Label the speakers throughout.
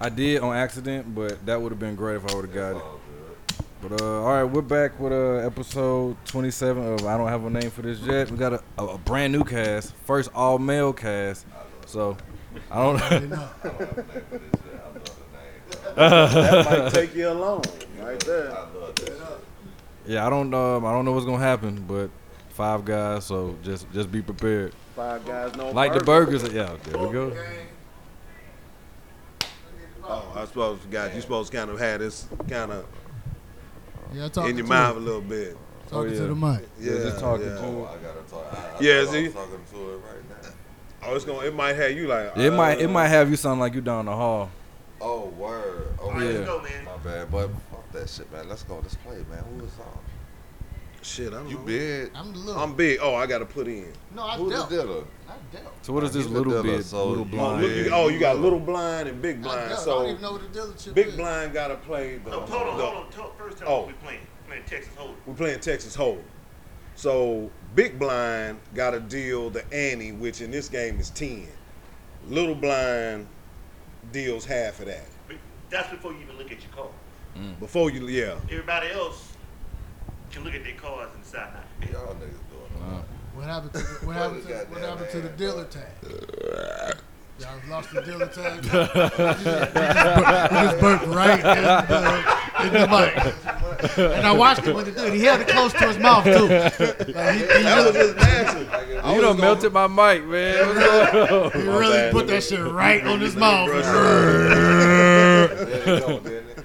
Speaker 1: I did on accident, but that would have been great if I would have got it. But uh, all right, we're back with uh, episode 27 of I don't have a name for this yet. We got a, a, a brand new cast, first all male cast. So I don't.
Speaker 2: That might take you along, right there.
Speaker 1: yeah, I don't. Um, I don't know what's gonna happen, but five guys. So just just be prepared.
Speaker 2: Five guys, no
Speaker 1: Like the
Speaker 2: burger.
Speaker 1: burgers. Yeah, there we go.
Speaker 2: Oh, I suppose, guys, you supposed to kind of have this kind of
Speaker 3: Yeah, talking
Speaker 2: in your
Speaker 3: to
Speaker 2: mouth a little bit.
Speaker 3: Him.
Speaker 1: Oh,
Speaker 3: Talking
Speaker 1: yeah.
Speaker 3: to the mic.
Speaker 2: Yeah,
Speaker 1: just talking
Speaker 2: yeah.
Speaker 1: to him.
Speaker 4: I gotta talk. I, I
Speaker 2: Yeah,
Speaker 4: thought I
Speaker 2: see?
Speaker 4: was talking to it right now.
Speaker 2: Oh, it's gonna. It might have you like.
Speaker 1: It might
Speaker 2: uh,
Speaker 1: it might have you sound like you down the hall.
Speaker 4: Oh word. Oh
Speaker 1: right, let's
Speaker 4: yeah.
Speaker 1: go,
Speaker 4: man. My bad, but fuck that shit, man. Let's go this play, man. Who was on?
Speaker 2: Shit, I don't
Speaker 4: You
Speaker 2: know.
Speaker 4: big.
Speaker 3: I'm the little.
Speaker 2: I'm big. Oh, I gotta put in.
Speaker 3: no, I
Speaker 4: Who's the
Speaker 3: dealt.
Speaker 4: dealer?
Speaker 3: I dealt.
Speaker 1: So what is this
Speaker 4: He's a
Speaker 1: little
Speaker 4: dealer,
Speaker 1: bit
Speaker 4: so
Speaker 1: little
Speaker 4: you-
Speaker 2: Oh,
Speaker 1: blind?
Speaker 2: look, you, oh, you got little blind and big
Speaker 3: I,
Speaker 2: blind.
Speaker 3: dealt. I don't even
Speaker 2: So
Speaker 3: know what the dealership
Speaker 2: big
Speaker 3: is.
Speaker 2: blind gotta play the.
Speaker 5: No, hold on,
Speaker 2: the-
Speaker 5: hold on. Tell- First time
Speaker 2: Oh.
Speaker 5: we playing, playing Texas Hold'em.
Speaker 2: We're playing Texas Hold'em. So big blind gotta deal the ante, which in this game is ten. Little blind deals half of that.
Speaker 5: But That's before you even look at your card.
Speaker 2: Before you, yeah.
Speaker 5: Everybody else can look at their cards and decide not to bet.
Speaker 4: Y'all niggas doing it.
Speaker 3: What happened to the, what happened
Speaker 2: Oh,
Speaker 3: to, what happened to the dealer tag? Y'all lost the dealer tag. We just, we just burped right in the, in the mic. And I watched him when he did. it. He held it close to his mouth too. Like, he, he
Speaker 2: That was
Speaker 3: really-
Speaker 2: his natural.
Speaker 1: You done melted my mic, man. What's up?
Speaker 3: he
Speaker 2: My
Speaker 3: really
Speaker 2: bad.
Speaker 3: put that shit right on his mouth.
Speaker 4: There you go, didn't it?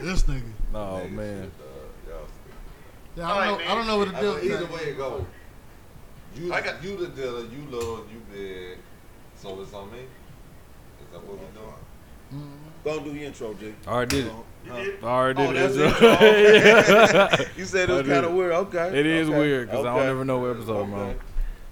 Speaker 3: This nigga.
Speaker 1: Oh man.
Speaker 3: Yeah, I don't know. I don't know what the
Speaker 4: I mean,
Speaker 3: dealer
Speaker 4: either
Speaker 3: tag.
Speaker 4: way it goes. You,
Speaker 5: I got-
Speaker 4: you the dealer, you little, you big. So it's on me. Is that what we doing?
Speaker 2: Gonna do the intro, Jay.
Speaker 1: I already Oh, did it.
Speaker 5: You did?
Speaker 1: I already
Speaker 2: Oh,
Speaker 1: did it.
Speaker 2: that's
Speaker 1: It's-
Speaker 2: it. you said it
Speaker 1: I
Speaker 2: was
Speaker 1: did.
Speaker 2: kind of weird. Okay.
Speaker 1: It is
Speaker 2: Okay.
Speaker 1: weird because I
Speaker 2: Okay.
Speaker 1: don't ever know what episode I'm on.
Speaker 2: Okay.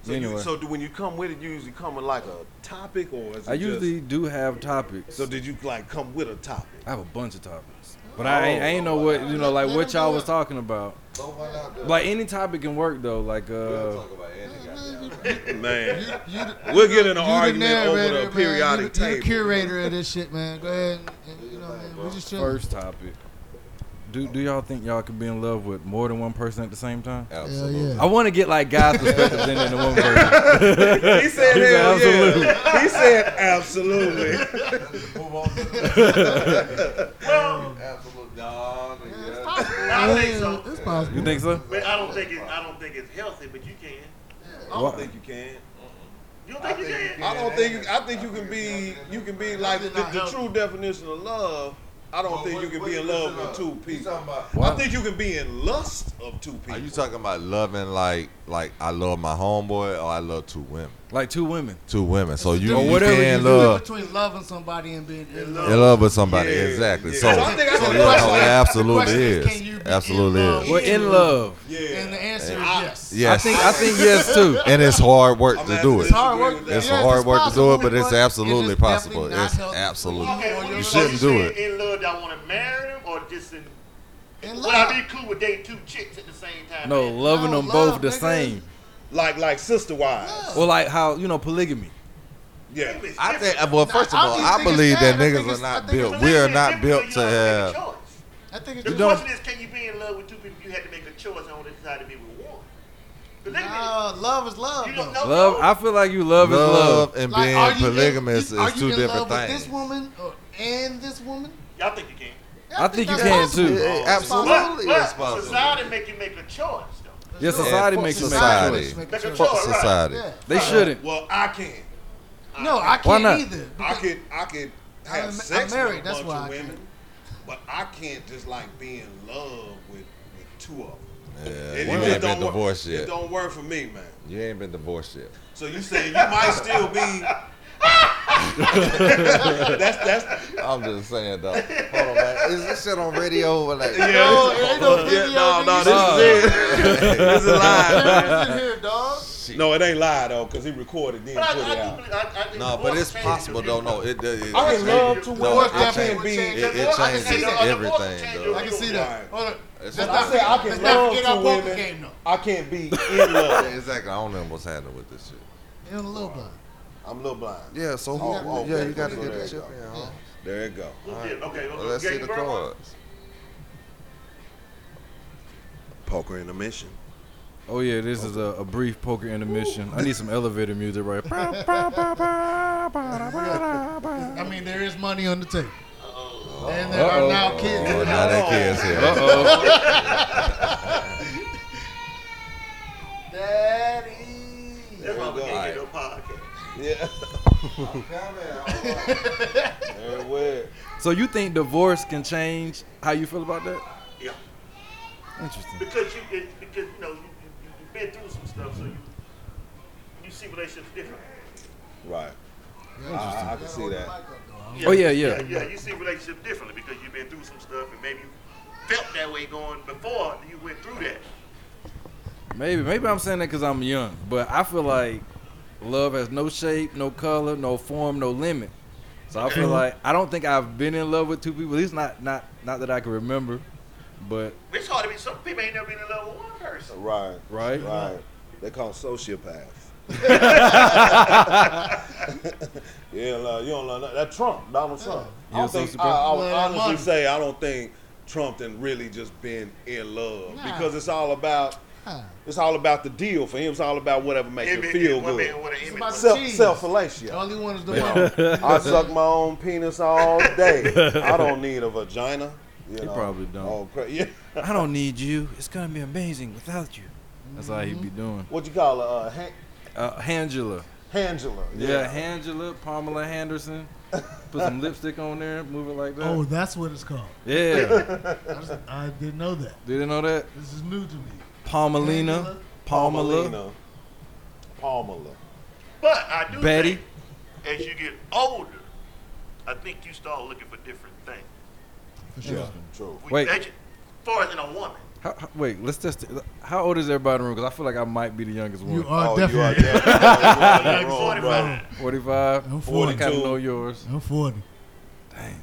Speaker 2: So,
Speaker 1: anyway,
Speaker 2: you, so do, when you come with it, you usually come with like a topic, or is it
Speaker 1: I usually do have topics.
Speaker 2: Just, so did you like come with a topic?
Speaker 1: I have a bunch of topics, but I, ain't- I ain't
Speaker 2: Oh,
Speaker 1: know what you know, like
Speaker 3: Let- let
Speaker 1: what
Speaker 3: him do
Speaker 1: y'all was
Speaker 3: it.
Speaker 1: talking about.
Speaker 4: So why not? do it?
Speaker 1: Like any topic can work though. Like
Speaker 4: We'll
Speaker 1: uh,
Speaker 4: talk about any goddamn.
Speaker 3: Man,
Speaker 2: Man,
Speaker 3: you, the-
Speaker 2: we'll get in an
Speaker 3: You the
Speaker 2: argument over
Speaker 3: narrator,
Speaker 2: the
Speaker 3: man.
Speaker 2: periodic
Speaker 3: you, the- you the
Speaker 2: table.
Speaker 3: curator of this shit, man. Go ahead and, and you know, man, we just chilling.
Speaker 1: first topic. Do do y'all think y'all could be in love with more than one person at the same time?
Speaker 3: Hell
Speaker 4: Absolutely.
Speaker 3: yeah.
Speaker 1: I want to get like guys' perspectives in than the woman version.
Speaker 2: he said
Speaker 1: He said
Speaker 2: hell yeah. He said absolutely.
Speaker 4: Move on to the
Speaker 5: Well,
Speaker 4: absolute dog.
Speaker 3: Yeah,
Speaker 4: nigga.
Speaker 3: it's possible.
Speaker 5: I think so.
Speaker 3: It's possible.
Speaker 1: You think so?
Speaker 5: but I don't think it, I don't think it's healthy. But you can.
Speaker 2: I
Speaker 1: Why-
Speaker 2: don't think you can.
Speaker 5: You don't think you
Speaker 4: think you
Speaker 5: can?
Speaker 4: can.
Speaker 2: I don't think. I think you can be. You can be like the, the true definition of love. I don't think you can be in love with two people. I
Speaker 1: Why-
Speaker 2: think you can be in lust of two people.
Speaker 4: Are you talking about loving like like I love my homeboy or I love two women?
Speaker 1: Like two women.
Speaker 4: Two women. So
Speaker 3: It's a
Speaker 4: you,
Speaker 3: difference
Speaker 4: you
Speaker 1: whatever
Speaker 4: can
Speaker 1: you do.
Speaker 4: love
Speaker 3: between loving somebody and being in love.
Speaker 4: in love with somebody.
Speaker 2: Yeah,
Speaker 4: exactly.
Speaker 2: yeah.
Speaker 4: So,
Speaker 2: So I think I
Speaker 4: so
Speaker 2: can
Speaker 4: you know,
Speaker 2: love
Speaker 4: it
Speaker 2: somebody.
Speaker 4: absolutely
Speaker 3: The question is,
Speaker 4: is.
Speaker 3: can you be in
Speaker 4: absolutely
Speaker 3: love?
Speaker 4: is.
Speaker 1: We're in love.
Speaker 3: And the
Speaker 2: Yeah.
Speaker 3: answer is
Speaker 2: I-
Speaker 3: yes.
Speaker 1: I
Speaker 4: Yes.
Speaker 1: think I think yes too.
Speaker 4: and it's hard work
Speaker 2: I'm
Speaker 4: to
Speaker 2: gonna
Speaker 4: do
Speaker 2: have
Speaker 4: it.
Speaker 2: to
Speaker 3: It's hard work.
Speaker 2: It's
Speaker 3: Yes,
Speaker 4: hard work to do
Speaker 3: possible,
Speaker 4: it, but it's absolutely
Speaker 3: definitely
Speaker 4: possible.
Speaker 3: not
Speaker 4: It's
Speaker 3: healthy.
Speaker 4: absolutely-
Speaker 5: Okay, well,
Speaker 3: You
Speaker 5: you
Speaker 4: shouldn't do
Speaker 5: said In love, do I want to marry them or just in?
Speaker 3: In
Speaker 5: Would I
Speaker 3: love.
Speaker 5: be cool with dating two chicks at the same time?
Speaker 1: No,
Speaker 5: man?
Speaker 1: loving
Speaker 3: No,
Speaker 1: them
Speaker 3: love,
Speaker 1: both the
Speaker 3: nigga.
Speaker 1: same.
Speaker 2: Like like sister wives.
Speaker 1: Or like how you know polygamy.
Speaker 2: Yeah.
Speaker 5: It's
Speaker 4: I
Speaker 5: different.
Speaker 4: think well first of
Speaker 3: I
Speaker 4: all,
Speaker 3: think
Speaker 4: I
Speaker 3: it's
Speaker 4: believe that
Speaker 3: bad. I think
Speaker 4: niggas
Speaker 3: it's-
Speaker 4: are
Speaker 3: I
Speaker 4: not
Speaker 3: think it's
Speaker 4: built. We are
Speaker 5: Relationship
Speaker 4: not
Speaker 5: different,
Speaker 4: built
Speaker 5: you
Speaker 4: to
Speaker 5: don't
Speaker 4: have
Speaker 5: make a choice.
Speaker 3: I think it's
Speaker 5: The
Speaker 3: just
Speaker 5: question is, can you be in love with two people? You had to make a choice and only decide to be with one. But look at
Speaker 3: Nah, love is love.
Speaker 5: it. You
Speaker 3: though.
Speaker 5: don't know.
Speaker 1: Love. I feel like you love, is
Speaker 4: love
Speaker 1: love.
Speaker 4: and
Speaker 3: Like, are
Speaker 4: being
Speaker 3: you in-
Speaker 4: polygamous
Speaker 3: you- are
Speaker 4: is
Speaker 3: you
Speaker 4: two
Speaker 3: in
Speaker 4: different
Speaker 3: love with This
Speaker 4: things.
Speaker 3: woman or, and this woman.
Speaker 5: Y'all think you can?
Speaker 1: I think you
Speaker 3: that's
Speaker 1: can
Speaker 3: possible.
Speaker 1: too.
Speaker 4: It- it
Speaker 5: But,
Speaker 4: Absolutely is
Speaker 5: but
Speaker 4: possible.
Speaker 5: society make you make a choice though.
Speaker 1: Yeah,
Speaker 3: Sure.
Speaker 1: society
Speaker 4: Yeah,
Speaker 1: makes you make a
Speaker 4: society.
Speaker 1: choice.
Speaker 3: Make
Speaker 5: Make a
Speaker 3: a
Speaker 5: choice.
Speaker 3: choice.
Speaker 4: Fuck
Speaker 5: Right.
Speaker 4: society.
Speaker 3: Yeah.
Speaker 1: They shouldn't.
Speaker 2: Well, I can.
Speaker 3: No, I
Speaker 1: Why
Speaker 3: can't
Speaker 1: not?
Speaker 3: either.
Speaker 2: I could I could have
Speaker 3: I'm- I'm
Speaker 2: sex
Speaker 3: married,
Speaker 2: with a
Speaker 3: that's
Speaker 2: bunch
Speaker 3: why
Speaker 2: of
Speaker 3: I
Speaker 2: women, but I can't just like be in love with, with two of them. It- it
Speaker 4: you
Speaker 2: just don't
Speaker 4: ain't been
Speaker 2: work-
Speaker 4: divorced
Speaker 2: It
Speaker 4: yet.
Speaker 2: don't work for me, man.
Speaker 4: You ain't been divorced yet.
Speaker 2: So you saying you might still be? that's that's
Speaker 4: I'm just saying though. Hold on, man. Is this shit on radio? Or like,
Speaker 2: yeah.
Speaker 3: No, it ain't no
Speaker 2: yeah,
Speaker 3: video,
Speaker 2: no, no,
Speaker 3: nigga.
Speaker 2: this is it. this is live.
Speaker 3: Cameras in here, dog.
Speaker 2: Man. No, it ain't live though, cause he recorded then
Speaker 5: But I,
Speaker 2: put it
Speaker 5: I do
Speaker 2: out.
Speaker 5: believe. I, I
Speaker 4: no,
Speaker 5: think
Speaker 4: but
Speaker 5: divorce
Speaker 4: it's
Speaker 5: changes your
Speaker 4: possible though.
Speaker 5: view.
Speaker 4: No, it, it, it
Speaker 2: I can love two
Speaker 4: no,
Speaker 2: women.
Speaker 3: Divorce
Speaker 2: I
Speaker 3: definitely
Speaker 2: can't
Speaker 3: would
Speaker 2: be.
Speaker 3: change
Speaker 4: It, it
Speaker 5: Divorce, I can
Speaker 4: changes
Speaker 5: see that.
Speaker 4: everything
Speaker 5: Divorce
Speaker 4: though.
Speaker 3: I can see that.
Speaker 2: Right.
Speaker 3: Hold on. Let's
Speaker 4: That's what
Speaker 3: not
Speaker 2: I said
Speaker 3: forget-
Speaker 2: I can
Speaker 3: let's not
Speaker 2: love
Speaker 3: forget
Speaker 2: two
Speaker 3: our poker
Speaker 2: women.
Speaker 3: game, though.
Speaker 2: I can't be in love.
Speaker 4: Exactly. I don't know what's happening with this shit.
Speaker 3: In a little bit.
Speaker 2: I'm a little blind.
Speaker 4: Yeah, so who?
Speaker 2: Oh, oh,
Speaker 4: yeah,
Speaker 2: okay,
Speaker 4: you got to
Speaker 2: so
Speaker 4: get
Speaker 2: there
Speaker 4: the
Speaker 2: you
Speaker 4: chip
Speaker 2: go.
Speaker 4: in, huh?
Speaker 2: There it go.
Speaker 5: Who
Speaker 4: All
Speaker 5: did? Okay,
Speaker 4: Well,
Speaker 5: okay,
Speaker 4: let's see
Speaker 5: Gabe
Speaker 4: the
Speaker 5: Burrow?
Speaker 4: cards.
Speaker 2: Poker intermission.
Speaker 1: Oh yeah, this is a, a brief poker intermission. I need some elevator music right. Bow, bow, bow, bow, bow, bow, bow.
Speaker 6: I mean, there is money on the table.
Speaker 5: Uh-oh.
Speaker 6: And there
Speaker 1: Uh-oh.
Speaker 6: are now kids.
Speaker 4: Oh,
Speaker 6: in the
Speaker 4: now
Speaker 6: house.
Speaker 4: that kid's here.
Speaker 1: Uh-oh.
Speaker 5: That's why we
Speaker 2: There you
Speaker 5: can't
Speaker 2: go.
Speaker 5: get no podcast.
Speaker 2: Yeah.
Speaker 4: I'm coming. I'm coming.
Speaker 2: Very weird.
Speaker 1: So you think divorce can change how you feel about that?
Speaker 5: Yeah,
Speaker 1: Interesting.
Speaker 5: because you it, because you know you, you, you- you've been through some stuff, so you you see relationships different.
Speaker 2: Right.
Speaker 6: Yeah,
Speaker 2: I- I can
Speaker 6: gotta
Speaker 2: see
Speaker 6: hold the
Speaker 2: that.
Speaker 6: mic up, though.
Speaker 1: Oh, yeah, yeah.
Speaker 5: yeah, You see relationships differently because you've been through some stuff, and maybe you felt that way going before you went through that.
Speaker 1: Maybe maybe I'm saying that because I'm young, but I feel like love has no shape, no color, no form, no limit. So I feel like I don't think I've been in love with two people. At least not not not that I can remember. But
Speaker 5: It's hard to be. Some people ain't never been in love with one person.
Speaker 2: Right.
Speaker 1: Right.
Speaker 2: Right. They call sociopaths. yeah, love, you don't love that. That Trump, Donald Trump. I,
Speaker 1: Yeah. You
Speaker 2: don't
Speaker 1: a
Speaker 2: think,
Speaker 1: sociopath?
Speaker 2: I, I would
Speaker 6: Well,
Speaker 2: honestly
Speaker 6: money.
Speaker 2: say I don't think Trump done really just been in love
Speaker 6: Nah.
Speaker 2: because it's all about
Speaker 6: Huh.
Speaker 2: it's all about the deal for him. It's all about whatever makes him
Speaker 5: Emmett-
Speaker 2: feel
Speaker 5: one man
Speaker 2: good.
Speaker 5: with an Emmett
Speaker 6: about
Speaker 5: was-
Speaker 2: Self
Speaker 6: Cheese.
Speaker 2: self
Speaker 6: The
Speaker 2: fellatio.
Speaker 6: only one is the one.
Speaker 2: I suck my own penis all day. I don't need a vagina. You
Speaker 1: He
Speaker 2: know.
Speaker 1: probably don't.
Speaker 2: Oh, cra- yeah.
Speaker 1: I don't need you. It's gonna be amazing without you. That's how he be doing.
Speaker 2: What you call her? Uh, Han-
Speaker 1: Uh, Hangela.
Speaker 2: Hangela.
Speaker 1: Yeah, Hangela, Pamela Henderson. Put some lipstick on there, move it like that.
Speaker 6: oh, that's what it's called.
Speaker 1: Yeah.
Speaker 6: I, just, I didn't know that.
Speaker 1: Did you know that?
Speaker 6: This is new to me.
Speaker 1: Palmalina. Palmala.
Speaker 2: Palmalina. Palmala.
Speaker 5: But I do
Speaker 1: Betty.
Speaker 5: think as you get older, I think you start looking for different things.
Speaker 6: For sure.
Speaker 2: True.
Speaker 6: Oh,
Speaker 5: We-
Speaker 1: Wait.
Speaker 5: as you- far as in a woman.
Speaker 1: How, how, wait, let's just. How old is everybody in the room? Because I feel like I might be the youngest one.
Speaker 6: You are
Speaker 2: Oh, you are
Speaker 6: definitely.
Speaker 2: definitely wrong, bro.
Speaker 5: 45.
Speaker 1: 45.
Speaker 6: I'm
Speaker 1: I
Speaker 6: 40.
Speaker 1: kind of
Speaker 2: 42.
Speaker 1: know yours.
Speaker 6: I'm 40.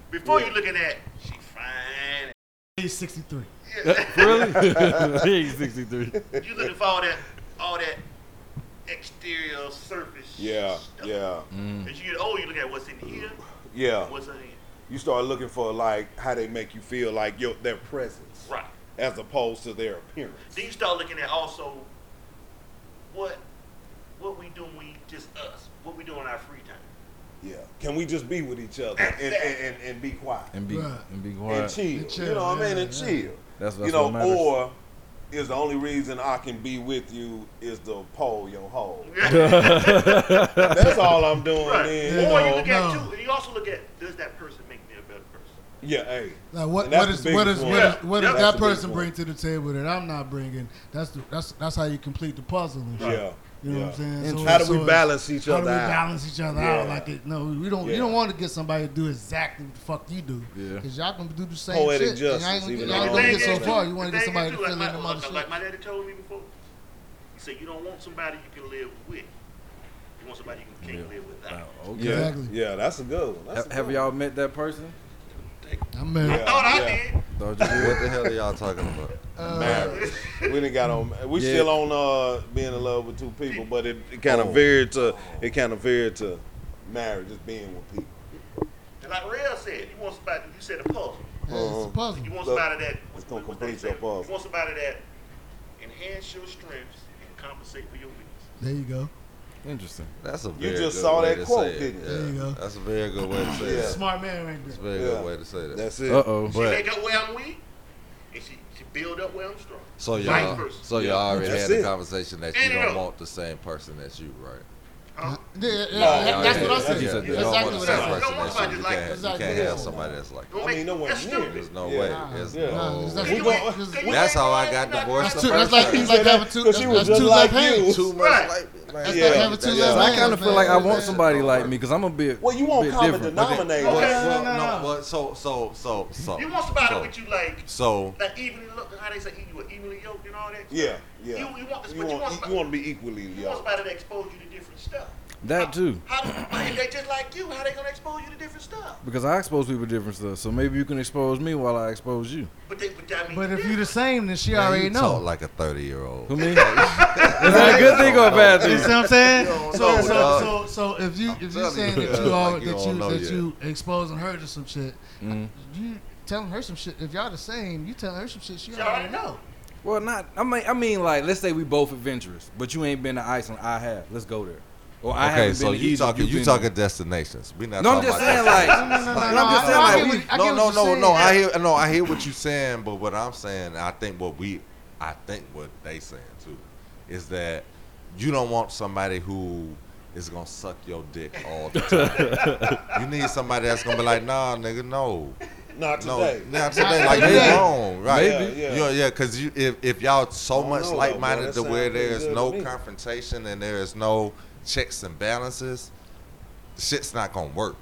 Speaker 5: Before you're looking at, she fine.
Speaker 6: Age 63.
Speaker 1: really? He's 63.
Speaker 5: You looking for all that, all that exterior surface.
Speaker 2: Yeah,
Speaker 5: stuff.
Speaker 2: yeah,
Speaker 5: As you get older, you look at what's in here,
Speaker 2: yeah.
Speaker 5: what's in here.
Speaker 2: You start looking for like how they make you feel, like your their presence,
Speaker 5: Right.
Speaker 2: as opposed to their appearance.
Speaker 5: Then you start looking at also what what we doing when we just us. What we doing in our free time.
Speaker 2: Yeah. Can we just be with each other and and, and, and be quiet
Speaker 1: And be,
Speaker 6: Right.
Speaker 1: and be
Speaker 2: and
Speaker 1: quiet.
Speaker 2: chill?
Speaker 6: And chill,
Speaker 2: You know what I mean?
Speaker 6: yeah,
Speaker 2: And
Speaker 6: yeah.
Speaker 2: chill.
Speaker 1: That's, that's
Speaker 2: you know,
Speaker 1: what matters.
Speaker 2: or is the only reason I can be with you is to pull your hole. That's all I'm doing.
Speaker 5: Right.
Speaker 2: Then,
Speaker 5: or
Speaker 2: you
Speaker 5: you
Speaker 2: know,
Speaker 5: look
Speaker 6: no.
Speaker 5: at two, and you also look at does that person make me a better person?
Speaker 2: yeah, hey,
Speaker 6: Like what?
Speaker 2: And that's
Speaker 6: What is
Speaker 2: the
Speaker 6: what
Speaker 2: biggest
Speaker 6: is
Speaker 2: one.
Speaker 6: what, is,
Speaker 5: Yeah,
Speaker 6: what
Speaker 5: yeah.
Speaker 6: does
Speaker 2: That's
Speaker 6: that
Speaker 2: the biggest
Speaker 6: person
Speaker 2: one.
Speaker 6: bring to the table that I'm not bringing? That's the, that's that's how you complete the puzzle. And shit.
Speaker 2: yeah.
Speaker 6: You know
Speaker 2: yeah.
Speaker 6: what I'm saying?
Speaker 1: Interesting.
Speaker 2: How do we
Speaker 6: it's-
Speaker 2: balance each
Speaker 6: How do
Speaker 2: other
Speaker 6: we
Speaker 2: out?
Speaker 6: balance each other out?
Speaker 2: Yeah.
Speaker 6: Like it, no, we don't. You
Speaker 2: Yeah.
Speaker 6: don't want to get somebody to do exactly what the fuck you do.
Speaker 1: Yeah.
Speaker 6: Because y'all gonna do the same
Speaker 2: Poetic
Speaker 6: shit. and y'all
Speaker 2: justice,
Speaker 6: ain't gonna,
Speaker 2: even
Speaker 6: y'all ain't
Speaker 2: though
Speaker 6: gonna
Speaker 2: it's
Speaker 6: get so
Speaker 2: not-
Speaker 6: far. You want
Speaker 5: the
Speaker 6: to get
Speaker 5: thing
Speaker 6: somebody
Speaker 5: do,
Speaker 6: to fill in the
Speaker 5: like my,
Speaker 6: mother
Speaker 5: like,
Speaker 6: shit.
Speaker 5: like my daddy told me before. He said, "You don't want somebody you can live with. You want somebody you can- can't live without."
Speaker 1: Wow, Oh, okay.
Speaker 2: Yeah,
Speaker 6: Exactly.
Speaker 2: yeah, that's a good one. That's
Speaker 1: Have,
Speaker 2: a
Speaker 1: have
Speaker 2: good
Speaker 1: y'all met that person?
Speaker 6: I'm married.
Speaker 5: Thought I
Speaker 2: Yeah.
Speaker 5: did.
Speaker 1: Thought you did.
Speaker 4: What the hell are y'all talking about?
Speaker 6: Uh,
Speaker 2: married. we didn't got on. We
Speaker 1: Yeah.
Speaker 2: still on uh, being in love with two people, but it, it
Speaker 4: Oh.
Speaker 2: kind of veered to it kind of veered to marriage, just being with people.
Speaker 5: And like Real said, you want somebody. You said a puzzle.
Speaker 6: yeah, it's a puzzle.
Speaker 5: You want
Speaker 2: Look,
Speaker 5: somebody that
Speaker 2: it's gonna
Speaker 5: what they
Speaker 2: complete your
Speaker 5: say,
Speaker 2: puzzle.
Speaker 5: You want somebody that enhance your strengths and compensate for your weakness.
Speaker 6: There you go.
Speaker 1: Interesting.
Speaker 4: That's a very
Speaker 2: just
Speaker 4: good
Speaker 2: saw
Speaker 4: way
Speaker 2: that
Speaker 4: to
Speaker 2: quote,
Speaker 4: say it.
Speaker 2: didn't you?
Speaker 4: Yeah,
Speaker 6: There you go.
Speaker 4: That's a very good way to say
Speaker 2: Yeah.
Speaker 4: it.
Speaker 6: Smart man right
Speaker 4: That's a
Speaker 6: there.
Speaker 4: very
Speaker 2: Yeah.
Speaker 4: good way to say that.
Speaker 2: That's it.
Speaker 1: Uh oh.
Speaker 5: She
Speaker 4: But
Speaker 5: make up where I'm weak, and she she build up where I'm strong.
Speaker 4: so
Speaker 5: vice
Speaker 4: y'all,
Speaker 5: versa.
Speaker 4: so
Speaker 2: Yeah.
Speaker 4: y'all already
Speaker 2: That's
Speaker 4: had the
Speaker 2: it.
Speaker 4: conversation that
Speaker 5: And
Speaker 4: you
Speaker 5: it
Speaker 4: don't
Speaker 5: up.
Speaker 4: want the same person as you, right?
Speaker 5: Huh?
Speaker 6: Yeah, yeah, yeah,
Speaker 2: No,
Speaker 6: that- that's
Speaker 4: yeah,
Speaker 6: what I
Speaker 4: yeah,
Speaker 6: said.
Speaker 1: yeah,
Speaker 6: That's
Speaker 1: yeah.
Speaker 6: exactly what
Speaker 5: Yeah.
Speaker 6: I
Speaker 4: Person
Speaker 6: said.
Speaker 5: Don't want
Speaker 4: that you-
Speaker 5: somebody
Speaker 4: you
Speaker 5: like
Speaker 4: can't,
Speaker 5: that.
Speaker 4: you can't
Speaker 6: Exactly.
Speaker 4: have somebody that's like.
Speaker 5: Don't
Speaker 2: I
Speaker 5: make-
Speaker 2: mean, no one
Speaker 5: that's
Speaker 2: near
Speaker 5: stupid.
Speaker 4: There's no
Speaker 2: Yeah.
Speaker 4: way.
Speaker 6: Nah.
Speaker 4: There's
Speaker 2: Yeah.
Speaker 6: Nah,
Speaker 4: no.
Speaker 6: it's not-
Speaker 4: way.
Speaker 2: We going, cause
Speaker 5: Can
Speaker 2: we,
Speaker 5: you
Speaker 4: That's
Speaker 5: make
Speaker 4: how I
Speaker 5: one
Speaker 4: got
Speaker 5: not-
Speaker 4: divorced.
Speaker 6: That's
Speaker 4: the
Speaker 6: too. That's
Speaker 4: first
Speaker 6: like
Speaker 4: time.
Speaker 6: that's like having two.
Speaker 2: Because
Speaker 6: That's,
Speaker 2: she was
Speaker 6: that's
Speaker 2: just
Speaker 6: two
Speaker 2: like
Speaker 6: left
Speaker 2: you.
Speaker 6: hands.
Speaker 4: Too much
Speaker 5: Right.
Speaker 4: like, like
Speaker 6: That's
Speaker 2: Yeah.
Speaker 6: like having two
Speaker 4: Yeah.
Speaker 1: So
Speaker 6: left
Speaker 1: I
Speaker 6: hands.
Speaker 1: kind of feel like I
Speaker 6: man.
Speaker 1: want somebody like me because I'm a bit.
Speaker 2: well, you want
Speaker 1: bit
Speaker 2: common
Speaker 1: different, but then-
Speaker 2: denominator.
Speaker 4: Well,
Speaker 5: Okay.
Speaker 4: well,
Speaker 6: No, no,
Speaker 4: no,
Speaker 6: no.
Speaker 4: but so so so so.
Speaker 5: You want somebody
Speaker 4: so,
Speaker 5: with you like
Speaker 4: So
Speaker 5: like evenly look how they say you were evenly yoked and all that.
Speaker 2: Yeah, yeah.
Speaker 5: You- you want this,
Speaker 2: you
Speaker 5: but you want
Speaker 2: want,
Speaker 5: somebody-
Speaker 2: you want to be equally
Speaker 5: You want
Speaker 2: yoked.
Speaker 5: somebody that expose you to different stuff.
Speaker 1: That too.
Speaker 5: How do man, they just like you? How they gonna expose you to different stuff?
Speaker 1: Because I expose people to different stuff, so maybe you can expose me while I expose you.
Speaker 5: But they, but I mean,
Speaker 3: But if
Speaker 5: yeah.
Speaker 3: you the same, then she
Speaker 4: Man,
Speaker 3: already
Speaker 4: you
Speaker 3: know.
Speaker 4: Talk like a thirty year old.
Speaker 1: Who me? Is that a good thing or a bad
Speaker 3: You
Speaker 1: thing?
Speaker 3: see what I'm saying?
Speaker 4: You don't
Speaker 3: So,
Speaker 4: know,
Speaker 3: so,
Speaker 4: dog.
Speaker 3: so, so if you if you're
Speaker 4: telling
Speaker 3: saying
Speaker 4: you,
Speaker 3: that
Speaker 4: dog,
Speaker 3: you are
Speaker 4: like, you
Speaker 3: that
Speaker 4: don't
Speaker 3: you
Speaker 4: know
Speaker 3: that
Speaker 4: yet. Mm-hmm.
Speaker 3: you exposing her to some shit,
Speaker 1: Mhm.
Speaker 3: you telling her some shit. If y'all the same, you telling her some shit. She
Speaker 5: She
Speaker 3: already
Speaker 5: already
Speaker 3: know.
Speaker 1: Well, not. I mean, I mean, like, let's say we both adventurous, but you ain't been to Iceland. I have. Let's go there. Or I
Speaker 4: okay,
Speaker 1: haven't
Speaker 4: so
Speaker 1: been to
Speaker 4: you
Speaker 1: Egypt.
Speaker 4: talking
Speaker 1: you've
Speaker 4: you
Speaker 1: been-
Speaker 4: talking destinations. We not.
Speaker 1: No, I'm
Speaker 4: talking
Speaker 1: just
Speaker 4: about
Speaker 1: saying,
Speaker 4: destinations.
Speaker 1: like,
Speaker 3: No, no,
Speaker 1: I'm
Speaker 3: no, no,
Speaker 1: just
Speaker 3: I-
Speaker 1: saying,
Speaker 3: I
Speaker 1: like,
Speaker 3: get
Speaker 1: we-
Speaker 3: what- I
Speaker 4: no,
Speaker 3: get
Speaker 4: no,
Speaker 3: what you're
Speaker 4: no,
Speaker 3: saying.
Speaker 4: no. I hear, no, I hear what you're saying, but what I'm saying, I think what we, I think what they saying too, is that you don't want somebody who is gonna suck your dick all the time. you need somebody that's gonna be like, nah, nigga, no,
Speaker 2: Not
Speaker 4: no,
Speaker 2: today.
Speaker 4: not today. Like
Speaker 1: Maybe.
Speaker 4: you wrong, right?
Speaker 2: Yeah, yeah.
Speaker 4: Yeah, yeah. Because you, if if y'all so
Speaker 2: don't
Speaker 4: much
Speaker 2: know, though,
Speaker 4: like
Speaker 2: bro.
Speaker 4: minded
Speaker 2: That
Speaker 4: to where
Speaker 2: sound pretty
Speaker 4: there is
Speaker 2: good to
Speaker 4: no
Speaker 2: me.
Speaker 4: confrontation and there is no checks and balances, shit's not gonna work.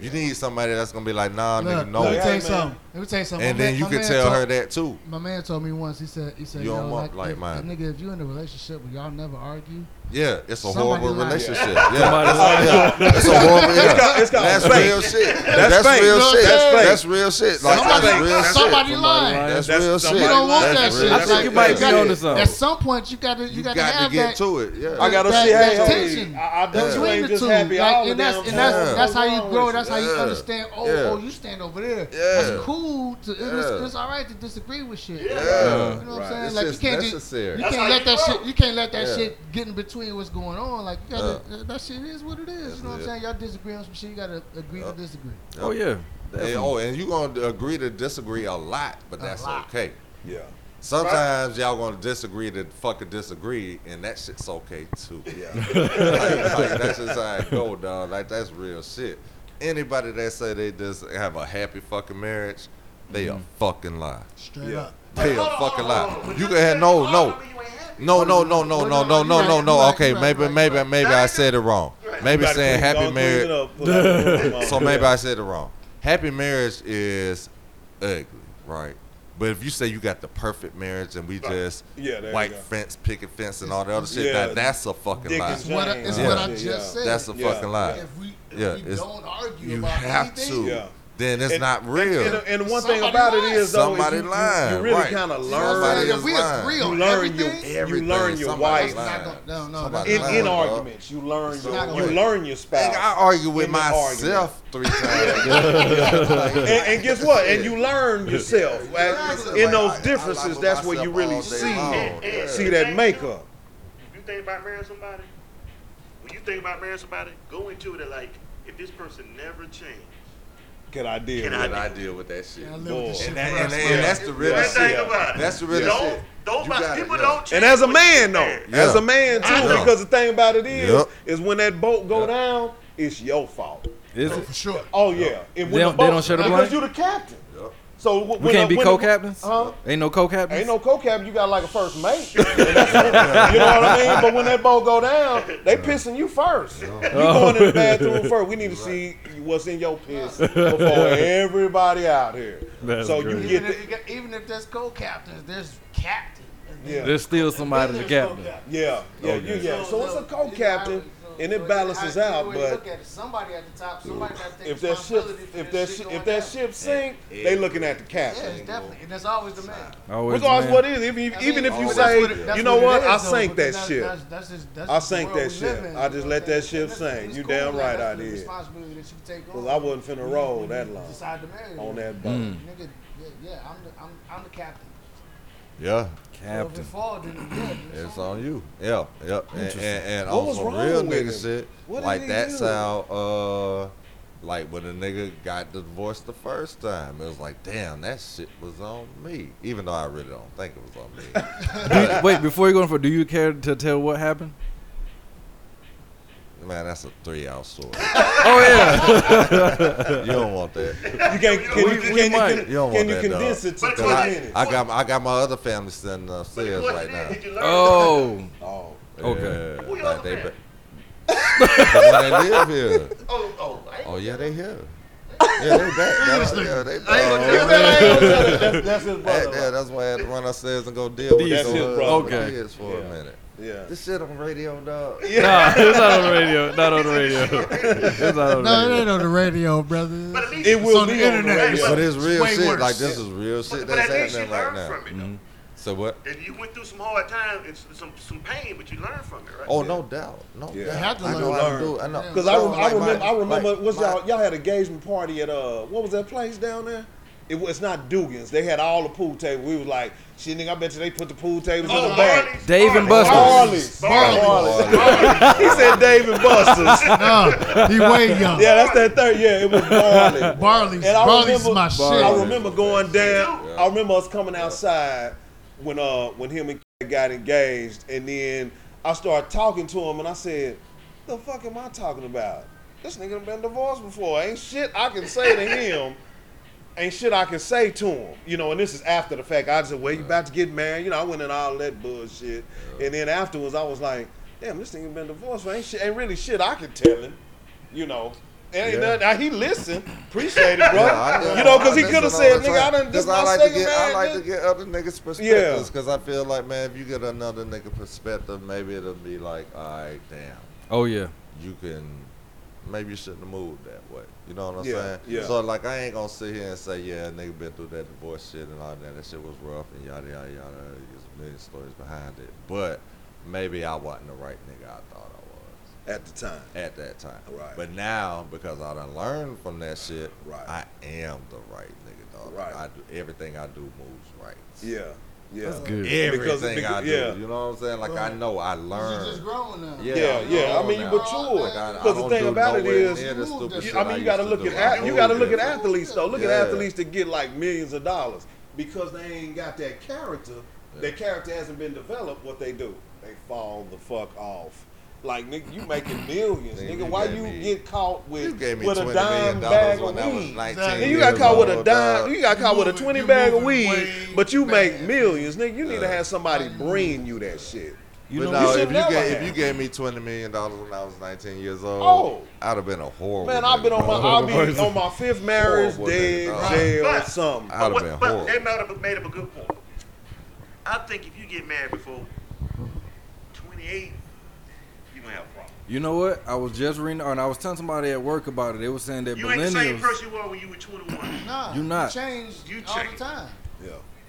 Speaker 4: You need somebody that's gonna be like, nah,
Speaker 3: Look,
Speaker 4: nigga, no.
Speaker 3: let me
Speaker 2: Yeah,
Speaker 3: tell you
Speaker 2: man.
Speaker 3: something. Let me tell you something.
Speaker 4: And
Speaker 3: My
Speaker 4: then
Speaker 3: man-
Speaker 4: you
Speaker 3: my
Speaker 4: could
Speaker 3: man
Speaker 4: tell
Speaker 3: told-
Speaker 4: her that too.
Speaker 3: My man told me once. He said, he said,
Speaker 4: You
Speaker 3: yo,
Speaker 4: don't want like
Speaker 3: if-
Speaker 4: mine.
Speaker 3: Nigga, if you in a relationship where y'all never argue,
Speaker 4: Yeah, it's a
Speaker 3: Somebody
Speaker 4: horrible
Speaker 3: lying.
Speaker 4: relationship.
Speaker 1: Somebody
Speaker 4: Yeah, it's, yeah, it's a horrible. Yeah.
Speaker 2: It's called- it's called
Speaker 4: that's
Speaker 2: fake.
Speaker 4: real shit.
Speaker 2: That's
Speaker 4: That's,
Speaker 2: fake.
Speaker 4: real
Speaker 3: You know what
Speaker 4: shit.
Speaker 3: I'm
Speaker 4: That's,
Speaker 2: saying?
Speaker 4: real shit. Like
Speaker 2: Somebody-
Speaker 4: that's real
Speaker 3: somebody
Speaker 4: shit.
Speaker 3: lying.
Speaker 4: That's,
Speaker 2: That's-
Speaker 4: real shit.
Speaker 2: somebody
Speaker 3: You don't want that
Speaker 4: That's
Speaker 3: shit.
Speaker 4: real
Speaker 1: I think you might be
Speaker 3: got
Speaker 1: onto something.
Speaker 3: At some point, you got to you,
Speaker 4: You
Speaker 3: got
Speaker 4: got
Speaker 3: to have
Speaker 4: to get
Speaker 3: that.
Speaker 4: to it. Yeah.
Speaker 2: I gotta
Speaker 3: That-
Speaker 2: see. Hey,
Speaker 3: that's
Speaker 2: hey,
Speaker 3: tension.
Speaker 2: I, I bet you
Speaker 3: between
Speaker 2: ain't
Speaker 3: the
Speaker 2: just
Speaker 3: two.
Speaker 2: happy
Speaker 3: like,
Speaker 2: all the
Speaker 3: and that's,
Speaker 2: damn
Speaker 3: and that's,
Speaker 2: time.
Speaker 3: that's how
Speaker 2: What's
Speaker 3: you
Speaker 2: wrong
Speaker 3: grow.
Speaker 2: with
Speaker 3: That's how you
Speaker 4: Yeah.
Speaker 3: understand. Oh,
Speaker 4: Yeah.
Speaker 3: oh, you stand over there.
Speaker 4: Yeah.
Speaker 3: That's cool. To, it's,
Speaker 4: Yeah.
Speaker 3: it's all right to disagree with shit.
Speaker 5: Yeah.
Speaker 4: Yeah.
Speaker 3: You know what
Speaker 2: Right.
Speaker 3: I'm saying?
Speaker 4: It's
Speaker 3: like
Speaker 4: just
Speaker 3: you can't do-
Speaker 4: necessary.
Speaker 3: you
Speaker 5: That's
Speaker 3: can't
Speaker 5: how
Speaker 3: let
Speaker 5: you
Speaker 3: that
Speaker 5: grow.
Speaker 3: shit. You can't let that
Speaker 4: Yeah.
Speaker 3: shit get in between what's going on. Like you gotta. That shit is what it is.
Speaker 4: That's
Speaker 3: you know what I'm
Speaker 4: it.
Speaker 3: saying? Y'all disagree on some shit. You gotta agree
Speaker 4: Yeah.
Speaker 3: to disagree.
Speaker 1: Oh yeah.
Speaker 4: Hey, oh, and you gonna agree to disagree a lot, but
Speaker 3: A
Speaker 4: that's
Speaker 3: lot.
Speaker 4: okay.
Speaker 2: Yeah.
Speaker 4: Sometimes y'all gonna disagree to fucking disagree, and that shit's okay too.
Speaker 2: Yeah.
Speaker 4: like, like, that's just how it go, dog. Like that's real shit. Anybody that say they just have a happy fucking marriage, they
Speaker 3: Mm-hmm.
Speaker 4: a fucking lie.
Speaker 3: Straight
Speaker 2: Yeah.
Speaker 3: up.
Speaker 4: They a
Speaker 5: Hold on,
Speaker 4: fucking
Speaker 5: hold on, hold
Speaker 4: lie.
Speaker 5: on.
Speaker 4: You
Speaker 5: But
Speaker 4: can have
Speaker 5: said
Speaker 4: no,
Speaker 5: you
Speaker 4: no.
Speaker 5: are, but you ain't happy.
Speaker 4: No, no, no, no, no, no, no, no, no. Okay, maybe, maybe, maybe I said it wrong. Maybe
Speaker 2: You gotta
Speaker 4: saying
Speaker 2: clean-
Speaker 4: happy
Speaker 2: don't clean it
Speaker 4: marriage.
Speaker 2: up, put that room on.
Speaker 4: So maybe I said it wrong. Happy marriage is ugly, right? But if you say you got the perfect marriage and we just
Speaker 2: Yeah, there you
Speaker 4: white
Speaker 2: go.
Speaker 4: fence, picket fence, and all the other shit,
Speaker 2: Yeah.
Speaker 4: that, that's a fucking
Speaker 2: Dick
Speaker 4: lie.
Speaker 2: and
Speaker 3: It's what I, it's
Speaker 4: Yeah.
Speaker 3: what I
Speaker 2: Yeah.
Speaker 3: just
Speaker 2: Yeah.
Speaker 3: said.
Speaker 4: That's a
Speaker 2: Yeah.
Speaker 4: fucking lie.
Speaker 3: if we, if
Speaker 4: Yeah,
Speaker 3: we
Speaker 4: it's-
Speaker 3: don't argue
Speaker 4: You
Speaker 3: about
Speaker 4: have
Speaker 3: anything,
Speaker 4: to.
Speaker 2: Yeah.
Speaker 4: Then it's
Speaker 2: And-
Speaker 4: not real.
Speaker 2: And, and, and one thing
Speaker 3: Somebody
Speaker 2: about
Speaker 3: lying.
Speaker 2: it is though, is
Speaker 4: Somebody
Speaker 2: you, you, you
Speaker 4: lying,
Speaker 2: really
Speaker 4: right.
Speaker 2: kind of
Speaker 3: You know what I'm
Speaker 4: Somebody
Speaker 2: learn.
Speaker 3: saying?
Speaker 4: is
Speaker 3: if we
Speaker 4: lying.
Speaker 3: agree
Speaker 2: You
Speaker 3: on
Speaker 2: learn your
Speaker 3: everything,
Speaker 2: you learn your
Speaker 4: somebody's
Speaker 2: wife
Speaker 3: It's not
Speaker 4: lying.
Speaker 3: gonna- no, no,
Speaker 4: Somebody's
Speaker 2: in,
Speaker 4: lying,
Speaker 2: in
Speaker 4: dog.
Speaker 2: arguments. You learn your
Speaker 3: not
Speaker 2: you
Speaker 3: gonna-
Speaker 2: learn your spouse.
Speaker 4: Nigga, I argue with
Speaker 2: in the argument.
Speaker 4: myself three times.
Speaker 2: and, and guess what? And you learn yourself
Speaker 4: Exactly.
Speaker 2: in those
Speaker 4: Like, I- I lie
Speaker 2: differences.
Speaker 4: with
Speaker 2: That's where you
Speaker 4: myself
Speaker 2: really
Speaker 4: all day
Speaker 2: see
Speaker 4: long.
Speaker 5: Yeah.
Speaker 2: see that makeup.
Speaker 5: If you think about marrying somebody, when you think about marrying somebody, go into it like, if this person never changed,
Speaker 2: Can I deal?
Speaker 5: Can
Speaker 2: with
Speaker 5: I
Speaker 2: it?
Speaker 4: And I deal with that shit.
Speaker 3: I
Speaker 4: And,
Speaker 3: live with this
Speaker 2: Boy.
Speaker 3: shit
Speaker 4: that,
Speaker 3: for
Speaker 4: and,
Speaker 3: us,
Speaker 4: and
Speaker 3: bro.
Speaker 4: that's the real
Speaker 5: That's the
Speaker 4: shit.
Speaker 5: thing about it.
Speaker 4: That's the real
Speaker 5: don't,
Speaker 4: shit.
Speaker 5: Don't,
Speaker 4: You gotta-
Speaker 5: people
Speaker 4: yeah.
Speaker 5: don't change.
Speaker 2: And as a
Speaker 5: what
Speaker 2: man
Speaker 5: you
Speaker 2: though,
Speaker 5: said.
Speaker 2: as
Speaker 4: Yeah.
Speaker 2: a man too,
Speaker 4: Yeah.
Speaker 2: because the thing about it is,
Speaker 4: Yep.
Speaker 2: is when that boat go
Speaker 4: Yeah.
Speaker 2: down, it's your fault.
Speaker 1: Is
Speaker 3: Oh,
Speaker 1: it?
Speaker 3: for sure.
Speaker 2: Oh yeah, and
Speaker 1: They
Speaker 2: when the
Speaker 1: don't- they
Speaker 2: boat-
Speaker 1: don't share the
Speaker 2: because
Speaker 1: blame?
Speaker 2: you the captain.
Speaker 4: Yep.
Speaker 2: So w-
Speaker 1: We
Speaker 2: when
Speaker 1: can't
Speaker 2: the-
Speaker 1: be
Speaker 2: when the-
Speaker 1: co-captains.
Speaker 2: Huh?
Speaker 1: Ain't no co-captains.
Speaker 2: Ain't no co-captain. You got like a first mate. you know what I mean? But when that boat go down, they pissing you first. You going in
Speaker 1: Oh.
Speaker 2: the bathroom first. We need to see what's in your piss before everybody out here.
Speaker 1: That's
Speaker 2: so
Speaker 1: great.
Speaker 2: you
Speaker 3: Even
Speaker 2: get
Speaker 3: if,
Speaker 2: the,
Speaker 3: you got- even if there's co-captains, there's captain.
Speaker 2: yeah,
Speaker 1: There's still somebody in the captain.
Speaker 2: yeah, yeah, you,
Speaker 1: Okay.
Speaker 2: yeah. So it's a co-captain, and it balances out. But
Speaker 3: somebody at the top, somebody got to take
Speaker 2: if that ship,
Speaker 3: responsibility for
Speaker 2: if that
Speaker 3: this
Speaker 2: ship,
Speaker 3: going
Speaker 2: if that
Speaker 3: down.
Speaker 2: ship sink, they looking at the
Speaker 3: yeah,
Speaker 2: captain.
Speaker 3: it's definitely, and that's always the man.
Speaker 1: Always the
Speaker 2: Regardless
Speaker 1: man.
Speaker 2: what it is, even,
Speaker 3: I
Speaker 2: even
Speaker 3: mean,
Speaker 2: if you
Speaker 3: that's
Speaker 2: say,
Speaker 3: what it- that's
Speaker 2: you know
Speaker 3: what,
Speaker 2: what,
Speaker 3: it
Speaker 2: I
Speaker 3: is, though,
Speaker 2: sank
Speaker 3: but then
Speaker 2: that
Speaker 3: that's-
Speaker 2: ship.
Speaker 3: That's, that's just, that's
Speaker 2: I
Speaker 3: just the
Speaker 2: sank
Speaker 3: world
Speaker 2: that
Speaker 3: we
Speaker 2: shit.
Speaker 3: live in,
Speaker 2: I
Speaker 3: you
Speaker 2: just
Speaker 3: know what
Speaker 2: let
Speaker 3: I'm
Speaker 2: that
Speaker 3: saying?
Speaker 2: shit
Speaker 3: That's-
Speaker 2: sink.
Speaker 3: it's
Speaker 2: You
Speaker 3: cool,
Speaker 2: damn
Speaker 3: like,
Speaker 2: right
Speaker 3: that's
Speaker 2: I
Speaker 3: the
Speaker 2: did.
Speaker 3: responsibility that you take
Speaker 2: Because
Speaker 3: on
Speaker 2: I wasn't finna
Speaker 3: when you-
Speaker 2: roll
Speaker 3: when
Speaker 2: that
Speaker 3: you
Speaker 2: long
Speaker 3: Decide to marry
Speaker 2: on
Speaker 3: her.
Speaker 2: that boat.
Speaker 3: Nigga, yeah, yeah, I'm the, I'm, I'm the captain.
Speaker 4: Yeah.
Speaker 3: So if it
Speaker 1: Captain.
Speaker 3: fall, then yeah, then
Speaker 4: It's on you. Yeah, yep. And, and,
Speaker 1: Interesting.
Speaker 4: and
Speaker 2: What
Speaker 4: on
Speaker 2: was
Speaker 4: some
Speaker 2: wrong
Speaker 4: real
Speaker 2: with
Speaker 4: nigga
Speaker 2: him?
Speaker 4: shit,
Speaker 2: What did
Speaker 4: like
Speaker 2: he
Speaker 4: that's
Speaker 2: do?
Speaker 4: how, uh, like when a nigga got divorced the first time, it was like, damn, that shit was on me. Even though I really don't think it was on me.
Speaker 1: Do you- wait, before you go on for, do you care to tell what happened?
Speaker 4: Man, that's a three-hour story.
Speaker 1: Oh yeah.
Speaker 4: you don't want that.
Speaker 2: You can't, can,
Speaker 1: We-
Speaker 2: you,
Speaker 1: we
Speaker 2: can,
Speaker 1: might.
Speaker 2: you,
Speaker 4: You don't
Speaker 2: can, can
Speaker 4: want
Speaker 2: you
Speaker 4: that,
Speaker 2: condense
Speaker 4: dog.
Speaker 2: it to
Speaker 5: But
Speaker 4: 'Cause
Speaker 2: 20
Speaker 4: I,
Speaker 2: minutes?
Speaker 4: I got I got my other family sitting
Speaker 5: But the
Speaker 4: upstairs
Speaker 5: question
Speaker 4: right
Speaker 5: is,
Speaker 4: now.
Speaker 5: did you learn
Speaker 1: Oh.
Speaker 2: oh,
Speaker 1: Okay.
Speaker 4: Yeah,
Speaker 5: Who your
Speaker 4: like
Speaker 5: other
Speaker 4: they,
Speaker 5: family?
Speaker 4: the one that live here.
Speaker 5: something? Oh, oh, I ain't-
Speaker 4: Oh yeah, they here. Yeah, they back. dog. Yeah, they back.
Speaker 2: that's, that's his
Speaker 4: Back there,
Speaker 2: brother.
Speaker 4: that's why I had to run upstairs and go deal with
Speaker 1: These
Speaker 4: those,
Speaker 2: his
Speaker 4: uh,
Speaker 2: brother.
Speaker 4: the
Speaker 1: Okay.
Speaker 4: kids for
Speaker 2: Yeah.
Speaker 4: a minute.
Speaker 2: Yeah.
Speaker 3: This shit on radio, dog.
Speaker 1: Nah, it's not on the radio. Not on the radio. It's not on the
Speaker 7: No, it
Speaker 1: radio.
Speaker 7: ain't on the radio, brother.
Speaker 5: But at least,
Speaker 2: It
Speaker 7: It's
Speaker 2: will
Speaker 7: on
Speaker 2: be
Speaker 7: the
Speaker 2: on the
Speaker 7: internet.
Speaker 2: radio.
Speaker 4: But it's real
Speaker 7: way
Speaker 4: shit.
Speaker 7: worse.
Speaker 4: Like this is real shit
Speaker 5: but, but
Speaker 4: that's
Speaker 5: at least you
Speaker 4: happening
Speaker 5: learn
Speaker 4: right now.
Speaker 5: from it. though.
Speaker 4: So what?
Speaker 5: And you went through some hard times and s- some some pain, but you learned from it, right?
Speaker 4: Oh no doubt, no
Speaker 2: Yeah.
Speaker 4: doubt.
Speaker 2: You
Speaker 7: have to
Speaker 4: I know
Speaker 7: learn.
Speaker 4: how to do. it. I know.
Speaker 2: Because I,
Speaker 4: So,
Speaker 2: rem- I
Speaker 4: like, my-
Speaker 2: remember, I remember,
Speaker 4: like,
Speaker 2: what's
Speaker 4: my-
Speaker 2: y'all, y'all had a engagement party at, uh, what was that place down there? It was not Dugan's. They had all the pool tables. We was like, shit, nigga, I bet you they put the pool tables in the
Speaker 5: Oh,
Speaker 2: back.
Speaker 5: Barley's,
Speaker 1: Dave and
Speaker 5: Barley's.
Speaker 1: Buster's.
Speaker 2: Barley's.
Speaker 5: Barley's.
Speaker 2: Barley's.
Speaker 5: Barley's.
Speaker 2: he said David Buster's.
Speaker 7: no, he way young.
Speaker 2: yeah, that's that third. Yeah, it was Barley.
Speaker 7: Barley's,
Speaker 2: And I
Speaker 7: Barley's
Speaker 2: remember-
Speaker 7: my
Speaker 2: I
Speaker 1: Barley.
Speaker 7: shit.
Speaker 2: remember going down. I remember us coming outside when uh when him and got engaged, and then I started talking to him, and I said, "The fuck am I talking about? This nigga done been divorced before. Ain't shit I can say to him. Ain't shit I can say to him. You know." And this is after the fact. I said, "Well, you about to get married?" You know, I went in all that bullshit, and then afterwards I was like, "Damn, this nigga been divorced. For. Ain't shit. Ain't really shit I can tell him." You know. And ain't nothing. Now, he listened. Appreciate it, bro.
Speaker 4: Yeah, I-
Speaker 2: you know, because he
Speaker 4: I
Speaker 2: could have
Speaker 4: listen
Speaker 2: said,
Speaker 4: all the
Speaker 2: "Nigga, I
Speaker 4: time.
Speaker 2: done this
Speaker 4: 'Cause I
Speaker 2: my
Speaker 4: like to
Speaker 2: second
Speaker 4: get, I like
Speaker 2: marriage."
Speaker 4: to get other niggas'
Speaker 2: Yeah.
Speaker 4: perspectives because I feel like, man, if you get another nigga perspective, maybe it'll be like, all right, damn,
Speaker 1: Oh yeah.
Speaker 4: you can, maybe you shouldn't have moved that way. You know what I'm
Speaker 2: Yeah,
Speaker 4: saying?
Speaker 2: yeah.
Speaker 4: So like, I ain't gonna sit here and say, yeah, nigga been through that divorce shit and all that. That shit was rough and yada yada yada. There's a million stories behind it, but maybe I wasn't the right nigga I thought I was
Speaker 2: At the time,
Speaker 4: at that time.
Speaker 2: Right.
Speaker 4: But now, because I done learned from that shit,
Speaker 2: Right.
Speaker 4: I am the right nigga, dog.
Speaker 2: Right.
Speaker 4: I do everything I do moves right.
Speaker 2: yeah, yeah,
Speaker 1: Good.
Speaker 4: Everything
Speaker 2: Because-
Speaker 4: I do.
Speaker 2: yeah.
Speaker 4: You know what I'm saying? Like I
Speaker 7: Right.
Speaker 4: know I
Speaker 7: You're just
Speaker 4: learned.
Speaker 7: growing now.
Speaker 4: Yeah,
Speaker 2: yeah,
Speaker 4: I'm
Speaker 2: yeah. I
Speaker 4: grown
Speaker 2: mean, you
Speaker 4: now.
Speaker 2: mature.
Speaker 4: Like, I- I
Speaker 2: Because the
Speaker 4: don't
Speaker 2: thing
Speaker 4: do
Speaker 2: about it
Speaker 4: nowhere
Speaker 2: is,
Speaker 4: near the stupid
Speaker 7: I
Speaker 4: shit
Speaker 2: I mean, you
Speaker 4: used
Speaker 2: gotta
Speaker 4: to
Speaker 2: look
Speaker 4: do.
Speaker 2: at
Speaker 4: I
Speaker 2: at
Speaker 4: do
Speaker 2: you gotta
Speaker 4: it
Speaker 2: look at
Speaker 4: different.
Speaker 2: athletes though. Look
Speaker 4: Oh, Yeah.
Speaker 2: at athletes to get like millions of dollars because they ain't got that character. Their character hasn't been developed. What they do, they fall the fuck off. Like nigga, you making millions,
Speaker 4: Nigga,
Speaker 2: nigga.
Speaker 4: you
Speaker 2: why
Speaker 4: gave
Speaker 2: you
Speaker 4: me-
Speaker 2: get caught with
Speaker 4: You gave me
Speaker 2: with
Speaker 4: twenty
Speaker 2: a
Speaker 4: million
Speaker 2: dime bag
Speaker 4: dollars
Speaker 2: of
Speaker 4: when I was
Speaker 2: weed?
Speaker 4: nineteen.
Speaker 7: Exactly.
Speaker 2: Then you got
Speaker 4: years
Speaker 2: caught with a
Speaker 4: old, dog.
Speaker 2: dime. You got caught with a
Speaker 7: You
Speaker 2: twenty
Speaker 7: moving-
Speaker 2: bag of
Speaker 7: you
Speaker 2: weed,
Speaker 7: moving way
Speaker 2: but you make
Speaker 7: fast.
Speaker 2: millions, nigga. You need to have somebody bring you that shit.
Speaker 1: You
Speaker 4: but
Speaker 1: know,
Speaker 4: no,
Speaker 2: you
Speaker 4: if
Speaker 2: should
Speaker 4: you,
Speaker 2: never
Speaker 4: gave, if
Speaker 2: have.
Speaker 4: you gave me twenty million dollars when I was nineteen years old,
Speaker 2: Oh.
Speaker 4: I'd have been a horrible.
Speaker 2: Man, I've been
Speaker 4: nigga,
Speaker 2: on my
Speaker 4: dog.
Speaker 2: I'll be on my fifth marriage,
Speaker 4: Horrible
Speaker 2: dead,
Speaker 4: nigga, dog.
Speaker 2: jail,
Speaker 5: But-
Speaker 2: something.
Speaker 4: I'd have
Speaker 5: But-
Speaker 4: been
Speaker 5: but
Speaker 4: horrible.
Speaker 5: They made up, made up a good point. I think if you get married before 28, you're going to have a problem.
Speaker 1: you know what? I was just reading, and I was telling somebody at work about it. They were saying that
Speaker 5: You ain't the same
Speaker 1: millennials,
Speaker 5: person you were when you were 21.
Speaker 7: Nah,
Speaker 1: You not.
Speaker 7: change
Speaker 5: You
Speaker 7: all
Speaker 5: change.
Speaker 7: the time.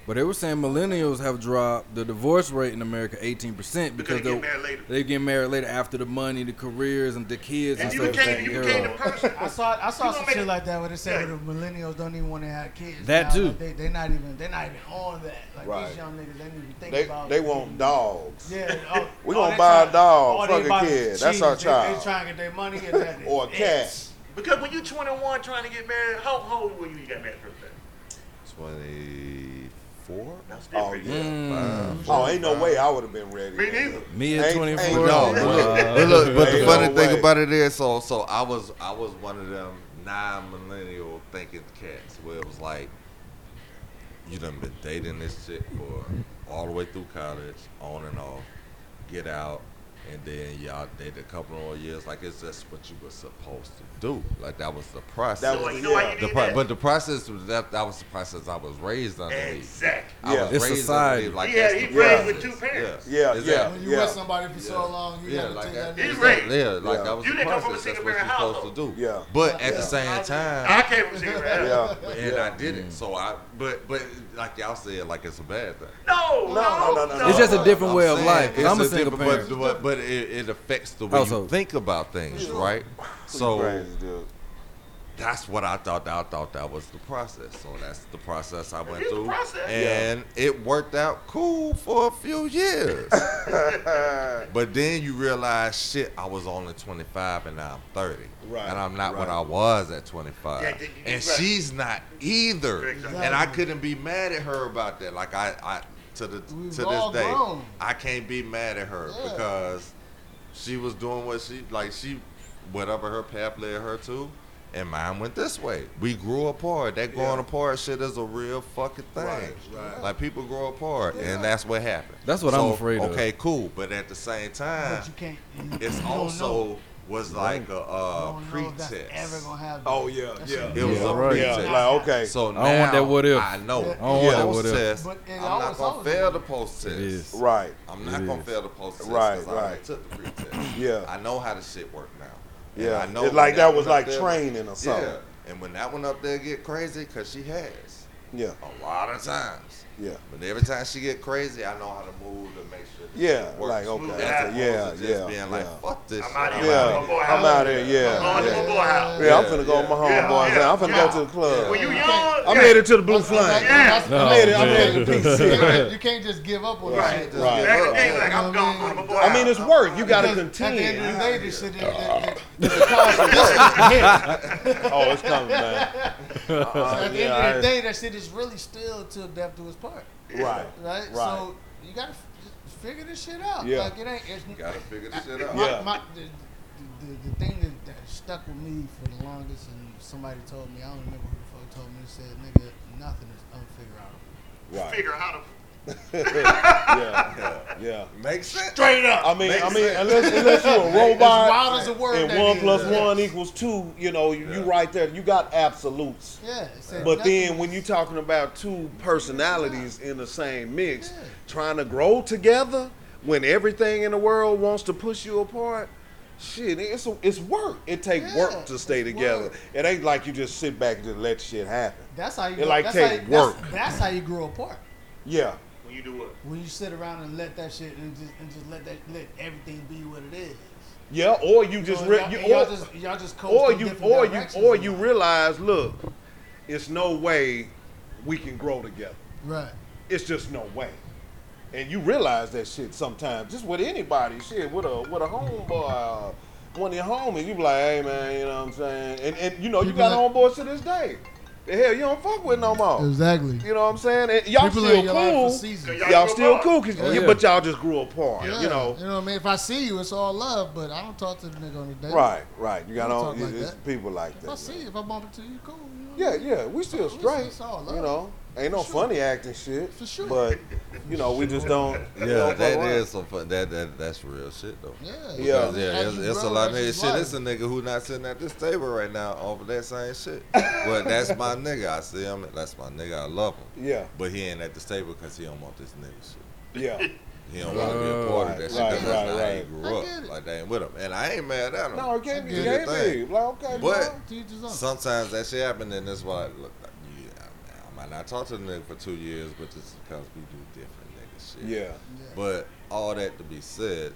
Speaker 1: but they were saying millennials have dropped the divorce rate in America 18 percent
Speaker 5: Because
Speaker 1: because
Speaker 5: they get
Speaker 1: they're-
Speaker 5: married later.
Speaker 1: They get married later after the money, the careers, and the kids and,
Speaker 5: And you
Speaker 1: stuff.
Speaker 5: became, you
Speaker 1: Yeah.
Speaker 5: became the person.
Speaker 3: I saw I
Speaker 5: You
Speaker 3: saw
Speaker 5: gonna
Speaker 3: some
Speaker 5: make
Speaker 3: shit
Speaker 5: it-
Speaker 3: like that where they said where
Speaker 5: Yeah.
Speaker 3: the millennials don't even want to have kids.
Speaker 1: That
Speaker 3: now.
Speaker 1: too.
Speaker 3: Like, they they not even they not even on that. Like
Speaker 2: Right.
Speaker 3: these young niggas, they don't even think
Speaker 2: They
Speaker 3: about.
Speaker 2: they want dogs.
Speaker 3: Yeah. Oh,
Speaker 2: We
Speaker 3: oh,
Speaker 2: gonna
Speaker 3: they
Speaker 2: buy a
Speaker 3: try-
Speaker 2: dog,
Speaker 3: oh,
Speaker 2: fuck
Speaker 3: they
Speaker 2: a
Speaker 3: buy the
Speaker 2: kid. That's our
Speaker 3: cheese. They,
Speaker 2: child.
Speaker 3: they trying to get their money and that.
Speaker 2: Or a cat.
Speaker 5: Because when you're 21 trying to get married, how how old were you when you got married first time?
Speaker 4: Twenty-four.
Speaker 5: That's
Speaker 2: Oh
Speaker 5: different.
Speaker 2: yeah.
Speaker 4: Five,
Speaker 2: Oh, ain't no way I would have been ready.
Speaker 5: Mm. Me neither.
Speaker 1: Mm, Me at
Speaker 2: Ain't-
Speaker 1: 24.
Speaker 2: ain't
Speaker 4: No, but look, but, look, but the
Speaker 2: Ain't
Speaker 4: funny
Speaker 2: no
Speaker 4: thing
Speaker 2: way.
Speaker 4: about it is, so so I was I was one of them non-millennial thinking cats where it was like, you done been dating this chick for all the way through college, on and off, get out, and then y'all dated a couple more years. Like it's just what you were supposed to do. Like that was the process.
Speaker 2: That
Speaker 5: So
Speaker 2: was-
Speaker 5: you know why
Speaker 2: yeah,
Speaker 5: you
Speaker 4: the
Speaker 5: did
Speaker 4: pro-
Speaker 5: that?
Speaker 4: but the process was that that was the process I was raised under.
Speaker 5: Exactly.
Speaker 4: I
Speaker 2: Yeah.
Speaker 4: was
Speaker 1: It's
Speaker 4: raised
Speaker 1: society.
Speaker 4: under like
Speaker 5: Yeah,
Speaker 4: that's
Speaker 5: he
Speaker 4: the
Speaker 5: raised with
Speaker 4: process.
Speaker 5: two parents.
Speaker 2: Yeah,
Speaker 4: Exactly.
Speaker 2: yeah.
Speaker 7: When you with somebody for so long, you
Speaker 4: Yeah,
Speaker 7: gotta
Speaker 4: like
Speaker 7: take
Speaker 4: that.
Speaker 7: that.
Speaker 5: He's
Speaker 7: nigga.
Speaker 5: right.
Speaker 4: Yeah, like
Speaker 2: Yeah.
Speaker 4: that was
Speaker 5: You
Speaker 4: the
Speaker 5: didn't come from a
Speaker 4: process. That's
Speaker 5: single
Speaker 4: what you're
Speaker 5: parent
Speaker 4: supposed to
Speaker 5: household.
Speaker 4: do.
Speaker 2: Yeah.
Speaker 4: But at the same time,
Speaker 5: I came from single parents.
Speaker 2: Yeah.
Speaker 4: and I did
Speaker 1: Mm.
Speaker 4: it. So I, but but like y'all said, like it's a bad thing.
Speaker 5: No, no, no, no, no.
Speaker 1: It's just a different
Speaker 4: I'm
Speaker 1: way of
Speaker 4: saying,
Speaker 1: life. 'cause
Speaker 4: it's
Speaker 1: I'm a
Speaker 4: a
Speaker 1: single
Speaker 4: different-
Speaker 1: parent.
Speaker 4: But, but, but it, it affects the way you
Speaker 1: Also-
Speaker 4: think about things, right? So
Speaker 2: Crazy, dude.
Speaker 4: that's what I thought. I thought that was the process. So that's the process I went
Speaker 5: It's a
Speaker 4: through,
Speaker 5: process.
Speaker 4: and it worked out cool for a few years.
Speaker 5: Uh,
Speaker 4: but then you realize, shit, I was only 25 and now I'm 30,
Speaker 2: Right,
Speaker 4: and I'm not what
Speaker 2: right.
Speaker 4: I was at 25,
Speaker 5: Yeah, then you-
Speaker 4: and
Speaker 5: right.
Speaker 4: she's not either.
Speaker 5: Exactly.
Speaker 4: And I couldn't be mad at her about that. Like I, I to the
Speaker 7: We've
Speaker 4: to this
Speaker 7: all
Speaker 4: day,
Speaker 7: grown.
Speaker 4: I can't be mad at her
Speaker 7: Yeah.
Speaker 4: because she was doing what she like she whatever her path led her to and mine went this way we grew apart that growing apart shit is a real fucking thing
Speaker 2: Right, right.
Speaker 4: like people grow apart and that's what happened
Speaker 1: That's what I'm afraid of.
Speaker 4: okay cool but at the same time
Speaker 3: But you can't. You,
Speaker 4: it's
Speaker 3: you don't know.
Speaker 4: also was like a,
Speaker 3: I
Speaker 4: uh
Speaker 3: don't know if
Speaker 4: pretext.
Speaker 3: that's ever gonna happen.
Speaker 2: Oh yeah,
Speaker 3: That's
Speaker 2: yeah.
Speaker 4: It was
Speaker 1: Yeah,
Speaker 4: a
Speaker 1: right.
Speaker 4: pretext.
Speaker 2: Yeah, like okay.
Speaker 4: So now
Speaker 1: I don't want that what if.
Speaker 4: I know.
Speaker 3: Yeah. I
Speaker 4: it.
Speaker 3: don't
Speaker 1: want that what if.
Speaker 3: But it
Speaker 4: I'm
Speaker 3: always-
Speaker 4: not gonna
Speaker 3: always
Speaker 4: fail
Speaker 3: is.
Speaker 4: the post test.
Speaker 1: It is.
Speaker 2: right.
Speaker 4: I'm
Speaker 1: It
Speaker 4: not gonna
Speaker 1: is.
Speaker 4: fail the post test
Speaker 2: Right,
Speaker 4: because I already
Speaker 2: right.
Speaker 4: took the pretest.
Speaker 2: Yeah.
Speaker 4: I know how the shit work now. And
Speaker 2: Yeah.
Speaker 4: I know
Speaker 2: It's
Speaker 4: when
Speaker 2: like that was
Speaker 4: one up
Speaker 2: like
Speaker 4: there-
Speaker 2: training or something.
Speaker 4: Yeah, and when that one up there get crazy, cause she has
Speaker 2: Yeah.
Speaker 4: a lot of times.
Speaker 2: Yeah.
Speaker 4: But every time she get crazy, I know how to move to make sure. that
Speaker 2: Yeah,
Speaker 4: it works
Speaker 2: like, okay,
Speaker 4: smooth,
Speaker 2: that's a-
Speaker 4: as opposed
Speaker 2: yeah,
Speaker 4: to just
Speaker 2: yeah,
Speaker 4: Being like,
Speaker 2: yeah.
Speaker 4: fuck this.
Speaker 5: I'm
Speaker 4: shit,
Speaker 5: outta
Speaker 4: I'm
Speaker 5: here.
Speaker 4: outta
Speaker 2: Yeah.
Speaker 5: Oh, boy,
Speaker 2: I'm out of here.
Speaker 3: I'm
Speaker 2: Yeah.
Speaker 5: going to my
Speaker 2: Yeah.
Speaker 5: boy house.
Speaker 2: Yeah, I'm
Speaker 4: Yeah,
Speaker 2: finna go with my
Speaker 5: yeah.
Speaker 2: homeboys.
Speaker 5: Yeah,
Speaker 2: I'm finna
Speaker 5: yeah.
Speaker 2: go to the club.
Speaker 5: When you
Speaker 3: Yeah.
Speaker 5: young,
Speaker 2: I'm
Speaker 5: yeah.
Speaker 2: headed to the blue
Speaker 3: That's- that's-
Speaker 2: flame.
Speaker 3: that's-
Speaker 1: Yeah.
Speaker 2: I'm headed. I'm
Speaker 1: Oh,
Speaker 2: headed to
Speaker 1: man.
Speaker 2: PC.
Speaker 3: You can't just give up on
Speaker 5: Right.
Speaker 3: that shit.
Speaker 4: Just
Speaker 2: Right.
Speaker 4: give
Speaker 5: Back in
Speaker 4: up.
Speaker 5: the day, like, I'm going to my boy
Speaker 2: I mean,
Speaker 5: house.
Speaker 2: it's work. You gotta
Speaker 3: Because At the end of the
Speaker 2: contend.
Speaker 3: day, this shit is. that- that-
Speaker 2: Oh, it's coming, man.
Speaker 3: At the
Speaker 2: Uh, yeah,
Speaker 3: end of
Speaker 2: I-
Speaker 3: the day, that shit is really still till death do us part.
Speaker 2: Right.
Speaker 3: Right?
Speaker 2: Right.
Speaker 3: So you gotta f- just figure this shit out.
Speaker 2: Yeah.
Speaker 3: Like it ain't. It's,
Speaker 4: You gotta figure this shit out.
Speaker 3: my,
Speaker 2: Yeah.
Speaker 3: my, the, the, the thing that, that stuck with me for the longest, and somebody told me, I don't remember who the fuck told me, they said, nigga, nothing is unfigureoutable.
Speaker 2: Right.
Speaker 5: figure out how to.
Speaker 2: Yeah. Yeah.
Speaker 4: Makes sense.
Speaker 5: Straight up.
Speaker 2: I mean,
Speaker 4: Makes
Speaker 2: I mean,
Speaker 4: sense.
Speaker 2: unless unless you're a
Speaker 3: As wild
Speaker 2: robot
Speaker 3: as the word
Speaker 2: and
Speaker 3: that
Speaker 2: one
Speaker 3: is.
Speaker 2: plus
Speaker 3: Yeah.
Speaker 2: one equals two, you know, you, you right there. You got absolutes.
Speaker 3: Yeah. it said
Speaker 2: But
Speaker 3: nothing
Speaker 2: then
Speaker 3: is-
Speaker 2: when you're talking about two personalities in the same mix,
Speaker 3: Yeah.
Speaker 2: trying to grow together when everything in the world wants to push you apart, shit, it's a, it's work. It take
Speaker 3: Yeah,
Speaker 2: work to stay
Speaker 3: it's
Speaker 2: together.
Speaker 3: work.
Speaker 2: It ain't like you just sit back and just let shit happen.
Speaker 3: That's how you.
Speaker 2: it like
Speaker 3: that's
Speaker 2: take
Speaker 3: how you,
Speaker 2: work.
Speaker 3: That's, that's how you grow apart.
Speaker 2: Yeah,
Speaker 5: When you do what?
Speaker 3: When you sit around and let that shit and just and just let that let everything be what it is.
Speaker 2: yeah. Or you just
Speaker 3: So
Speaker 2: re-
Speaker 3: y'all,
Speaker 2: you,
Speaker 3: y'all
Speaker 2: or,
Speaker 3: just y'all just coast
Speaker 2: or
Speaker 3: in
Speaker 2: you
Speaker 3: different
Speaker 2: or you
Speaker 3: directions
Speaker 2: or
Speaker 3: in
Speaker 2: you
Speaker 3: life.
Speaker 2: realize, look, it's no way we can grow together.
Speaker 3: right.
Speaker 2: it's just no way. And you realize that shit sometimes, just with anybody, shit, with a with a homeboy, uh, one of your homies, you be like, hey man, you know what I'm saying? And and you know you
Speaker 3: People
Speaker 2: got
Speaker 3: that-
Speaker 2: homeboys to this day. The hell you don't fuck with no more.
Speaker 3: Exactly.
Speaker 2: You know what I'm saying? And Oh. y'all
Speaker 3: People in
Speaker 2: still
Speaker 3: your life for
Speaker 2: cool.
Speaker 3: seasons. Oh,
Speaker 5: Y'all
Speaker 2: Y'all
Speaker 5: grew
Speaker 2: still
Speaker 5: apart.
Speaker 2: cool, 'cause-
Speaker 1: Yeah.
Speaker 2: yeah, but y'all just grew apart.
Speaker 3: Yeah,
Speaker 2: You know.
Speaker 3: you know what I mean. If I see you, it's all love, but I don't talk to the nigga on the day.
Speaker 2: Right, right. You got
Speaker 3: We
Speaker 2: all
Speaker 3: talk like
Speaker 2: it's
Speaker 3: that.
Speaker 2: people like
Speaker 3: If I
Speaker 2: that.
Speaker 3: see you, if I bump into you, cool. you know what
Speaker 2: Yeah,
Speaker 3: I mean?
Speaker 2: yeah. We still
Speaker 3: It's-
Speaker 2: straight.
Speaker 3: it's all love.
Speaker 2: You know. Ain't no
Speaker 3: For sure.
Speaker 2: funny acting shit.
Speaker 3: For sure.
Speaker 2: But you know, we just don't we don't
Speaker 4: Yeah,
Speaker 2: fuck
Speaker 4: that
Speaker 2: around.
Speaker 4: is some fun. That, that that's real shit though.
Speaker 3: Yeah.
Speaker 2: Yeah.
Speaker 4: Because, yeah,
Speaker 3: As
Speaker 4: it's,
Speaker 3: you
Speaker 4: it's a
Speaker 3: grow,
Speaker 4: lot
Speaker 3: that's
Speaker 4: of nigga
Speaker 3: just
Speaker 4: shit.
Speaker 3: life.
Speaker 4: It's a nigga who not sitting at this table right now over that same shit. But that's my nigga. I see him. That's my nigga. I love him.
Speaker 2: Yeah.
Speaker 4: But he ain't at this table because he don't want this nigga shit.
Speaker 2: Yeah.
Speaker 4: He don't want to be a part of that shit.
Speaker 2: Right,
Speaker 4: That's
Speaker 2: right,
Speaker 4: not how he
Speaker 2: right.
Speaker 4: grew
Speaker 3: I
Speaker 4: up.
Speaker 3: get it.
Speaker 4: Like they ain't with him. And I ain't mad at him.
Speaker 2: No, it can't be.
Speaker 3: That's
Speaker 2: It
Speaker 4: a good
Speaker 2: can't be. Like, okay,
Speaker 4: But-
Speaker 2: bro.
Speaker 3: To each his own.
Speaker 4: Sometimes that shit happen, and that's why. Look, yeah, I might not talk to the nigga for two years, but just because we do different nigga shit.
Speaker 2: Yeah.
Speaker 3: Yeah.
Speaker 4: But all that to be said,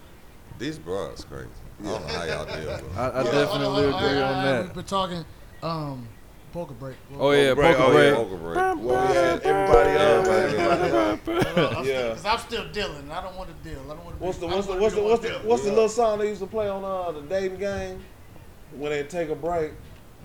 Speaker 4: these bros crazy. I don't know how y'all deal with 'em.
Speaker 1: I, I
Speaker 3: Yeah,
Speaker 1: definitely
Speaker 3: all right, all right,
Speaker 1: agree
Speaker 3: all
Speaker 1: on
Speaker 3: right,
Speaker 1: that.
Speaker 3: We've been talking um, poker break. Well,
Speaker 1: Oh yeah,
Speaker 2: Break,
Speaker 1: poker
Speaker 2: oh,
Speaker 1: break.
Speaker 2: yeah.
Speaker 4: Poker break.
Speaker 2: Well, yeah, everybody else.
Speaker 4: Everybody else.
Speaker 3: Because
Speaker 2: Yeah.
Speaker 3: I'm still dealing. I don't want to deal. I don't want to.
Speaker 2: What's the what's the what's the what's the, what's the little song they used to play on uh, the dating game when they take a break?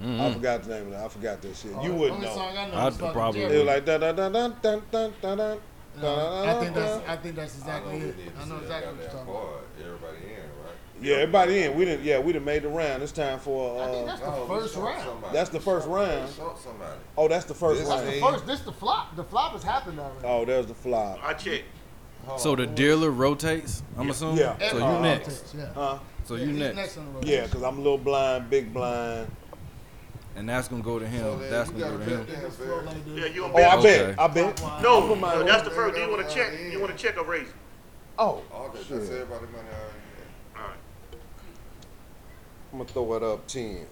Speaker 4: Mm-hmm.
Speaker 2: I forgot the name of that. I forgot that shit. you wouldn't
Speaker 3: only
Speaker 2: know.
Speaker 3: Song I know
Speaker 1: I'd
Speaker 3: is fucking
Speaker 1: probably-
Speaker 2: It was
Speaker 3: Jerry.
Speaker 2: like dun dun dun dun dun dun dun dun. dun,
Speaker 3: No,
Speaker 2: dun,
Speaker 3: I
Speaker 2: dun,
Speaker 3: think that's I think that's
Speaker 4: I know
Speaker 3: exactly
Speaker 4: we
Speaker 3: it.
Speaker 4: need to
Speaker 3: I know
Speaker 4: see that
Speaker 3: exactly what you're
Speaker 4: goddamn
Speaker 3: talking about.
Speaker 4: card. Everybody in, right?
Speaker 2: Yeah, everybody in. We didn't. Yeah, we done made the round. It's time for.
Speaker 3: I think
Speaker 2: Uh,
Speaker 3: that's the first round.
Speaker 4: Oh, Somebody.
Speaker 2: that's the first round.
Speaker 4: Shot somebody.
Speaker 2: Oh, that's the first
Speaker 4: This
Speaker 2: round.
Speaker 4: ain't-
Speaker 3: First, this the flop. The flop has happened already.
Speaker 2: Oh, there's the flop.
Speaker 5: I check.
Speaker 1: So the dealer rotates. I'm assuming.
Speaker 2: Yeah.
Speaker 1: So
Speaker 2: Uh-huh.
Speaker 1: you next.
Speaker 3: Yeah.
Speaker 2: Huh?
Speaker 1: So
Speaker 3: Yeah,
Speaker 1: you
Speaker 3: he's
Speaker 1: next.
Speaker 3: on the road.
Speaker 2: Yeah, cause I'm a little blind, big blind.
Speaker 1: And that's gonna go to him.
Speaker 4: So then
Speaker 1: that's
Speaker 4: you
Speaker 1: gonna go
Speaker 4: gotta
Speaker 1: to him.
Speaker 4: put that-
Speaker 3: That's what they do.
Speaker 5: Yeah, you don't
Speaker 2: Oh, I
Speaker 5: bet.
Speaker 1: Okay.
Speaker 2: bet. I bet.
Speaker 5: No,
Speaker 2: I'm
Speaker 5: no,
Speaker 2: from
Speaker 5: that's
Speaker 2: Miami.
Speaker 5: the first. Do you want to check? You want to check or raise?
Speaker 2: Oh,
Speaker 4: All that.
Speaker 2: shit.
Speaker 4: That's everybody money already.
Speaker 5: All right.
Speaker 2: I'm gonna throw it up ten.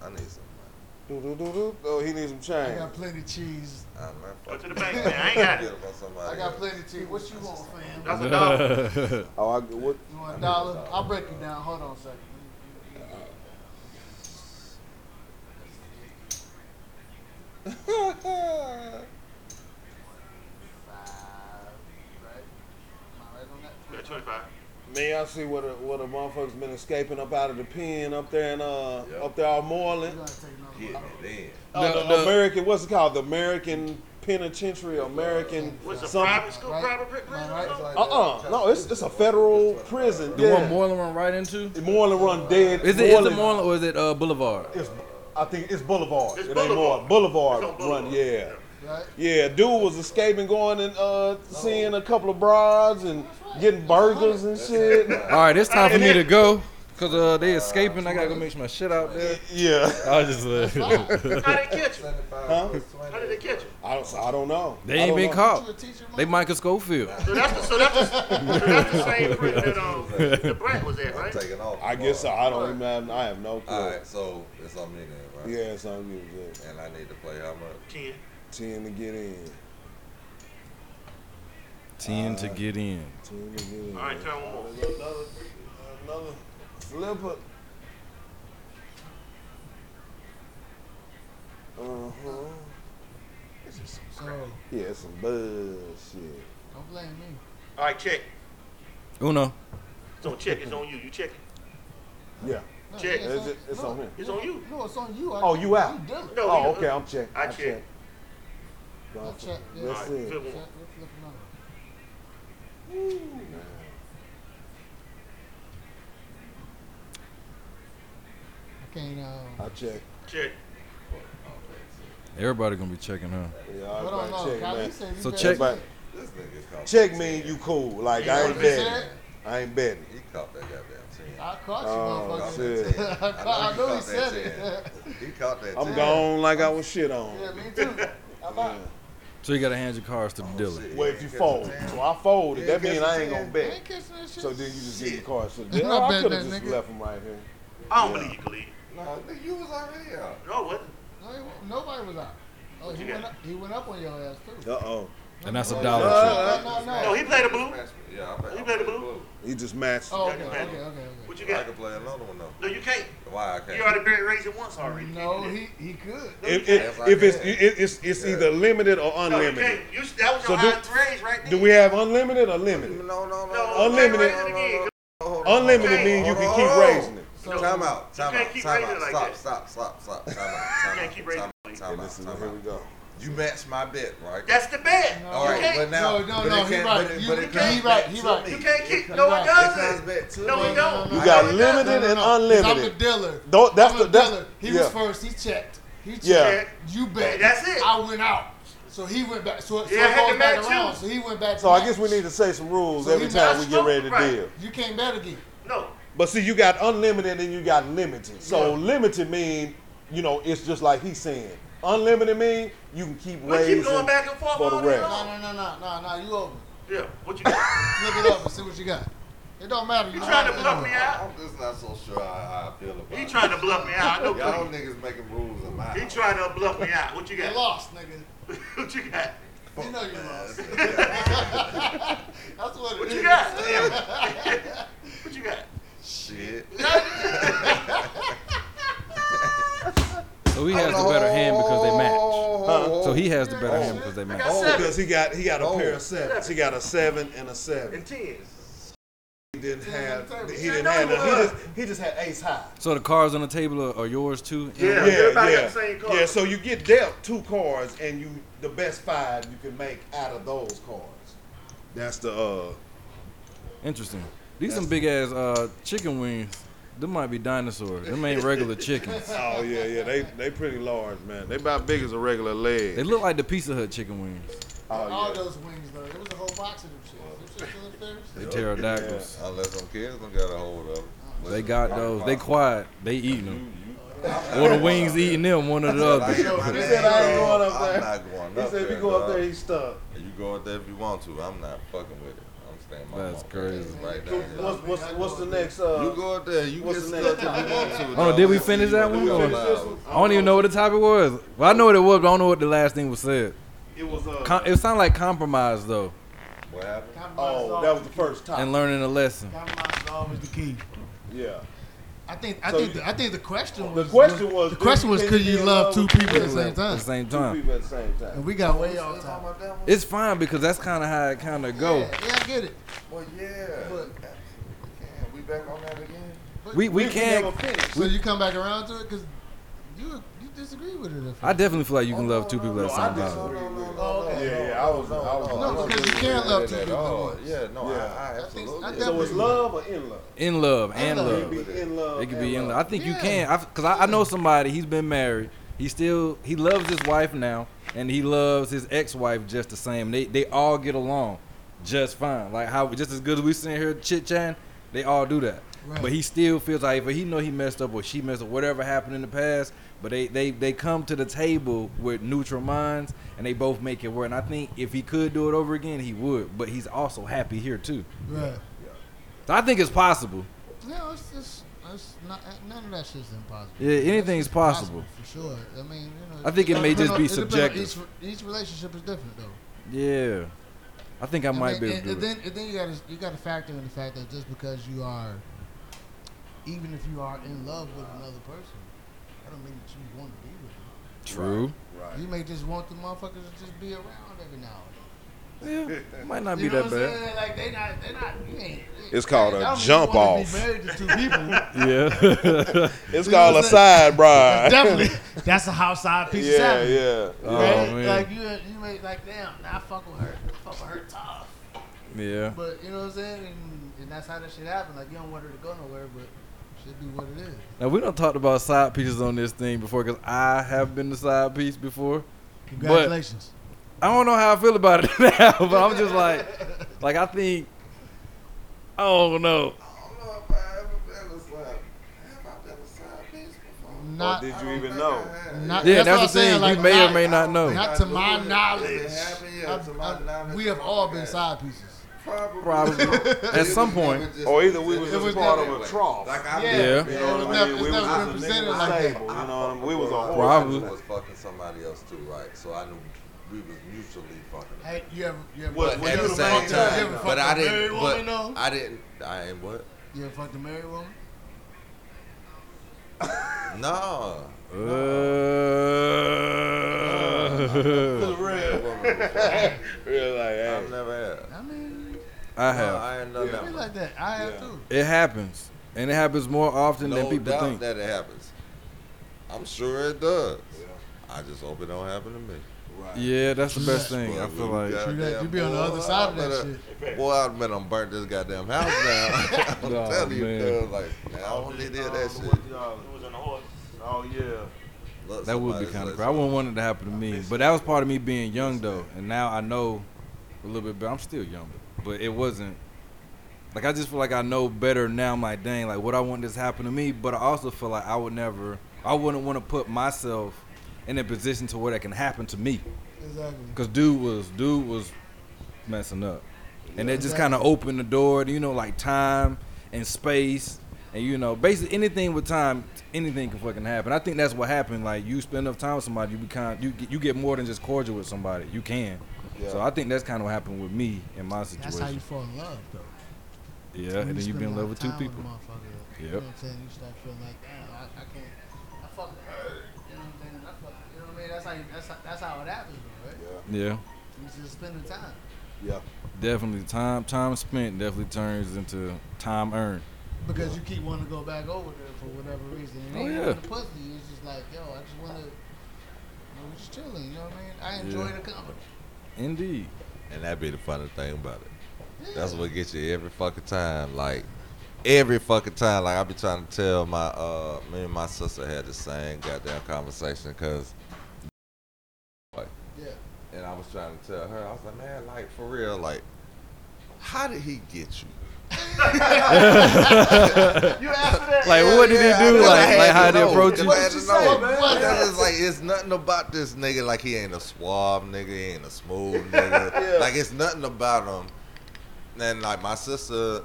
Speaker 4: I need some money.
Speaker 2: Do, do, do, do. Oh, he needs some
Speaker 3: I
Speaker 2: change.
Speaker 3: got plenty of cheese.
Speaker 4: I'm
Speaker 5: Go to the bank, man. I ain't got it.
Speaker 3: I got plenty of cheese. What you want, fam?
Speaker 5: That's a dollar.
Speaker 2: Oh, I what?
Speaker 3: You want a dollar? I'll break you down. Hold on a second.
Speaker 5: Yeah, Twenty-five.
Speaker 2: Man, y'all see what a, what a motherfucker's been escaping up out of the pen up there in uh up there all Moreland.
Speaker 4: Getting it
Speaker 2: Oh,
Speaker 1: No,
Speaker 2: the
Speaker 1: no.
Speaker 2: American, what's it called? The American Penitentiary, American.
Speaker 5: What's a
Speaker 2: some-
Speaker 5: private school?
Speaker 3: Right.
Speaker 5: Private pri- prison?
Speaker 3: Right.
Speaker 5: or something?
Speaker 4: in.
Speaker 2: Uh uh no, it's it's a federal prison.
Speaker 1: The
Speaker 2: yeah.
Speaker 1: one Moreland run right into.
Speaker 2: Moreland run dead.
Speaker 1: Is it, is it
Speaker 2: Moreland-
Speaker 1: Moreland or is it uh, Boulevard?
Speaker 2: It's, I think it's Boulevard.
Speaker 5: It's
Speaker 2: it ain't Moreland.
Speaker 5: Boulevard.
Speaker 2: Boulevard
Speaker 5: It's on
Speaker 2: run,
Speaker 5: Boulevard.
Speaker 2: yeah.
Speaker 3: Right.
Speaker 2: Yeah, dude was escaping, going and uh, seeing a couple of broads and getting burgers and shit.
Speaker 1: All right, it's time for me to go because uh, they escaping. I gotta go make sure my shit out there.
Speaker 2: yeah,
Speaker 1: I was just uh,
Speaker 5: How did they catch him?
Speaker 2: huh?
Speaker 5: How did they catch him?
Speaker 2: I don't, I don't know.
Speaker 1: they
Speaker 2: I
Speaker 1: ain't
Speaker 2: don't
Speaker 1: been
Speaker 2: know.
Speaker 1: caught.
Speaker 3: You a teacher,
Speaker 1: They
Speaker 3: Mike?
Speaker 1: Micah Schofield.
Speaker 5: So that's the, so that's the, so that's the same prison that um, the black was at,
Speaker 4: I'm
Speaker 5: right?
Speaker 4: taking off.
Speaker 2: I guess so.
Speaker 4: tomorrow.
Speaker 2: I don't even. Have, I have no clue.
Speaker 4: All right, so it's on me then, right?
Speaker 2: Yeah, so I'm giving it
Speaker 4: And I need to play how much?
Speaker 5: Ten.
Speaker 2: ten to get in.
Speaker 1: Ten to get in.
Speaker 2: Ten to get in.
Speaker 5: All right, turn one more.
Speaker 2: Another, another flipper. Uh huh.
Speaker 3: So
Speaker 2: Yeah, it's some bullshit.
Speaker 3: don't blame me.
Speaker 5: All right, check.
Speaker 1: Uno.
Speaker 5: So check. It's on you. You check it.
Speaker 2: Yeah.
Speaker 3: No,
Speaker 5: Check.
Speaker 3: yeah,
Speaker 2: It's, it's
Speaker 3: no,
Speaker 2: on him.
Speaker 5: It's on you.
Speaker 3: No, it's on you. I-
Speaker 2: Oh, you out.
Speaker 3: You dealer.
Speaker 5: No.
Speaker 2: Oh,
Speaker 5: you-
Speaker 2: okay. I'm checking.
Speaker 5: I
Speaker 2: I'm
Speaker 5: check.
Speaker 2: checking.
Speaker 3: I checked. Yeah.
Speaker 5: All
Speaker 2: That's
Speaker 5: right,
Speaker 2: it.
Speaker 5: good
Speaker 3: Check,
Speaker 5: one.
Speaker 3: we'll flip another one. I can't. Um,
Speaker 2: I check.
Speaker 5: Check.
Speaker 1: Everybody gonna be checking her.
Speaker 2: Yeah,
Speaker 3: I
Speaker 2: I
Speaker 3: don't
Speaker 2: about
Speaker 3: know.
Speaker 2: check,
Speaker 3: Kyle,
Speaker 2: man.
Speaker 3: you said you
Speaker 1: So
Speaker 3: bet-
Speaker 1: check-
Speaker 2: But
Speaker 4: This nigga caught.
Speaker 2: check
Speaker 4: that
Speaker 2: me,
Speaker 4: 10.
Speaker 2: you cool. Like
Speaker 5: You
Speaker 2: I
Speaker 5: know
Speaker 2: ain't
Speaker 5: what I'm
Speaker 2: betting. I ain't betting.
Speaker 4: He caught that goddamn ten.
Speaker 3: I caught you,
Speaker 2: Oh,
Speaker 3: motherfucker.
Speaker 2: shit.
Speaker 3: I, caught, I knew
Speaker 4: know
Speaker 3: he
Speaker 4: you caught
Speaker 3: said
Speaker 4: that
Speaker 3: it.
Speaker 4: 10. He caught that.
Speaker 2: I'm
Speaker 4: 10.
Speaker 2: gone like I was shit on.
Speaker 3: yeah, me too. I thought.
Speaker 1: So you gotta hand your cards to the dealer.
Speaker 4: shit.
Speaker 2: Well, if you
Speaker 4: Yeah,
Speaker 2: fold,
Speaker 4: catch a 10.
Speaker 2: so I folded.
Speaker 4: Yeah,
Speaker 2: that means
Speaker 4: catch a
Speaker 2: I ain't gonna
Speaker 4: 10.
Speaker 3: I
Speaker 2: bet.
Speaker 3: ain't catching that shit.
Speaker 2: So then you just get your cards to the
Speaker 3: Shit.
Speaker 2: dealer.
Speaker 3: I
Speaker 2: I
Speaker 3: bet
Speaker 2: could have
Speaker 3: that
Speaker 2: just
Speaker 3: nigga.
Speaker 2: left them right here.
Speaker 5: I don't believe you can leave.
Speaker 4: No, nigga, you was already out.
Speaker 5: No, it wasn't.
Speaker 3: No, he wa- nobody was out. Oh, he
Speaker 5: you
Speaker 3: went
Speaker 5: got?
Speaker 3: up, he went up on your ass too.
Speaker 2: Uh oh.
Speaker 1: And that's a
Speaker 3: No,
Speaker 1: dollar. Tree.
Speaker 3: no, no, no.
Speaker 5: No, Oh, he played a blue.
Speaker 4: Yeah, I play,
Speaker 5: You
Speaker 4: I
Speaker 5: better
Speaker 4: play
Speaker 5: move.
Speaker 4: blue.
Speaker 2: He just matched.
Speaker 3: Oh, okay, okay, okay, okay.
Speaker 5: What you
Speaker 4: I
Speaker 5: got?
Speaker 4: can play another one though.
Speaker 5: No, you can't.
Speaker 4: Why I can't?
Speaker 5: You already been raised it once already.
Speaker 3: No, he he could.
Speaker 2: If,
Speaker 4: Yes,
Speaker 2: if,
Speaker 4: I
Speaker 2: if it's
Speaker 4: can.
Speaker 2: it, it's it's
Speaker 4: Yeah.
Speaker 2: either limited or
Speaker 5: No, you
Speaker 2: unlimited.
Speaker 5: can't. You, that was
Speaker 2: So
Speaker 5: your
Speaker 2: do-
Speaker 5: highest raise right there.
Speaker 2: Do we have unlimited or
Speaker 4: No,
Speaker 2: limited?
Speaker 4: no, no.
Speaker 5: No,
Speaker 4: no,
Speaker 2: unlimited.
Speaker 5: Raise it again.
Speaker 4: Hold on,
Speaker 2: Unlimited
Speaker 5: Okay.
Speaker 2: means you
Speaker 4: Hold
Speaker 2: can
Speaker 4: on,
Speaker 2: keep
Speaker 4: hold on.
Speaker 2: raising it.
Speaker 3: So
Speaker 4: Oh. Time out. Time
Speaker 5: can't
Speaker 4: out.
Speaker 5: keep
Speaker 4: Time
Speaker 5: raising
Speaker 4: out.
Speaker 5: it like
Speaker 4: stop,
Speaker 5: that.
Speaker 4: stop. Stop. Stop. Time out. Time
Speaker 5: can't
Speaker 4: out.
Speaker 5: keep raising
Speaker 4: Time
Speaker 5: it like
Speaker 4: out.
Speaker 5: that.
Speaker 4: Time out.
Speaker 2: This is
Speaker 4: Time
Speaker 2: here we
Speaker 4: out.
Speaker 2: go.
Speaker 4: You matched my bet, right?
Speaker 5: That's the bet.
Speaker 3: No.
Speaker 4: All
Speaker 5: you
Speaker 4: right,
Speaker 5: can't.
Speaker 4: but
Speaker 3: No,
Speaker 4: now,
Speaker 3: no,
Speaker 4: but
Speaker 3: no,
Speaker 4: it
Speaker 3: he
Speaker 4: can't,
Speaker 3: right.
Speaker 4: But it,
Speaker 3: You
Speaker 4: but it
Speaker 5: can't-
Speaker 4: comes
Speaker 3: he
Speaker 4: back
Speaker 3: right, he
Speaker 4: to
Speaker 3: right.
Speaker 4: me.
Speaker 5: you can't keep.
Speaker 3: It
Speaker 5: No,
Speaker 3: comes
Speaker 4: It
Speaker 5: it doesn't.
Speaker 4: comes back to
Speaker 5: No,
Speaker 4: me.
Speaker 5: we don't.
Speaker 2: You
Speaker 5: No,
Speaker 2: got
Speaker 5: we don't.
Speaker 2: limited and
Speaker 3: I'm the
Speaker 2: unlimited.
Speaker 3: dealer.
Speaker 2: Tho- that's
Speaker 3: I'm
Speaker 2: the- that's-
Speaker 3: dealer. He
Speaker 2: yeah.
Speaker 3: was first. He checked. He checked.
Speaker 2: Yeah.
Speaker 3: You bet.
Speaker 5: That's it.
Speaker 3: I went out. So he went back. So, so
Speaker 5: Yeah, I
Speaker 3: it
Speaker 5: had
Speaker 3: goes
Speaker 5: to
Speaker 3: back
Speaker 5: match
Speaker 3: around.
Speaker 5: you.
Speaker 3: So he went back.
Speaker 2: So I guess we need to say some rules
Speaker 3: So
Speaker 2: every
Speaker 3: you
Speaker 2: time
Speaker 5: matched
Speaker 2: we get ready to
Speaker 5: right.
Speaker 2: deal.
Speaker 3: You can't bet again.
Speaker 5: No.
Speaker 2: But see, you got unlimited and you got limited. So limited mean, you know, it's just like he's saying. Unlimited mean you can keep
Speaker 5: We
Speaker 2: raising.
Speaker 5: keep going back and forth
Speaker 2: for the
Speaker 5: all day
Speaker 2: rest.
Speaker 3: No,
Speaker 5: long.
Speaker 3: no, no, no, no, no. You over.
Speaker 5: Yeah. What you got?
Speaker 3: Flip it up and see what you got. It don't matter.
Speaker 5: You trying to bluff me out?
Speaker 4: I'm just not so sure how I feel about it.
Speaker 5: He trying to bluff me out. I know.
Speaker 4: Y'all
Speaker 5: Cookie.
Speaker 4: niggas making rules in my
Speaker 5: He
Speaker 4: house.
Speaker 5: trying to bluff me out. What you
Speaker 3: You
Speaker 5: got?
Speaker 3: lost, nigga.
Speaker 5: what you got?
Speaker 3: You know you lost. That's what it
Speaker 5: What
Speaker 3: is.
Speaker 5: you got? what you got?
Speaker 4: Shit.
Speaker 1: So he has the better hand because they match. So he has the better
Speaker 4: Oh.
Speaker 1: hand because they
Speaker 5: I
Speaker 1: match.
Speaker 5: got
Speaker 2: Oh,
Speaker 5: seven
Speaker 2: because he got he got a
Speaker 4: Oh.
Speaker 2: pair of sevens. He got a seven and a seven.
Speaker 5: and tens.
Speaker 2: He didn't have he
Speaker 5: Yeah,
Speaker 2: didn't
Speaker 5: no,
Speaker 2: have
Speaker 5: he
Speaker 2: none. he
Speaker 5: was.
Speaker 2: just he just had ace high.
Speaker 1: So the cards on the table are, are yours too.
Speaker 5: Yeah.
Speaker 2: Yeah,
Speaker 5: everybody
Speaker 2: yeah.
Speaker 5: got the same card.
Speaker 2: Yeah, so you get dealt two cards and you the best five you can make out of those cards. That's the uh
Speaker 1: Interesting. These some big ass uh, chicken wings. Them might be dinosaurs. Them ain't regular chickens.
Speaker 2: Oh yeah, yeah. They they pretty large, man. They about big as a regular
Speaker 1: They
Speaker 2: leg.
Speaker 1: look like the Pizza Hut chicken wings.
Speaker 2: Oh
Speaker 3: All
Speaker 2: yeah.
Speaker 3: those wings though. It was a whole box of them shit. Them shit still upstairs?
Speaker 1: They pterodactyls.
Speaker 4: Unless some kids don't get a hold of it.
Speaker 1: They got those. They quiet. They eating them.
Speaker 4: I'm
Speaker 1: Or
Speaker 4: not
Speaker 1: the wings eating them. One or the
Speaker 4: going
Speaker 1: other.
Speaker 4: up there.
Speaker 2: He said I ain't going up there.
Speaker 4: I'm not going up
Speaker 2: He
Speaker 4: there.
Speaker 2: said if you go up there,
Speaker 4: dog.
Speaker 2: he's stuck.
Speaker 4: You go up there if you want to. I'm not fucking with it. I'm staying my
Speaker 1: That's
Speaker 4: mom.
Speaker 1: crazy.
Speaker 4: Right down here.
Speaker 2: What's what's what's the next uh
Speaker 4: You go up there, you
Speaker 2: What's
Speaker 4: get
Speaker 2: the
Speaker 4: stuck
Speaker 2: name?
Speaker 4: if you want to.
Speaker 1: Oh,
Speaker 4: dog.
Speaker 1: did we
Speaker 4: Let's see
Speaker 1: finish
Speaker 4: what
Speaker 1: that
Speaker 4: we
Speaker 1: one?
Speaker 4: allowed.
Speaker 1: Finish this I don't even know what the topic was. Well, I know what it was, but I don't know what the last thing was said.
Speaker 2: It was uh
Speaker 1: Com- it sounded like compromise though,
Speaker 4: What happened?
Speaker 3: Compromise is
Speaker 2: Oh, that
Speaker 3: always-
Speaker 2: was the first
Speaker 1: and
Speaker 2: time.
Speaker 1: learning a lesson.
Speaker 3: compromise is always the key.
Speaker 2: Yeah.
Speaker 3: I think I
Speaker 2: So
Speaker 3: think
Speaker 2: you-
Speaker 3: the, I think the question
Speaker 2: The
Speaker 3: was
Speaker 2: question was,
Speaker 3: the question was could you love two people at the
Speaker 2: people
Speaker 3: same
Speaker 1: At
Speaker 3: time?
Speaker 1: the same
Speaker 2: Two
Speaker 1: time,
Speaker 2: people at the same
Speaker 3: And
Speaker 2: time.
Speaker 3: we got way off topic.
Speaker 1: it's fine because that's kind of how it kind of go.
Speaker 3: Yeah, yeah, I get it.
Speaker 4: Well, yeah.
Speaker 3: But-
Speaker 4: Damn, we back on that again?
Speaker 1: We we
Speaker 2: never
Speaker 1: can't.
Speaker 2: finished.
Speaker 3: So you come back around to it because you you disagree with it. If
Speaker 1: I definitely feel like you can love two people at the
Speaker 2: I
Speaker 1: same time.
Speaker 2: disagree.
Speaker 3: Oh, okay.
Speaker 2: Yeah, yeah, I was- I was-
Speaker 3: No, because you can't love two people at once.
Speaker 4: Yeah, no,
Speaker 2: Yeah.
Speaker 4: I,
Speaker 3: I
Speaker 4: I
Speaker 3: think-
Speaker 4: absolutely.
Speaker 3: I
Speaker 4: agree.
Speaker 2: So it's love or in love?
Speaker 1: In love and
Speaker 3: love.
Speaker 2: It
Speaker 1: love.
Speaker 2: could be in love.
Speaker 1: It could be
Speaker 2: and
Speaker 1: in love. I think you
Speaker 3: Yeah.
Speaker 1: can. I, Cause I, I know somebody. He's been married. He still he loves his wife now, and he loves his ex-wife just the same. They they all get along just fine. Like how just as good as we sitting here chit chatting, they all do that.
Speaker 3: Right.
Speaker 1: But he still feels like if he know he messed up or she messed up, whatever happened in the past. But they they they come to the table with neutral minds, and they both make it work. And I think if he could do it over again, he would. But he's also happy here too.
Speaker 3: Right.
Speaker 1: So I think it's possible.
Speaker 3: No, it's just it's not none of that shit's impossible.
Speaker 1: Yeah, anything's
Speaker 3: It's
Speaker 1: possible.
Speaker 3: for sure. I mean, you know,
Speaker 1: I think it may
Speaker 3: depend
Speaker 1: just
Speaker 3: on-
Speaker 1: be
Speaker 3: depend
Speaker 1: subjective.
Speaker 3: on Each, each relationship is different though.
Speaker 1: Yeah, I think I
Speaker 3: And
Speaker 1: might
Speaker 3: then-
Speaker 1: be able
Speaker 3: and,
Speaker 1: to
Speaker 3: and
Speaker 1: do it.
Speaker 3: then and then you got to you got to factor in the fact that just because you are, even if you are in love with another person, that don't mean that you want to be with them.
Speaker 1: True.
Speaker 2: Right.
Speaker 3: You may just want the motherfuckers to just be around every now and
Speaker 1: Yeah, might not
Speaker 3: then.
Speaker 1: be
Speaker 3: You know
Speaker 1: that
Speaker 3: what I'm
Speaker 1: bad.
Speaker 3: saying? Like they not they not you ain't.
Speaker 2: It's called
Speaker 3: I
Speaker 2: a
Speaker 3: don't mean you
Speaker 2: jump
Speaker 3: wanna
Speaker 2: off.
Speaker 3: Be married to two people.
Speaker 1: Yeah.
Speaker 2: It's
Speaker 3: You know
Speaker 2: called a
Speaker 3: what I'm
Speaker 2: side bride.
Speaker 3: Definitely, that's a house side piece of
Speaker 2: Yeah,
Speaker 3: salad.
Speaker 2: yeah.
Speaker 1: Oh,
Speaker 3: right?
Speaker 1: man.
Speaker 3: Like you, you may like damn. Nah, I fuck with her. I fuck with her tough.
Speaker 1: yeah.
Speaker 3: But you know what I'm saying, and, and that's how that shit happened. Like you don't want her to go nowhere, but should be what it is.
Speaker 1: Now we don't talked about side pieces on this thing before because I have been the side piece before.
Speaker 3: Congratulations.
Speaker 1: I don't know how I feel about it now, but I'm just like, like I think, I don't know.
Speaker 4: don't know if I ever been a slap. Have I been a side piece before?
Speaker 3: not,
Speaker 2: or did you even know?
Speaker 3: not.
Speaker 1: Yeah,
Speaker 3: that's, what
Speaker 1: that's
Speaker 3: I'm
Speaker 1: the
Speaker 3: saying.
Speaker 1: thing.
Speaker 3: Like,
Speaker 1: you may
Speaker 3: not,
Speaker 1: or may not know.
Speaker 3: Not to my knowledge.
Speaker 4: It happened, yeah,
Speaker 3: I-
Speaker 4: to my
Speaker 3: I-
Speaker 4: knowledge.
Speaker 3: we have all been side pieces.
Speaker 4: Probably.
Speaker 1: Probably. At some point.
Speaker 2: Or either we was
Speaker 3: It was
Speaker 2: just part of
Speaker 3: never-
Speaker 2: a trough.
Speaker 4: Like I
Speaker 3: Yeah,
Speaker 1: Yeah.
Speaker 4: did.
Speaker 2: You
Speaker 4: You
Speaker 2: know
Speaker 4: know
Speaker 3: It
Speaker 4: what
Speaker 3: was
Speaker 4: I
Speaker 3: never-
Speaker 4: mean?
Speaker 3: it's
Speaker 4: We was
Speaker 3: never
Speaker 4: just
Speaker 2: a
Speaker 3: represented
Speaker 2: nigga
Speaker 3: like that.
Speaker 2: stable, You know what I mean? We was a whole.
Speaker 1: Probably.
Speaker 4: was fucking somebody else too, right? So I knew we was mutually fucking.
Speaker 3: Hey, you ever, you ever,
Speaker 2: What-
Speaker 3: you
Speaker 2: what
Speaker 4: At
Speaker 3: ever
Speaker 4: the
Speaker 2: you
Speaker 3: fucked
Speaker 4: same
Speaker 2: fucked
Speaker 3: a-
Speaker 2: up?
Speaker 3: you
Speaker 4: time,
Speaker 3: ever fucked
Speaker 4: but
Speaker 3: a
Speaker 4: I
Speaker 3: married
Speaker 4: didn't.
Speaker 3: woman, though?
Speaker 4: But I didn't. I ain't what?
Speaker 3: You ever fucked a married woman?
Speaker 4: No.
Speaker 1: Uh,
Speaker 2: Yeah, like, hey.
Speaker 4: I've never had.
Speaker 3: I mean,
Speaker 1: I
Speaker 4: No,
Speaker 1: have.
Speaker 4: I ain't done
Speaker 3: it
Speaker 4: that.
Speaker 3: be like that. I have
Speaker 2: Yeah.
Speaker 3: too.
Speaker 1: It happens, and it happens more often than
Speaker 4: no
Speaker 1: people
Speaker 4: doubt
Speaker 1: think.
Speaker 4: that it happens. I'm sure it does. I just hope it don't happen to me.
Speaker 1: Yeah, that's the best
Speaker 4: But
Speaker 1: thing. I feel
Speaker 4: you
Speaker 1: like.
Speaker 4: goddamn
Speaker 3: True that. You be on the
Speaker 4: boy,
Speaker 3: other side of
Speaker 4: I
Speaker 3: that
Speaker 4: better-
Speaker 3: shit.
Speaker 4: Boy, I'd been done burnt this goddamn house down. I'm
Speaker 1: Nah,
Speaker 4: telling you,
Speaker 1: man.
Speaker 4: cuz, like, man, I don't need to hear that shit.
Speaker 5: It was on the horse.
Speaker 2: Oh, yeah.
Speaker 4: Look,
Speaker 1: That would be
Speaker 4: somebody's
Speaker 1: kind of
Speaker 4: like,
Speaker 1: crazy. I wouldn't want it to happen to me, but that was part of me being young though, and now I know a little bit better. I'm still young, but it wasn't like I just feel like I know better now. I'm like, dang, like what I want this to happen to me, but I also feel like I would never, I wouldn't want to put myself in a position to where that can happen to me,
Speaker 3: Exactly.
Speaker 1: because dude was dude was messing up, and it just kind of opened the door, to, you know, like time and space. And you know, basically anything with time, anything can fucking happen. I think that's what happened. Like you spend enough time with somebody, you become you get, you get more than just cordial with somebody. You can. So I think that's kind of what happened with me in my situation.
Speaker 3: That's how you fall in love, though.
Speaker 1: yeah,
Speaker 3: When
Speaker 1: and then
Speaker 3: you
Speaker 1: you've been in
Speaker 3: spend
Speaker 1: love
Speaker 3: a lot
Speaker 1: with
Speaker 3: of
Speaker 1: two
Speaker 3: time
Speaker 1: people.
Speaker 3: a motherfucker, You
Speaker 1: Yep.
Speaker 3: know what I'm saying? You start feeling like, damn, I, I can't. I fuck with her. You know what I'm saying? I fuck, you know what I mean? That's how, you, that's, how- that's how it happens, bro, right?
Speaker 1: Yeah,
Speaker 3: You just spend the time.
Speaker 1: definitely. Time time spent definitely turns into time earned.
Speaker 3: Because you keep wanting to go back over there for whatever reason. And
Speaker 1: Oh,
Speaker 3: ain't
Speaker 1: yeah.
Speaker 3: nothing to pussy. It's just like, yo, I just want to. We're just chilling, you know what I mean? I enjoy
Speaker 1: Yeah.
Speaker 3: the company.
Speaker 1: Indeed.
Speaker 4: And that be the funny thing about it.
Speaker 3: Yeah.
Speaker 4: That's what gets you every fucking time. Like every fucking time. Like I be trying to tell my uh me and my sister had the same goddamn conversation because
Speaker 3: Yeah.
Speaker 4: and I was trying to tell her, I was like, man, like for real, like how did he get you?
Speaker 3: You asked for that?
Speaker 1: Like what did
Speaker 4: Yeah,
Speaker 1: he
Speaker 4: I
Speaker 1: do?
Speaker 4: know, I
Speaker 1: Like
Speaker 4: had
Speaker 1: like
Speaker 4: to
Speaker 1: how they
Speaker 4: know.
Speaker 1: approach you?
Speaker 4: I had to know.
Speaker 3: man?
Speaker 4: Because it's like it's nothing about this nigga. Like he ain't a suave nigga, he ain't a smooth nigga. Like it's nothing about him. And like my sister,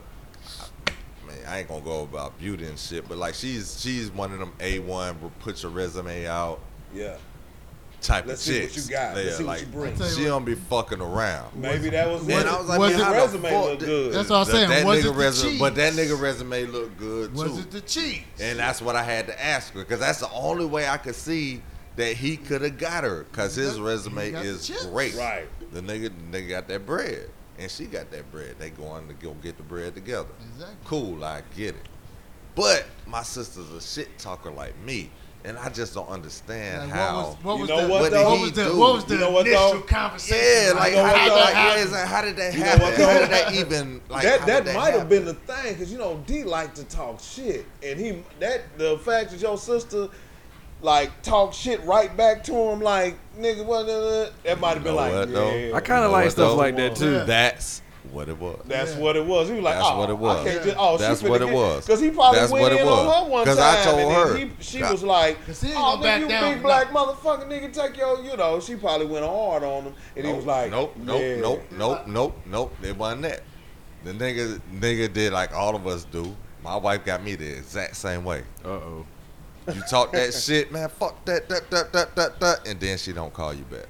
Speaker 4: I, man, I ain't gonna go about beauty and shit, but like she's she's one of them A one put your resume out
Speaker 2: Yeah.
Speaker 4: type
Speaker 2: Let's
Speaker 4: of
Speaker 2: see
Speaker 4: chicks.
Speaker 2: what you got.
Speaker 4: Yeah,
Speaker 2: Let's see what
Speaker 4: like
Speaker 2: you bring.
Speaker 3: Tell you
Speaker 4: she
Speaker 3: what.
Speaker 4: don't be fucking around.
Speaker 2: Maybe that was
Speaker 4: And I was like,
Speaker 3: was
Speaker 4: man,
Speaker 3: it-
Speaker 4: how the
Speaker 2: resume
Speaker 4: fuck
Speaker 2: look
Speaker 4: did-
Speaker 2: good?
Speaker 3: That's what I'm
Speaker 4: That-
Speaker 3: saying.
Speaker 4: That
Speaker 3: was
Speaker 4: nigga
Speaker 3: it the
Speaker 4: resume,
Speaker 3: cheese?
Speaker 4: but that nigga resume look good too.
Speaker 3: Was it the cheese?
Speaker 4: And that's what I had to ask her because that's the only way I could see that he could have got her because his
Speaker 3: got-
Speaker 4: resume
Speaker 3: he got
Speaker 4: is
Speaker 3: the chips.
Speaker 4: great.
Speaker 2: Right.
Speaker 4: The nigga, the nigga got that bread and she got that bread. They going to go get the bread together.
Speaker 3: Exactly.
Speaker 4: Cool, I get it. But my sister's a shit talker like me, and I just don't understand
Speaker 3: Like,
Speaker 4: how.
Speaker 3: What
Speaker 2: You
Speaker 3: was, what was
Speaker 2: know
Speaker 3: the,
Speaker 2: what,
Speaker 3: what,
Speaker 2: though?
Speaker 3: was
Speaker 4: He
Speaker 3: the,
Speaker 4: do.
Speaker 3: what was the
Speaker 2: You know what,
Speaker 3: initial
Speaker 2: though?
Speaker 3: conversation?
Speaker 4: yeah, like,
Speaker 2: You know
Speaker 4: how,
Speaker 2: what,
Speaker 4: did
Speaker 2: though?
Speaker 4: that,
Speaker 3: How-
Speaker 4: yeah, it's like, how did that
Speaker 2: You know
Speaker 4: happen?
Speaker 2: what,
Speaker 4: how did
Speaker 2: though?
Speaker 4: that even like
Speaker 2: that
Speaker 4: how
Speaker 2: that,
Speaker 4: did
Speaker 2: might have
Speaker 4: happen?
Speaker 2: been the thing, cause you know D liked to talk shit, and he that the fact that your sister like talk shit right back to him, like nigga, what? uh, uh," That might have been
Speaker 4: Know
Speaker 2: like,
Speaker 4: what, though?
Speaker 2: yeah,
Speaker 1: I kind of
Speaker 4: know
Speaker 1: like
Speaker 4: what,
Speaker 1: stuff
Speaker 4: though?
Speaker 1: like that too.
Speaker 6: Yeah.
Speaker 4: That's what it was.
Speaker 2: that's what it was. He was like,
Speaker 4: That's
Speaker 2: oh,
Speaker 4: what it was.
Speaker 2: I can't just, oh,
Speaker 4: That's
Speaker 2: she
Speaker 4: what it was.
Speaker 2: Because he probably
Speaker 4: That's
Speaker 2: went
Speaker 4: what it
Speaker 2: in
Speaker 4: was.
Speaker 2: on her one time.
Speaker 4: 'Cause I told
Speaker 2: and
Speaker 4: her.
Speaker 2: then he, she was like,
Speaker 3: 'Cause he ain't
Speaker 2: oh,
Speaker 3: gonna
Speaker 2: nigga,
Speaker 3: back
Speaker 2: you
Speaker 3: down
Speaker 2: big
Speaker 3: from
Speaker 2: black motherfucker, nigga, take your, you know. She probably went hard on him, and he was like,
Speaker 4: nope, nope,
Speaker 2: yeah.
Speaker 4: nope, nope, nope, nope. It wasn't that. The nigga, nigga did like all of us do. My wife got me the exact same way.
Speaker 1: Uh oh.
Speaker 4: You talk that shit, man. Fuck that, that, that, that, that, that, and then she don't call you back.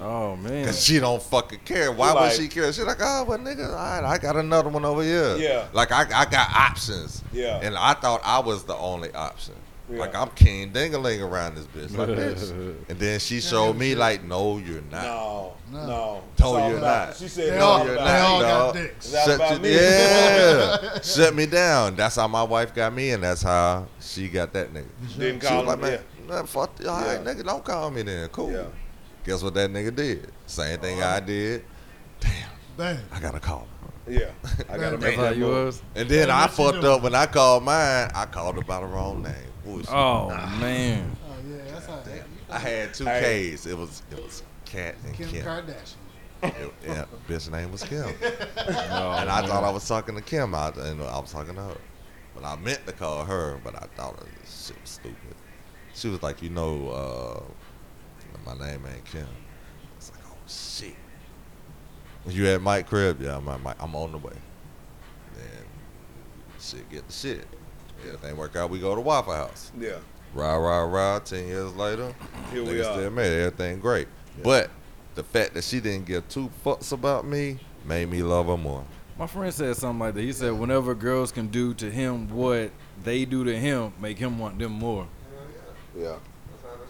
Speaker 1: Oh man.
Speaker 4: Cause she don't fucking care. Why
Speaker 2: Like-
Speaker 4: would she care? She like, oh well, nigga, all right, I got another one over here.
Speaker 2: Yeah.
Speaker 4: Like I, I got options.
Speaker 2: Yeah.
Speaker 4: And I thought I was the only option.
Speaker 2: Yeah.
Speaker 4: Like I'm king dingling around this bitch like this. And then she showed me like, no, you're not.
Speaker 2: No, no.
Speaker 3: No.
Speaker 4: Told
Speaker 2: It's
Speaker 4: you
Speaker 2: all about-
Speaker 4: not.
Speaker 2: She said,
Speaker 6: They
Speaker 2: it's all
Speaker 6: all,
Speaker 4: you're
Speaker 6: they
Speaker 2: about
Speaker 4: not,
Speaker 6: all
Speaker 2: you.
Speaker 6: got
Speaker 4: dog.
Speaker 6: dicks.
Speaker 2: It's all
Speaker 4: Shut
Speaker 2: about
Speaker 4: you-
Speaker 2: me.
Speaker 4: Yeah. Shut me down. That's how my wife got me, and that's how she got that nigga.
Speaker 2: Didn't
Speaker 4: She
Speaker 2: call
Speaker 4: was like,
Speaker 2: him,
Speaker 4: man, nah, fuck, all right,
Speaker 2: Yeah.
Speaker 4: nigga, don't call me then. Cool.
Speaker 2: Yeah. Uh-huh.
Speaker 4: Guess what that nigga did? Same thing I did. Damn,
Speaker 6: Damn.
Speaker 4: I gotta call him.
Speaker 2: Yeah, I gotta
Speaker 1: That's
Speaker 2: make
Speaker 1: how
Speaker 2: that
Speaker 1: you
Speaker 2: move.
Speaker 1: was.
Speaker 4: And then
Speaker 6: Yeah,
Speaker 4: I
Speaker 6: what you
Speaker 4: fucked
Speaker 6: doing?
Speaker 4: up when I called mine. I called her by the wrong name. Who is she?
Speaker 1: Oh man.
Speaker 3: Oh yeah, that's how. Damn.
Speaker 4: I had two
Speaker 2: Hey.
Speaker 4: K's. It was it was Cat and
Speaker 3: Kim
Speaker 4: Kim.
Speaker 3: Kardashian.
Speaker 4: It- yeah, bitch name was Kim.
Speaker 1: Oh,
Speaker 4: And I thought I was talking to Kim. I and I was talking to her, but I meant to call her. But I thought it was, shit was stupid. She was like, you know, uh, my name ain't Kim. It's like, oh shit. You at Mike crib? Yeah, I'm at Mike. I'm on the way. Then shit, get the shit. If everything work out, we go to Waffle House.
Speaker 2: Yeah,
Speaker 4: Rah rah rah. Ten years later,
Speaker 2: here we
Speaker 4: niggas
Speaker 2: are.
Speaker 4: still married. Everything great. But the fact that she didn't give two fucks about me made me love her more.
Speaker 1: My friend said something like that. He said, "Whenever girls can do to him what they do to him, make him want them more."
Speaker 2: Yeah.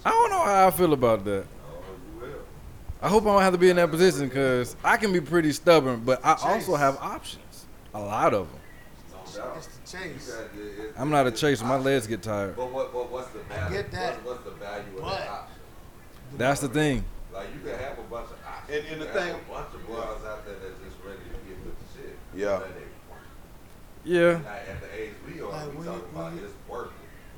Speaker 1: I don't know how I feel about that. I hope I don't have to be in that position because I can be pretty stubborn, but I also have options. A lot of them.
Speaker 3: It's the chase.
Speaker 1: I'm not a chaser. My legs get tired.
Speaker 4: But what, what, what's the value?
Speaker 3: get that.
Speaker 4: What, what's the value of
Speaker 3: But-
Speaker 4: that option?
Speaker 1: That's the thing.
Speaker 4: Like you can have a bunch of options.
Speaker 2: And- and the
Speaker 4: There's
Speaker 2: thing-
Speaker 4: a bunch of boys out there that's just ready to get with the shit.
Speaker 2: Yeah.
Speaker 4: But they-
Speaker 1: Yeah.
Speaker 4: not at the age we are,
Speaker 3: Like,
Speaker 4: we
Speaker 3: when
Speaker 4: talking
Speaker 3: you-
Speaker 4: about
Speaker 3: when you-
Speaker 4: it's worth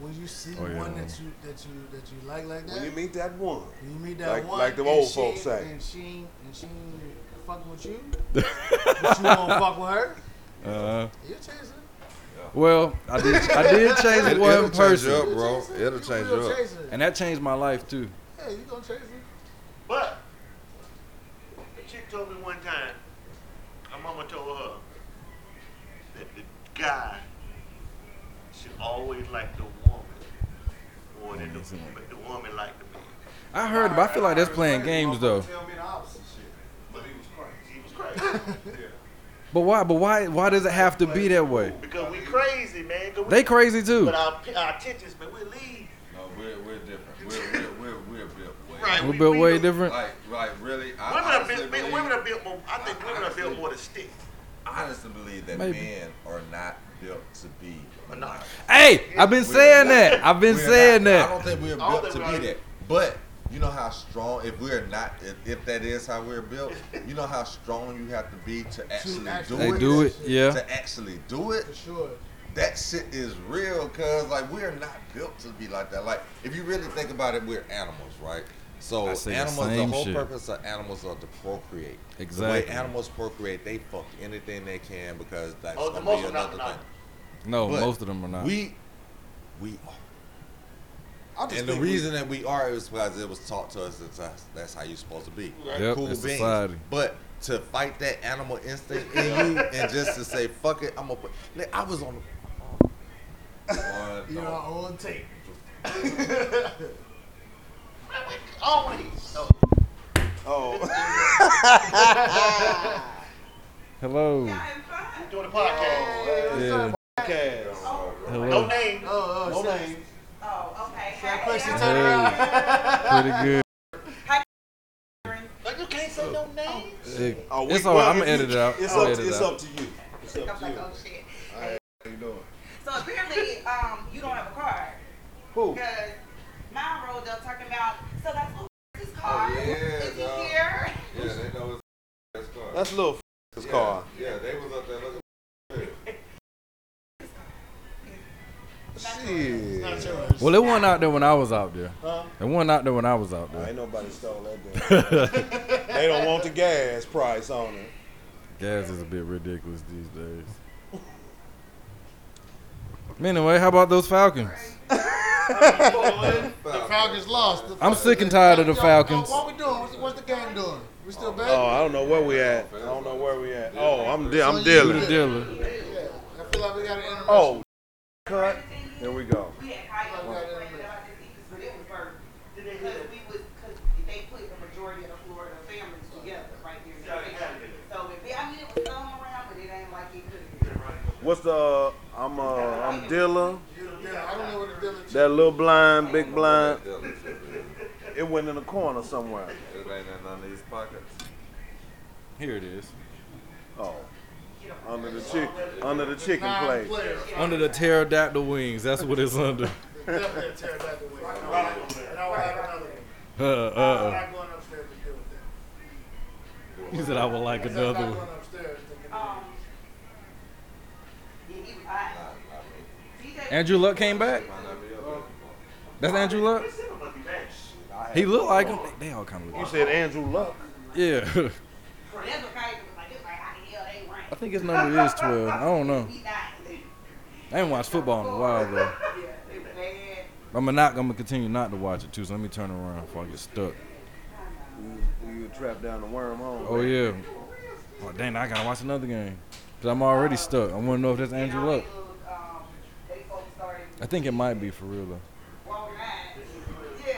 Speaker 3: When you see
Speaker 1: Oh, yeah.
Speaker 3: one that you that you that you like like that,
Speaker 2: When you meet that one,
Speaker 3: when you meet that
Speaker 2: like-
Speaker 3: one,
Speaker 2: like them
Speaker 3: and
Speaker 2: old
Speaker 3: she,
Speaker 2: folks say.
Speaker 3: and she ain't- and she ain't fucking with you, but you won't fuck with her.
Speaker 1: Uh,
Speaker 3: You chasing?
Speaker 1: well, I did. I did chase
Speaker 4: it.
Speaker 1: one
Speaker 4: you
Speaker 1: person,
Speaker 4: up, bro. It'll
Speaker 3: You
Speaker 4: change you
Speaker 3: real
Speaker 4: up.
Speaker 3: chaser.
Speaker 1: and that changed my life too.
Speaker 3: Yeah, you gonna chase her?
Speaker 5: But a chick told me one time, my mama told her that the guy should always like the woman more than the woman. The woman like the man.
Speaker 1: I heard, but I feel like that's playing games though.
Speaker 5: Tell me the opposite shit. But he was crazy. He was crazy.
Speaker 1: But why? But why? Why does it have to be that way?
Speaker 5: because we crazy, man. 'cause we-
Speaker 1: They crazy too.
Speaker 5: But our, our attentions, man, we leave.
Speaker 4: No, we're, we're different. We're, we're, we're, we're built way.
Speaker 5: Right.
Speaker 1: We built way
Speaker 5: look-
Speaker 1: different.
Speaker 4: Like, like, really, I
Speaker 5: Women are,
Speaker 4: honestly
Speaker 5: built, man,
Speaker 4: believe-
Speaker 5: women are built more. I think women are built more to stick.
Speaker 4: I honestly believe that
Speaker 1: Maybe.
Speaker 4: men are not built to be monogamous.
Speaker 1: Hey, I've been saying that. I've been
Speaker 4: We're
Speaker 1: saying
Speaker 4: not- I
Speaker 1: that.
Speaker 4: don't think we're
Speaker 5: All
Speaker 4: built to be
Speaker 5: that we are-
Speaker 4: that. But you know how strong, if we're not, if, if that is how we're built, you know how strong you have to be to actually do
Speaker 3: actually-
Speaker 1: They
Speaker 4: it.
Speaker 1: do it. Yeah.
Speaker 4: To actually do it,
Speaker 3: For sure.
Speaker 4: that shit is real because like we're not built to be like that like if you really think about it we're animals right so
Speaker 1: I say the
Speaker 4: animals the,
Speaker 1: same
Speaker 4: whole
Speaker 1: shit.
Speaker 4: purpose of animals are to procreate the
Speaker 1: Exactly.
Speaker 4: way animals procreate they fuck anything they can because that's
Speaker 5: Oh, the
Speaker 4: gonna
Speaker 5: most
Speaker 4: be
Speaker 5: are not
Speaker 4: another
Speaker 5: monogamous.
Speaker 4: thing
Speaker 1: No,
Speaker 4: But
Speaker 1: Oh, most of them are not.
Speaker 4: we we
Speaker 2: I
Speaker 4: are
Speaker 2: just
Speaker 4: and the
Speaker 2: think we-
Speaker 4: reason that we are is because it was taught to us that that's, that's how you're supposed to be
Speaker 1: Yep, it's society.
Speaker 4: but to fight that animal instinct in you and just to say fuck it i'm gonna put Nigga, i was on the Boy,
Speaker 3: You're
Speaker 4: no.
Speaker 3: our own tape.
Speaker 5: Always. No,
Speaker 2: Oh,
Speaker 1: Hello.
Speaker 5: we're doing a podcast.
Speaker 1: Yeah.
Speaker 2: Cass.
Speaker 5: No
Speaker 1: Hello.
Speaker 5: name.
Speaker 3: Oh,
Speaker 2: No
Speaker 3: oh, shit.
Speaker 2: name.
Speaker 8: Oh, okay.
Speaker 3: Plus she
Speaker 8: Hi,
Speaker 3: turned
Speaker 1: Hey. Pretty
Speaker 3: around.
Speaker 1: good.
Speaker 5: Like, you can't say no name.
Speaker 1: Shit.
Speaker 2: Oh, we-
Speaker 1: It's all right.
Speaker 2: well,
Speaker 1: I'm
Speaker 2: if
Speaker 1: gonna
Speaker 2: you-
Speaker 1: edit it out.
Speaker 2: It's
Speaker 1: I'll
Speaker 2: up.
Speaker 1: edit
Speaker 2: To,
Speaker 1: it
Speaker 2: it's
Speaker 1: out.
Speaker 2: up to you. It's
Speaker 8: I
Speaker 2: up
Speaker 8: was
Speaker 2: to
Speaker 8: like,
Speaker 2: you.
Speaker 8: oh shit.
Speaker 2: How you doing?
Speaker 8: So apparently, um, you don't have a card
Speaker 2: Who?
Speaker 8: because mine rolled up talking about. So that's what this
Speaker 2: Oh,
Speaker 8: card.
Speaker 4: yeah,
Speaker 8: Is he
Speaker 4: dog.
Speaker 8: here?
Speaker 4: Yeah, they know it's car.
Speaker 2: That's little f***'s car.
Speaker 4: Yeah, they was up there looking.
Speaker 2: Shit. not yours.
Speaker 1: Well, it wasn't out there when I was out there.
Speaker 2: Huh?
Speaker 1: It wasn't out there when I was out
Speaker 2: Ain't
Speaker 1: there.
Speaker 2: nobody stole that gun. they don't want the gas price on it.
Speaker 1: Gas is a bit ridiculous these days. Anyway, how about those Falcons?
Speaker 6: The Falcons lost. The
Speaker 1: I'm
Speaker 6: Falcons-
Speaker 1: sick and tired of the
Speaker 6: Yo, yo,
Speaker 1: Falcons.
Speaker 6: What we doing? What's, what's the game doing? We still bad?
Speaker 2: Oh, I don't know where we at. I don't know where we at. Oh, I'm de- I'm
Speaker 1: Who the
Speaker 2: dealing.
Speaker 1: dealer?
Speaker 6: I feel like we got an intermission.
Speaker 2: Oh, cut. Here we go.
Speaker 8: We had Coyotes complaining about this Eagles, but it was first. Because we was, because they put the majority of the Florida families together right here. in the state. So, if- I mean, it was thrown around, but it ain't like it could have.
Speaker 2: What's the? I'm uh I'm Dilla.
Speaker 6: Yeah, I don't know what the dealer
Speaker 2: That little blind, big blind. It went in a corner somewhere.
Speaker 4: It ain't in none of these pockets.
Speaker 1: Here it is.
Speaker 2: Oh, under the chick, under the chicken
Speaker 6: Nine
Speaker 2: plate.
Speaker 6: players.
Speaker 1: Under the pterodactyl wings. That's what it's under.
Speaker 6: Definitely a tear back away. And I would have another one.
Speaker 1: Uh,
Speaker 6: I'm
Speaker 1: uh,
Speaker 6: not going upstairs to deal with that.
Speaker 1: uh. He said I would like
Speaker 6: I'm
Speaker 1: another
Speaker 6: not
Speaker 1: one.
Speaker 6: going upstairs to get
Speaker 8: Um, yeah, he was hot. DJ
Speaker 1: Andrew Luck came back. That's Andrew Luck. He looked like him. They all kind of
Speaker 2: You
Speaker 1: look.
Speaker 2: said Andrew Luck.
Speaker 1: Like yeah.
Speaker 8: That's what Coyotes was like, it was like, how the hell they
Speaker 1: I
Speaker 8: ran?
Speaker 1: think his number is 12. I don't know.
Speaker 8: We died.
Speaker 1: I ain't watched football in a while though.
Speaker 8: Yeah, it was bad.
Speaker 1: I'm not. I'm gonna continue not to watch it too. So let me turn around before I get stuck.
Speaker 2: You were trapped down the wormhole.
Speaker 1: Oh yeah. Oh dang! I gotta watch another game. Cause I'm already stuck. I wanna know if that's
Speaker 8: And all
Speaker 1: Andrew Luck.
Speaker 8: they little, um, They folks started
Speaker 1: I think it might be for real though.
Speaker 8: walking out. Yeah.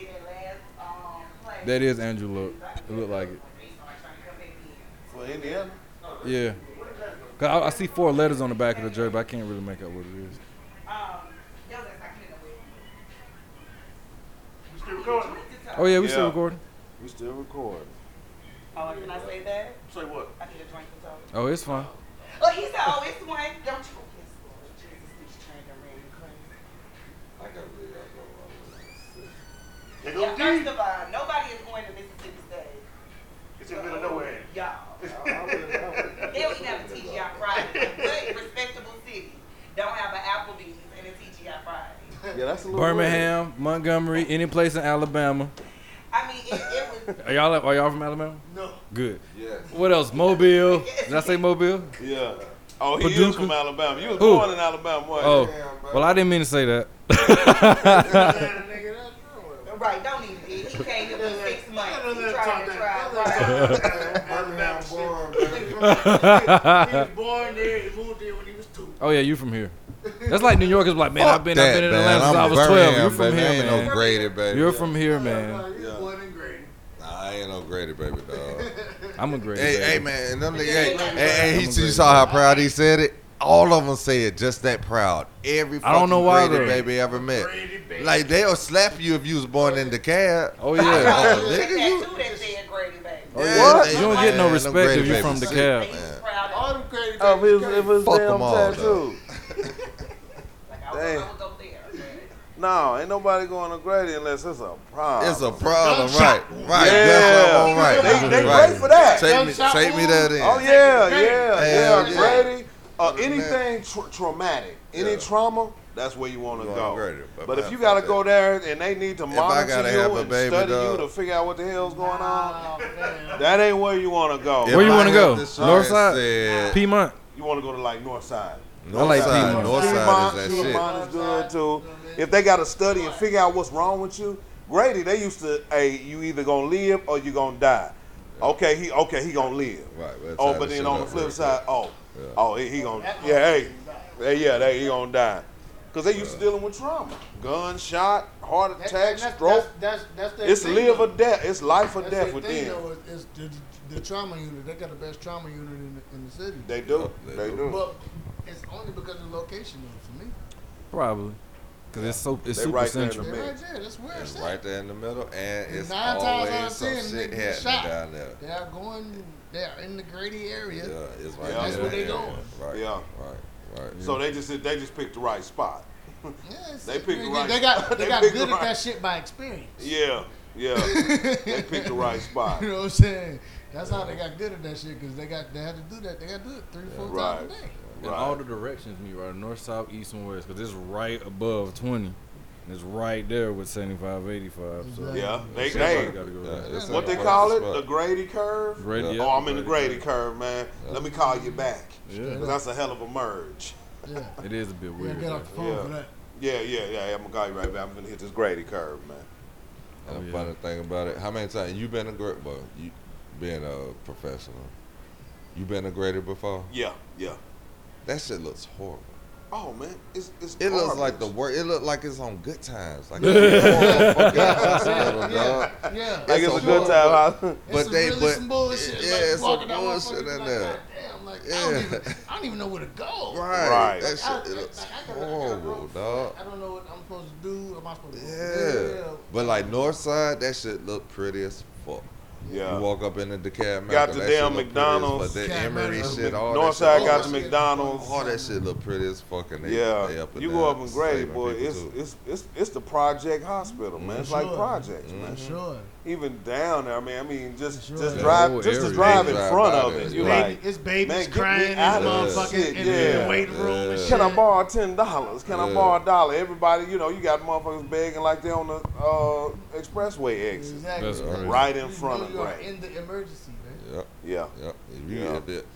Speaker 8: Did that last, um, play.
Speaker 1: That is Andrew Luck. It looked like it.
Speaker 8: They started trying to come back in.
Speaker 2: For Indiana.
Speaker 1: Yeah. Cause I, I see four letters on the back of the jersey, but I can't really make out what it is.
Speaker 8: Um, that was like, you know, we-
Speaker 5: We still recording?
Speaker 1: Oh yeah, we still
Speaker 2: Yeah.
Speaker 1: recording.
Speaker 2: We still recording.
Speaker 8: Oh, can I say that?
Speaker 5: Say what?
Speaker 8: I need a drink or something.
Speaker 1: Oh, it's fine.
Speaker 8: Oh, he said, oh, it's one. Don't you? Yes, Lord Jesus, this train done ran me crazy.
Speaker 4: I can't believe I
Speaker 5: They go
Speaker 8: Yeah,
Speaker 5: deep.
Speaker 8: first of all, nobody is going to Mississippi State.
Speaker 5: It's in the middle of nowhere.
Speaker 8: Y'all.
Speaker 2: That's
Speaker 8: They'll even have a TGI Friday. Good, respectable city. Don't have an Applebee's and a TGI Friday.
Speaker 2: yeah, that's a little.
Speaker 1: Birmingham, Montgomery, any place in Alabama.
Speaker 8: I mean, it, it was.
Speaker 1: Are y'all are y'all from Alabama?
Speaker 6: No.
Speaker 1: Good.
Speaker 4: Yes.
Speaker 1: What else? Mobile. Did I say Mobile?
Speaker 2: Yeah. Oh, he
Speaker 1: Paducah.
Speaker 2: is from Alabama. You was
Speaker 1: Who?
Speaker 2: born in Alabama, was
Speaker 1: Oh, well, I didn't mean to say that.
Speaker 6: that nigga. That's true.
Speaker 8: Right, don't even. He came here for six months.
Speaker 6: That
Speaker 8: He
Speaker 6: nigga
Speaker 8: tried to
Speaker 6: talk
Speaker 8: try.
Speaker 6: that-
Speaker 4: Birmingham born, baby.
Speaker 6: He was born there. He moved there when he was two.
Speaker 1: Oh yeah, you from here? That's like New Yorkers. Like, man, I've been, I've been in Atlanta since
Speaker 4: I'm
Speaker 1: I was
Speaker 4: Birmingham,
Speaker 1: twelve. You're from
Speaker 4: baby. I
Speaker 1: here,
Speaker 4: ain't
Speaker 1: man.
Speaker 4: no Grady, baby.
Speaker 1: You're from here, man.
Speaker 6: He was born and great.
Speaker 4: Nah, I ain't no Grady, baby, dog.
Speaker 1: I'm a great.
Speaker 4: Hey,
Speaker 1: baby.
Speaker 4: hey, man, and them nigga, hey,
Speaker 8: I'm
Speaker 4: hey, hey, he,
Speaker 1: I'm
Speaker 4: you
Speaker 1: great.
Speaker 4: saw how proud he said it. All of them say it just that proud. Every
Speaker 1: I don't know
Speaker 4: fucking
Speaker 1: why,
Speaker 4: Grady
Speaker 1: though.
Speaker 4: baby ever met.
Speaker 6: Grady baby.
Speaker 4: Like they'll slap you if you was born in the cab.
Speaker 1: Oh yeah.
Speaker 4: Oh, nigga,
Speaker 8: Take that
Speaker 4: you-
Speaker 8: too that said Grady Baby.
Speaker 1: Oh, yeah.
Speaker 4: What?
Speaker 1: You don't get no
Speaker 4: Man, them
Speaker 1: respect
Speaker 4: Grady
Speaker 1: if you're from
Speaker 4: babies.
Speaker 1: the
Speaker 8: He
Speaker 1: cab.
Speaker 8: was proud
Speaker 6: All
Speaker 8: of
Speaker 6: them Grady
Speaker 2: Of his,
Speaker 6: babies.
Speaker 2: of
Speaker 6: Grady.
Speaker 2: his
Speaker 4: Fuck
Speaker 2: damn
Speaker 4: 'em all,
Speaker 2: tattoo.
Speaker 8: Like, I was, I was up there.
Speaker 2: No, ain't nobody going to Grady unless it's a problem.
Speaker 4: It's a problem, right?
Speaker 6: Gunshot.
Speaker 4: Right.
Speaker 2: Yeah.
Speaker 4: That's what I'm on, right.
Speaker 2: They- they
Speaker 4: right.
Speaker 2: pray for that.
Speaker 4: Take me,
Speaker 6: Gunshot
Speaker 4: take me there then.
Speaker 2: Oh yeah,
Speaker 6: Grady.
Speaker 2: yeah, yeah,
Speaker 4: Hell yeah.
Speaker 2: Grady. Uh, anything tra- traumatic, any
Speaker 4: Yeah.
Speaker 2: trauma, that's where you want to
Speaker 4: You want
Speaker 2: go.
Speaker 4: Grady, but
Speaker 2: but
Speaker 4: man,
Speaker 2: if you got to
Speaker 4: fuck
Speaker 2: go there and they need to
Speaker 4: I
Speaker 2: monitor
Speaker 4: gotta
Speaker 2: you
Speaker 4: have a
Speaker 2: and
Speaker 4: baby,
Speaker 2: study
Speaker 4: dog.
Speaker 2: you to figure out what the hell's going on,
Speaker 6: Oh, man.
Speaker 2: that ain't where you want to go.
Speaker 1: Where you
Speaker 4: If I
Speaker 1: wanna
Speaker 4: had
Speaker 1: go?
Speaker 4: this shit
Speaker 1: North side?
Speaker 4: said-
Speaker 1: Piedmont.
Speaker 2: You want to go to like Northside.
Speaker 4: North
Speaker 1: like
Speaker 4: side.
Speaker 1: Piedmont.
Speaker 4: North
Speaker 2: Piedmont,
Speaker 4: side is that shit.
Speaker 2: Piedmont is good too. If they got to study and figure out what's wrong with you, Grady, they used to, hey, you either gonna live or you gonna die. Okay, he okay, he gonna live.
Speaker 4: Right, let's
Speaker 2: Oh,
Speaker 4: tie
Speaker 2: but then
Speaker 4: this shit
Speaker 2: on the
Speaker 4: up
Speaker 2: flip
Speaker 4: real
Speaker 2: side, oh, oh, he, he gonna, yeah, hey, hey, yeah, they, he gonna die, cause they used to dealing with trauma, gunshot, heart
Speaker 6: That-
Speaker 2: attack,
Speaker 6: that's-
Speaker 2: stroke.
Speaker 6: That's, that's, that's their
Speaker 2: It's
Speaker 6: thing,
Speaker 2: live
Speaker 6: though.
Speaker 2: or death. It's life or
Speaker 6: That's
Speaker 2: death
Speaker 6: their
Speaker 2: with
Speaker 6: thing,
Speaker 2: them.
Speaker 6: though, is- is the, the trauma unit. They got the best trauma unit in the, in the city.
Speaker 2: They do.
Speaker 4: They
Speaker 2: They
Speaker 4: do.
Speaker 2: do.
Speaker 6: But it's only because of the location though, for me.
Speaker 1: Probably. Cause it's so it's
Speaker 2: They
Speaker 1: super
Speaker 2: right there in the
Speaker 1: central.
Speaker 2: middle.
Speaker 6: They're right there. That's where
Speaker 4: It's
Speaker 6: it's at.
Speaker 4: right there in the middle, and it's
Speaker 6: Nine times out of
Speaker 4: always some
Speaker 6: ten,
Speaker 4: shit
Speaker 6: nigga, get shot.
Speaker 4: happening down there.
Speaker 6: They are going. They are in the Grady area.
Speaker 4: Yeah, it's right
Speaker 2: Yeah. That's
Speaker 4: there.
Speaker 6: where they
Speaker 4: Yeah,
Speaker 6: going.
Speaker 4: Right.
Speaker 2: Yeah.
Speaker 4: Right. Right.
Speaker 2: So they just they just picked the right spot.
Speaker 6: Yes,
Speaker 2: They picked
Speaker 6: they,
Speaker 2: right.
Speaker 6: They got they,
Speaker 2: They
Speaker 6: got
Speaker 2: picked
Speaker 6: good at
Speaker 2: right.
Speaker 6: that shit by experience.
Speaker 2: Yeah, yeah. They picked the right spot.
Speaker 6: You know what I'm saying? That's how they got good at that shit because they got they had to do that. They got to do it three, four times a
Speaker 2: Right.
Speaker 6: day.
Speaker 1: in all the directions me right north south east and west because it's right above 20 and it's right there with 75 85 so
Speaker 2: Yeah, they,
Speaker 1: everybody
Speaker 2: they
Speaker 1: gotta go
Speaker 4: Yeah,
Speaker 1: right.
Speaker 4: it's
Speaker 2: what they
Speaker 4: a perfect
Speaker 2: call it,
Speaker 4: spot.
Speaker 2: the Grady curve.
Speaker 1: Grady, yeah.
Speaker 2: oh, I'm in the Grady curve, man. Let me call you back.
Speaker 1: Yeah.
Speaker 2: 'Cause that's a hell of a merge.
Speaker 3: Yeah.
Speaker 1: it is a bit
Speaker 9: Yeah,
Speaker 1: weird
Speaker 9: get off the phone
Speaker 2: Yeah.
Speaker 9: for that.
Speaker 2: Yeah, yeah, yeah. I'm gonna call you right back. I'm gonna hit this Grady curve, man.
Speaker 4: And
Speaker 1: Oh,
Speaker 4: the
Speaker 1: yeah.
Speaker 4: funny thing about it, how many times you been a great, well, you being a professional, you been a grader before?
Speaker 2: Yeah, yeah.
Speaker 4: That shit looks horrible.
Speaker 2: Oh man, it's it's.
Speaker 4: It looks like the
Speaker 2: garbage.
Speaker 4: work. It look like it's on good times. Like it's a fucking hospital, dog.
Speaker 3: Yeah.
Speaker 2: Like
Speaker 4: It's
Speaker 2: it's
Speaker 4: a
Speaker 2: a good
Speaker 4: war.
Speaker 2: time.
Speaker 4: But
Speaker 3: it's
Speaker 4: they,
Speaker 3: really
Speaker 4: but
Speaker 3: some bullshit.
Speaker 4: yeah,
Speaker 3: like,
Speaker 4: it's
Speaker 3: walking
Speaker 4: some
Speaker 3: down my
Speaker 4: bullshit
Speaker 3: phone,
Speaker 4: in
Speaker 3: like,
Speaker 4: there.
Speaker 3: Damn, like I don't
Speaker 4: Yeah.
Speaker 3: even, I don't even know where to go.
Speaker 4: Right.
Speaker 2: Right.
Speaker 4: That
Speaker 3: I,
Speaker 4: shit it looks
Speaker 3: like, I got a- I got a
Speaker 4: horrible,
Speaker 3: road
Speaker 4: dog.
Speaker 3: I don't know what I'm supposed to do. Am I supposed to?
Speaker 4: Yeah.
Speaker 3: Go?
Speaker 4: But like north side, that shit look pretty as fuck. You
Speaker 2: Yeah.
Speaker 4: walk up in the
Speaker 2: Got
Speaker 4: DeKalb Mountain,
Speaker 2: the
Speaker 4: that shit
Speaker 2: damn
Speaker 4: look pretty as
Speaker 2: McDonald's.
Speaker 3: Yeah,
Speaker 4: fuck. That Emory
Speaker 3: man.
Speaker 4: shit, all that shit.
Speaker 2: Northside got
Speaker 4: all that
Speaker 2: the
Speaker 4: shit-
Speaker 2: McDonald's.
Speaker 4: All that shit look pretty as fuck, and they, they
Speaker 2: Yeah,
Speaker 4: up in
Speaker 2: you
Speaker 4: there
Speaker 2: go up in Grady,
Speaker 4: saving
Speaker 2: boy.
Speaker 4: people,
Speaker 2: It's
Speaker 4: too.
Speaker 2: it's it's it's the project hospital, man. It's like
Speaker 3: Sure.
Speaker 2: projects,
Speaker 4: Mm-hmm.
Speaker 9: For
Speaker 2: man.
Speaker 9: sure.
Speaker 2: Even down there, I mean, I mean, just
Speaker 3: Sure.
Speaker 2: just
Speaker 1: whole
Speaker 3: The
Speaker 2: drive, just to
Speaker 1: area.
Speaker 2: drive in
Speaker 4: Drive
Speaker 2: front
Speaker 4: by
Speaker 2: of
Speaker 4: there,
Speaker 2: it.
Speaker 4: yeah.
Speaker 2: You
Speaker 4: You're
Speaker 3: Baby,
Speaker 2: like,
Speaker 3: it's babies
Speaker 2: man, get me
Speaker 3: crying in
Speaker 2: out
Speaker 3: the
Speaker 4: of this
Speaker 3: motherfucking
Speaker 2: shit,
Speaker 3: in
Speaker 2: yeah.
Speaker 3: the waiting room and
Speaker 4: Yeah.
Speaker 3: shit.
Speaker 2: Can I borrow ten dollars? Can I
Speaker 4: Yeah.
Speaker 2: borrow a dollar? Everybody, you know, you got motherfuckers begging like they're on the uh, expressway exit,
Speaker 3: Exactly.
Speaker 1: That's crazy.
Speaker 2: right in
Speaker 3: You
Speaker 2: front
Speaker 3: know
Speaker 2: of
Speaker 3: you are
Speaker 2: Grady.
Speaker 3: in the emergency, man.
Speaker 4: Yep,
Speaker 2: Yeah,
Speaker 4: yep. If you
Speaker 2: Yeah.
Speaker 4: if it,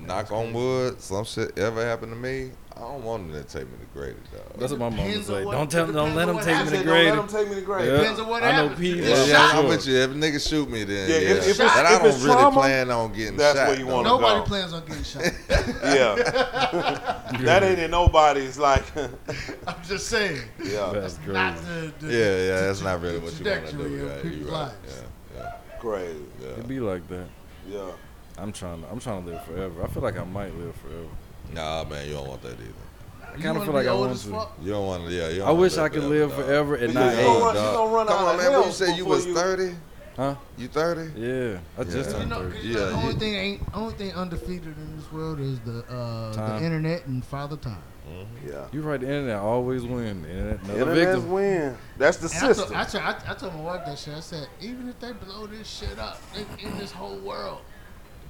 Speaker 4: knock on wood, some shit ever happened to me, I don't want them to take me to Grady, dog.
Speaker 1: that's what my mom
Speaker 3: Depends
Speaker 1: was
Speaker 3: on
Speaker 1: like
Speaker 3: what-
Speaker 1: don't tell don't
Speaker 3: depends
Speaker 1: let
Speaker 3: on
Speaker 1: them
Speaker 3: what
Speaker 1: take me
Speaker 3: happens.
Speaker 1: to
Speaker 2: Said, don't let
Speaker 1: grade
Speaker 2: them take me to Grady.
Speaker 1: Yeah.
Speaker 3: Depends on what
Speaker 1: I know
Speaker 3: happens.
Speaker 1: people
Speaker 4: Yeah,
Speaker 1: are
Speaker 4: yeah, I'm
Speaker 1: sure.
Speaker 4: with you. If niggas shoot me, then
Speaker 2: Yeah,
Speaker 4: yeah,
Speaker 2: if- if it's-
Speaker 4: but I
Speaker 2: if
Speaker 4: don't
Speaker 2: it's
Speaker 4: really
Speaker 2: trauma,
Speaker 4: plan on getting
Speaker 2: that's
Speaker 4: shot.
Speaker 2: where you
Speaker 4: though.
Speaker 2: wanna
Speaker 3: Nobody
Speaker 2: go.
Speaker 3: plans on getting shot.
Speaker 2: Yeah, that ain't in nobody's like.
Speaker 3: I'm just saying.
Speaker 2: yeah,
Speaker 1: that's
Speaker 3: Not
Speaker 1: crazy
Speaker 3: the, the
Speaker 4: Yeah, yeah, that's not really what you want to
Speaker 3: trajectory
Speaker 4: do.
Speaker 3: of
Speaker 4: Right?
Speaker 3: people's
Speaker 4: You right.
Speaker 3: lives.
Speaker 4: Yeah,
Speaker 2: crazy.
Speaker 4: yeah,
Speaker 1: it
Speaker 4: yeah.
Speaker 1: be like that
Speaker 2: Yeah,
Speaker 1: I'm trying to I'm trying to live forever I feel like I might live forever
Speaker 4: Nah, man, you don't want that either.
Speaker 1: I
Speaker 3: You
Speaker 1: kind of
Speaker 3: wanna
Speaker 1: feel like
Speaker 3: be
Speaker 1: I
Speaker 3: old
Speaker 1: want
Speaker 3: as
Speaker 1: to
Speaker 3: fuck?
Speaker 4: You don't want to. Yeah, you don't
Speaker 1: I
Speaker 4: wanna
Speaker 1: wish I could
Speaker 4: forever,
Speaker 1: live
Speaker 4: dog.
Speaker 1: forever and
Speaker 2: Because you
Speaker 1: not
Speaker 2: gonna
Speaker 1: age
Speaker 2: run, you
Speaker 4: dog.
Speaker 2: gonna run
Speaker 4: Come
Speaker 2: out
Speaker 4: on,
Speaker 2: of
Speaker 4: man. What you
Speaker 2: health
Speaker 4: say? You
Speaker 2: before
Speaker 4: was thirty?
Speaker 1: huh
Speaker 4: You thirty?
Speaker 1: yeah I just
Speaker 4: Yeah.
Speaker 3: You
Speaker 1: turned
Speaker 3: know,
Speaker 1: 30
Speaker 4: Yeah,
Speaker 3: the only
Speaker 4: you-
Speaker 3: thing ain't only thing undefeated in this world is the uh,
Speaker 1: Time.
Speaker 3: the internet and father time.
Speaker 2: Yeah,
Speaker 1: you right the internet always win the internet another
Speaker 2: internet's
Speaker 1: victim
Speaker 2: win. That's the
Speaker 3: And I, told,
Speaker 2: system.
Speaker 3: I, told, I, I told my wife that shit. I said, even if they blow this shit up in, in this whole world,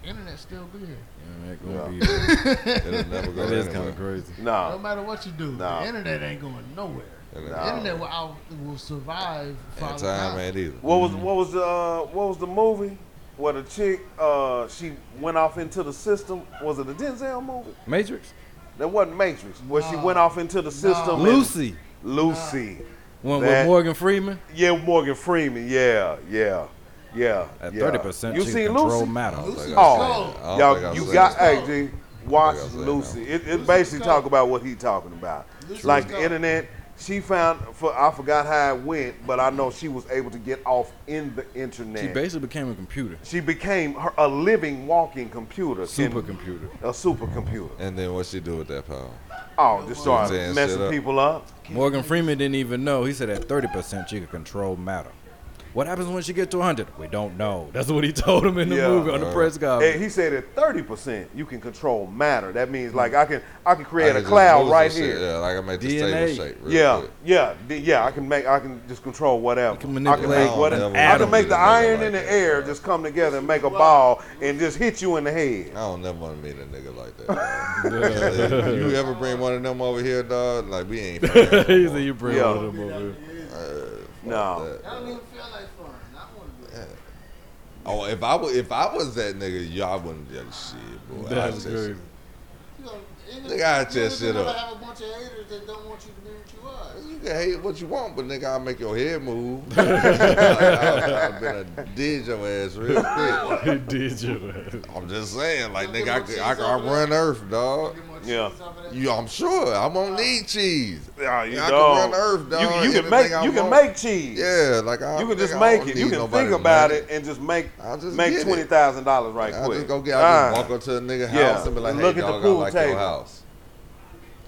Speaker 3: internet still be here.
Speaker 1: Internet gonna
Speaker 2: Yeah.
Speaker 1: be there.
Speaker 4: It'll never go
Speaker 1: that is kind
Speaker 4: anywhere.
Speaker 1: of crazy
Speaker 3: No
Speaker 2: No,
Speaker 3: matter what you do,
Speaker 2: Nah.
Speaker 3: the internet ain't going nowhere.
Speaker 4: It'll-
Speaker 2: Nah.
Speaker 3: The internet will, out, will survive
Speaker 4: And
Speaker 3: father
Speaker 4: time
Speaker 3: time.
Speaker 4: ain't either.
Speaker 2: what was what was the uh, what was the movie? Where the chick uh, she went off into the system. Was it a Denzel movie?
Speaker 1: Matrix
Speaker 2: That wasn't Matrix. Where she
Speaker 3: Nah.
Speaker 2: went off into the system. and-
Speaker 1: Lucy
Speaker 2: Lucy.
Speaker 1: one
Speaker 2: That-
Speaker 1: with Morgan Freeman
Speaker 2: Yeah, Morgan Freeman. Yeah, yeah, yeah.
Speaker 1: at
Speaker 2: yeah.
Speaker 1: thirty percent
Speaker 2: You
Speaker 1: she
Speaker 2: see
Speaker 1: can control
Speaker 2: Lucy?
Speaker 1: matter
Speaker 2: Oh,
Speaker 3: Lucy, let's go.
Speaker 4: I don't think
Speaker 2: Y'all,
Speaker 4: I've
Speaker 2: you
Speaker 4: seen
Speaker 2: got
Speaker 4: it.
Speaker 2: hey, G, watch
Speaker 4: I've seen it.
Speaker 2: Lucy. It, it basically
Speaker 3: go.
Speaker 2: talk about what he talking about.
Speaker 3: Lucy,
Speaker 2: like
Speaker 3: let's
Speaker 2: the
Speaker 3: go.
Speaker 2: internet, she found for I forgot how it went, but I know she was able to get off in the internet.
Speaker 1: she basically became a computer
Speaker 2: She became her, a living, walking computer. Can-
Speaker 1: supercomputer
Speaker 2: A supercomputer.
Speaker 4: And then what she do with that power?
Speaker 2: Oh, just start
Speaker 4: Tearing shit
Speaker 2: messing
Speaker 4: up.
Speaker 2: people up.
Speaker 1: Morgan Freeman didn't even know. He said at 30% she could control matter. What happens when she gets to 100? We don't know. That's what he told him in the
Speaker 2: Yeah.
Speaker 1: movie on the
Speaker 4: Right.
Speaker 1: press
Speaker 2: And
Speaker 1: conference.
Speaker 2: he said at thirty percent, you can control matter. That means like I can I can
Speaker 4: I
Speaker 2: create
Speaker 4: can
Speaker 2: a
Speaker 4: just
Speaker 2: cloud
Speaker 4: move
Speaker 2: right
Speaker 4: some
Speaker 2: here.
Speaker 4: Shit. Yeah, like I made this
Speaker 1: DNA.
Speaker 4: table shake. Real
Speaker 2: Yeah,
Speaker 4: quick.
Speaker 2: yeah, d- yeah. I can make, I can just control whatever.
Speaker 1: can
Speaker 2: I
Speaker 1: manipulate
Speaker 2: can make whatever.
Speaker 4: an
Speaker 2: I can
Speaker 1: atom.
Speaker 2: make the iron in
Speaker 4: Like
Speaker 2: the
Speaker 4: that.
Speaker 2: air just come together and make a ball and just hit you in the head.
Speaker 4: I don't never want to meet a nigga like that. dog. if you ever bring one of them over here, dog, like we ain't. friends no
Speaker 1: he
Speaker 4: more.
Speaker 1: said you bring
Speaker 2: Yeah.
Speaker 1: one of them over.
Speaker 2: No,
Speaker 3: I don't even feel like fun. I want to be.
Speaker 4: Oh, if I was if I was that nigga, y'all wouldn't do shit, boy. I'd
Speaker 1: That's
Speaker 4: say
Speaker 1: crazy.
Speaker 3: You know, internet-
Speaker 4: They gotta
Speaker 3: you're
Speaker 4: test it
Speaker 3: gonna
Speaker 4: up.
Speaker 3: have a bunch of haters that don't want you to be what you are.
Speaker 4: shit. You can hate what you want, but nigga, I'll make your head move. I've been did your ass real quick.
Speaker 1: He did you?
Speaker 4: I'm just saying, like nigga, I could, I could I run Earth, dog.
Speaker 3: Get more
Speaker 2: Yeah.
Speaker 3: cheese off of that.
Speaker 4: You, I'm sure I won't need cheese.
Speaker 2: Nah, you
Speaker 4: I
Speaker 2: don't.
Speaker 4: can run Earth,
Speaker 2: You,
Speaker 4: dog.
Speaker 2: you can
Speaker 4: Anything
Speaker 2: make,
Speaker 4: I
Speaker 2: you can
Speaker 4: want.
Speaker 2: make cheese.
Speaker 4: Yeah, like I.
Speaker 2: You can just
Speaker 4: nigga, I
Speaker 2: make
Speaker 4: don't
Speaker 2: it. You
Speaker 4: need
Speaker 2: can
Speaker 4: nobody's
Speaker 2: think about
Speaker 4: money.
Speaker 2: it and just make
Speaker 4: I'll just
Speaker 2: make
Speaker 4: get it.
Speaker 2: twenty thousand dollars right
Speaker 4: I
Speaker 2: quick.
Speaker 4: just go get. I just
Speaker 2: Ah,
Speaker 4: walk up to a nigga house
Speaker 2: Yeah.
Speaker 4: and be like,
Speaker 2: And
Speaker 4: "Hey,
Speaker 2: look at the
Speaker 4: dog, I
Speaker 2: pool
Speaker 4: like
Speaker 2: table."
Speaker 4: your house."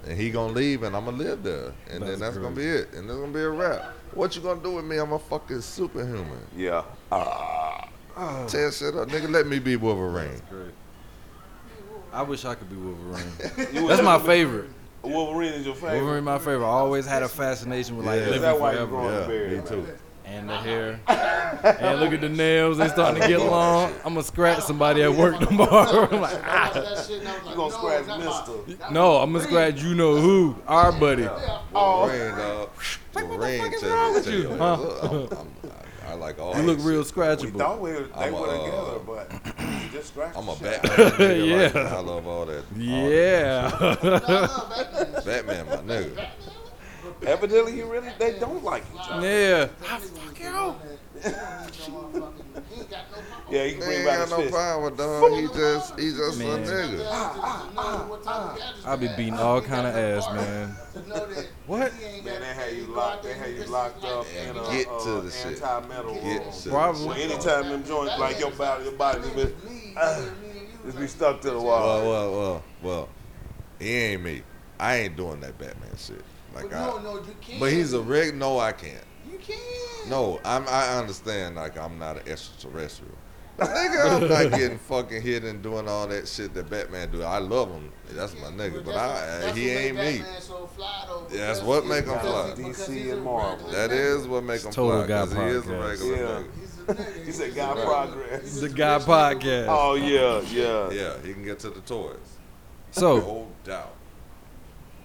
Speaker 4: And he gonna leave, and I'm gonna live there, and
Speaker 1: That's
Speaker 4: then that's gonna be
Speaker 1: crazy.
Speaker 4: it, and that's gonna be a wrap. What you gonna do with me? I'm a fucking superhuman.
Speaker 2: yeah. Uh, Oh.
Speaker 4: Tear shit up, nigga. Let me be Wolverine.
Speaker 1: I wish I could be Wolverine.
Speaker 2: You was-
Speaker 1: That's my favorite.
Speaker 2: Wolverine is your favorite.
Speaker 1: Wolverine, my favorite. I always had a fascination with like
Speaker 4: Yeah.
Speaker 2: Is
Speaker 1: living
Speaker 2: that why you
Speaker 1: forever.
Speaker 2: growing
Speaker 4: Yeah,
Speaker 2: a beard?
Speaker 4: me too.
Speaker 1: and the hair. and look at the nails. They starting to get long. I'm gonna scratch somebody at work tomorrow. I'm like,
Speaker 3: I watched that shit and I was like,
Speaker 2: You gonna
Speaker 3: no,
Speaker 2: scratch
Speaker 3: not
Speaker 2: Mister?
Speaker 3: mine. That's
Speaker 1: no, I'm gonna scratch you know who, our buddy. Oh.
Speaker 4: Ring up. Ring
Speaker 1: fuck is
Speaker 4: to-
Speaker 1: wrong with
Speaker 4: to
Speaker 1: you?
Speaker 4: your-
Speaker 1: Huh?
Speaker 4: Look, I'm- I'm- I I like all.
Speaker 1: You look
Speaker 4: that
Speaker 1: real
Speaker 4: shit.
Speaker 2: We
Speaker 1: scratchable.
Speaker 2: thought we were, they
Speaker 4: I'm a,
Speaker 2: were
Speaker 4: uh,
Speaker 2: together, but you just scratched.
Speaker 4: I'm
Speaker 2: the
Speaker 4: a
Speaker 2: shit
Speaker 4: Batman. nigga,
Speaker 1: Yeah.
Speaker 4: like, I love all that. all
Speaker 1: Yeah.
Speaker 4: that. Batman, my nigga.
Speaker 2: out. Evidently, you really they don't like each other.
Speaker 1: yeah.
Speaker 3: He ain't got no power.
Speaker 2: Yeah, you can
Speaker 4: He
Speaker 2: bring
Speaker 4: ain't
Speaker 2: back his
Speaker 4: got no
Speaker 2: fist.
Speaker 4: power, dog. He just, he just
Speaker 1: Man.
Speaker 4: a nigga.
Speaker 1: I be beating all kind of ass, man. What?
Speaker 2: Man, they had you locked. They had you locked up in a
Speaker 4: Get
Speaker 2: uh,
Speaker 4: to the shit.
Speaker 2: anti-metal
Speaker 4: Get
Speaker 2: room.
Speaker 4: to
Speaker 1: Probably.
Speaker 2: Well, anytime them joints like your body, your body just be,
Speaker 4: Ah,
Speaker 2: just be stuck to the
Speaker 4: Well,
Speaker 2: wall.
Speaker 4: well, well, well. He ain't me. I ain't doing that Batman shit. Like I.
Speaker 3: No, no, you can't.
Speaker 4: But he's a rig. No, I can't.
Speaker 3: You can't.
Speaker 4: No, I'm, I understand. Like I'm not an extraterrestrial. nigga, I'm not getting fucking hit and doing all that shit that Batman do. I love him. That's my nigga. But I, uh,
Speaker 3: That's
Speaker 4: he
Speaker 3: what
Speaker 4: ain't
Speaker 3: made
Speaker 4: me.
Speaker 3: Batman so fly, though,
Speaker 4: Yeah,
Speaker 3: because
Speaker 4: that's what
Speaker 3: he-
Speaker 4: make him
Speaker 3: because
Speaker 4: fly.
Speaker 3: he- because
Speaker 2: DC
Speaker 3: he's a
Speaker 2: and Marvel.
Speaker 3: regular
Speaker 4: That
Speaker 3: nigga.
Speaker 4: is what make him
Speaker 1: Total
Speaker 4: fly.
Speaker 1: guy
Speaker 4: Cause he is a
Speaker 1: podcast.
Speaker 4: regular
Speaker 2: Yeah.
Speaker 3: He's a nigga.
Speaker 2: He
Speaker 3: He's
Speaker 2: said,
Speaker 3: a
Speaker 2: "God
Speaker 3: regular
Speaker 2: progress."
Speaker 1: The Guy Podcast.
Speaker 2: Oh yeah, yeah.
Speaker 4: nigga. Yeah, he can get to the toys.
Speaker 1: So
Speaker 4: No doubt.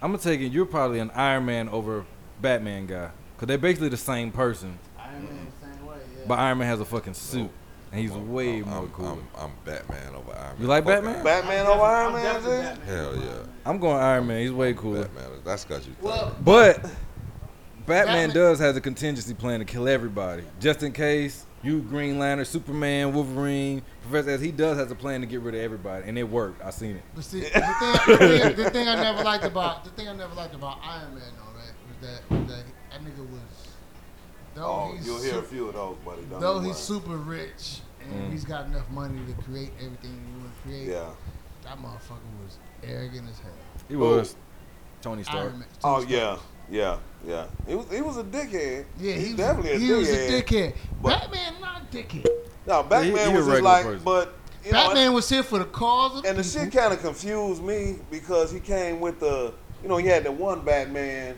Speaker 1: I'm gonna take it. You're probably an Iron Man over Batman guy, cause they're basically the same person.
Speaker 3: Iron Man the same way, yeah.
Speaker 1: But Iron Man has a fucking suit, and he's way
Speaker 4: I'm,
Speaker 1: more
Speaker 4: I'm,
Speaker 1: cool.
Speaker 4: I'm, I'm Batman over Iron Man.
Speaker 1: You like
Speaker 4: Fuck
Speaker 1: Batman?
Speaker 4: Iron Man.
Speaker 2: Batman over Iron
Speaker 3: I'm
Speaker 2: Man,
Speaker 3: definitely
Speaker 2: dude?
Speaker 3: Batman.
Speaker 4: Hell yeah,
Speaker 1: I'm going Iron Man. He's way cooler.
Speaker 4: Batman. That's got you.
Speaker 3: Well,
Speaker 4: thinking.
Speaker 1: But Batman
Speaker 3: Batman-
Speaker 1: does has a contingency plan to kill everybody, just in case you Green Lantern, Superman, Wolverine, Professor X. He does has a plan to get rid of everybody, and it worked. I seen it.
Speaker 3: But see, the thing, the, thing, the thing I never liked about the thing I never liked about Iron Man though, right, was that was that that nigga was though
Speaker 2: Oh,
Speaker 3: he's
Speaker 2: you'll hear a
Speaker 3: su-
Speaker 2: few of those, buddy. Don't
Speaker 3: though
Speaker 2: you
Speaker 3: he's
Speaker 2: worry.
Speaker 3: super rich and he's got enough money to create everything he want to create.
Speaker 2: Yeah.
Speaker 3: That motherfucker was arrogant as hell.
Speaker 1: He was Tony Stark.
Speaker 3: Iron Man.
Speaker 2: Oh yeah, yeah, yeah. He was he was a dickhead.
Speaker 3: Yeah,
Speaker 2: He's
Speaker 3: he was,
Speaker 2: definitely
Speaker 3: he
Speaker 2: a dickhead.
Speaker 3: was a dickhead.
Speaker 2: but-
Speaker 3: Batman not dickhead.
Speaker 2: No, Batman
Speaker 1: Yeah, he- he a
Speaker 2: was just
Speaker 1: regular
Speaker 2: like,
Speaker 1: person.
Speaker 2: but you know,
Speaker 3: Batman was here for the cause of
Speaker 2: and, and the
Speaker 3: people.
Speaker 2: shit kind of confused me because he came with the, you know, he had the one Batman.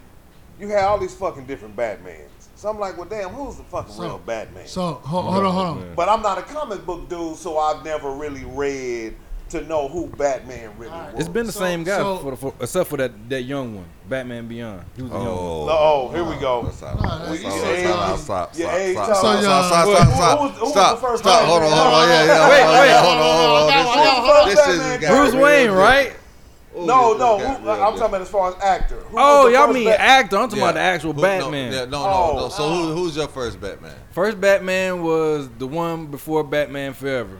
Speaker 2: You had all these fucking different Batmans. So I'm like, well, damn, who's the fucking
Speaker 3: So-
Speaker 2: real Batman?
Speaker 3: So hold, hold on, hold on.
Speaker 1: Yeah.
Speaker 2: but I'm not a comic book dude, so I've never really read to know who Batman really
Speaker 3: Alright.
Speaker 2: was.
Speaker 1: It's been the
Speaker 3: So-
Speaker 1: same guy
Speaker 3: so-
Speaker 1: for, the, for except for that, that young one, Batman Beyond. He was the young one.
Speaker 4: Oh,
Speaker 2: Oh, here we go.
Speaker 4: That's out.
Speaker 3: Nah,
Speaker 4: That's
Speaker 3: you
Speaker 4: out.
Speaker 2: say-
Speaker 4: That's out. Stop. Stop.
Speaker 2: Yeah, hey,
Speaker 4: Stop.
Speaker 2: so,
Speaker 3: yeah.
Speaker 4: Stop. Stop.
Speaker 2: Who-
Speaker 4: Stop.
Speaker 2: who was-
Speaker 4: Stop.
Speaker 2: who was the
Speaker 4: Stop.
Speaker 2: first
Speaker 4: Stop.
Speaker 2: Batman?
Speaker 4: Hold on. Hold on. Yeah. Yeah.
Speaker 1: Wait,
Speaker 4: Hold on.
Speaker 1: wait.
Speaker 4: yeah, Hold on.
Speaker 3: Hold on,
Speaker 4: Hold
Speaker 3: hold
Speaker 4: on.
Speaker 3: on,
Speaker 2: hold on.
Speaker 4: This is- This
Speaker 2: Batman.
Speaker 4: is
Speaker 1: Bruce Wayne, right?
Speaker 2: No, no, who, I'm talking about as far as actor. Who
Speaker 1: Oh,
Speaker 2: was the
Speaker 1: y'all
Speaker 2: first
Speaker 1: mean
Speaker 2: Bat-
Speaker 1: actor. I'm talking
Speaker 4: Yeah.
Speaker 1: about the actual
Speaker 4: Who- no,
Speaker 1: Batman.
Speaker 4: yeah, No,
Speaker 2: Oh.
Speaker 4: no, no. So who, who's your first Batman?
Speaker 1: First Batman was the one before Batman Forever.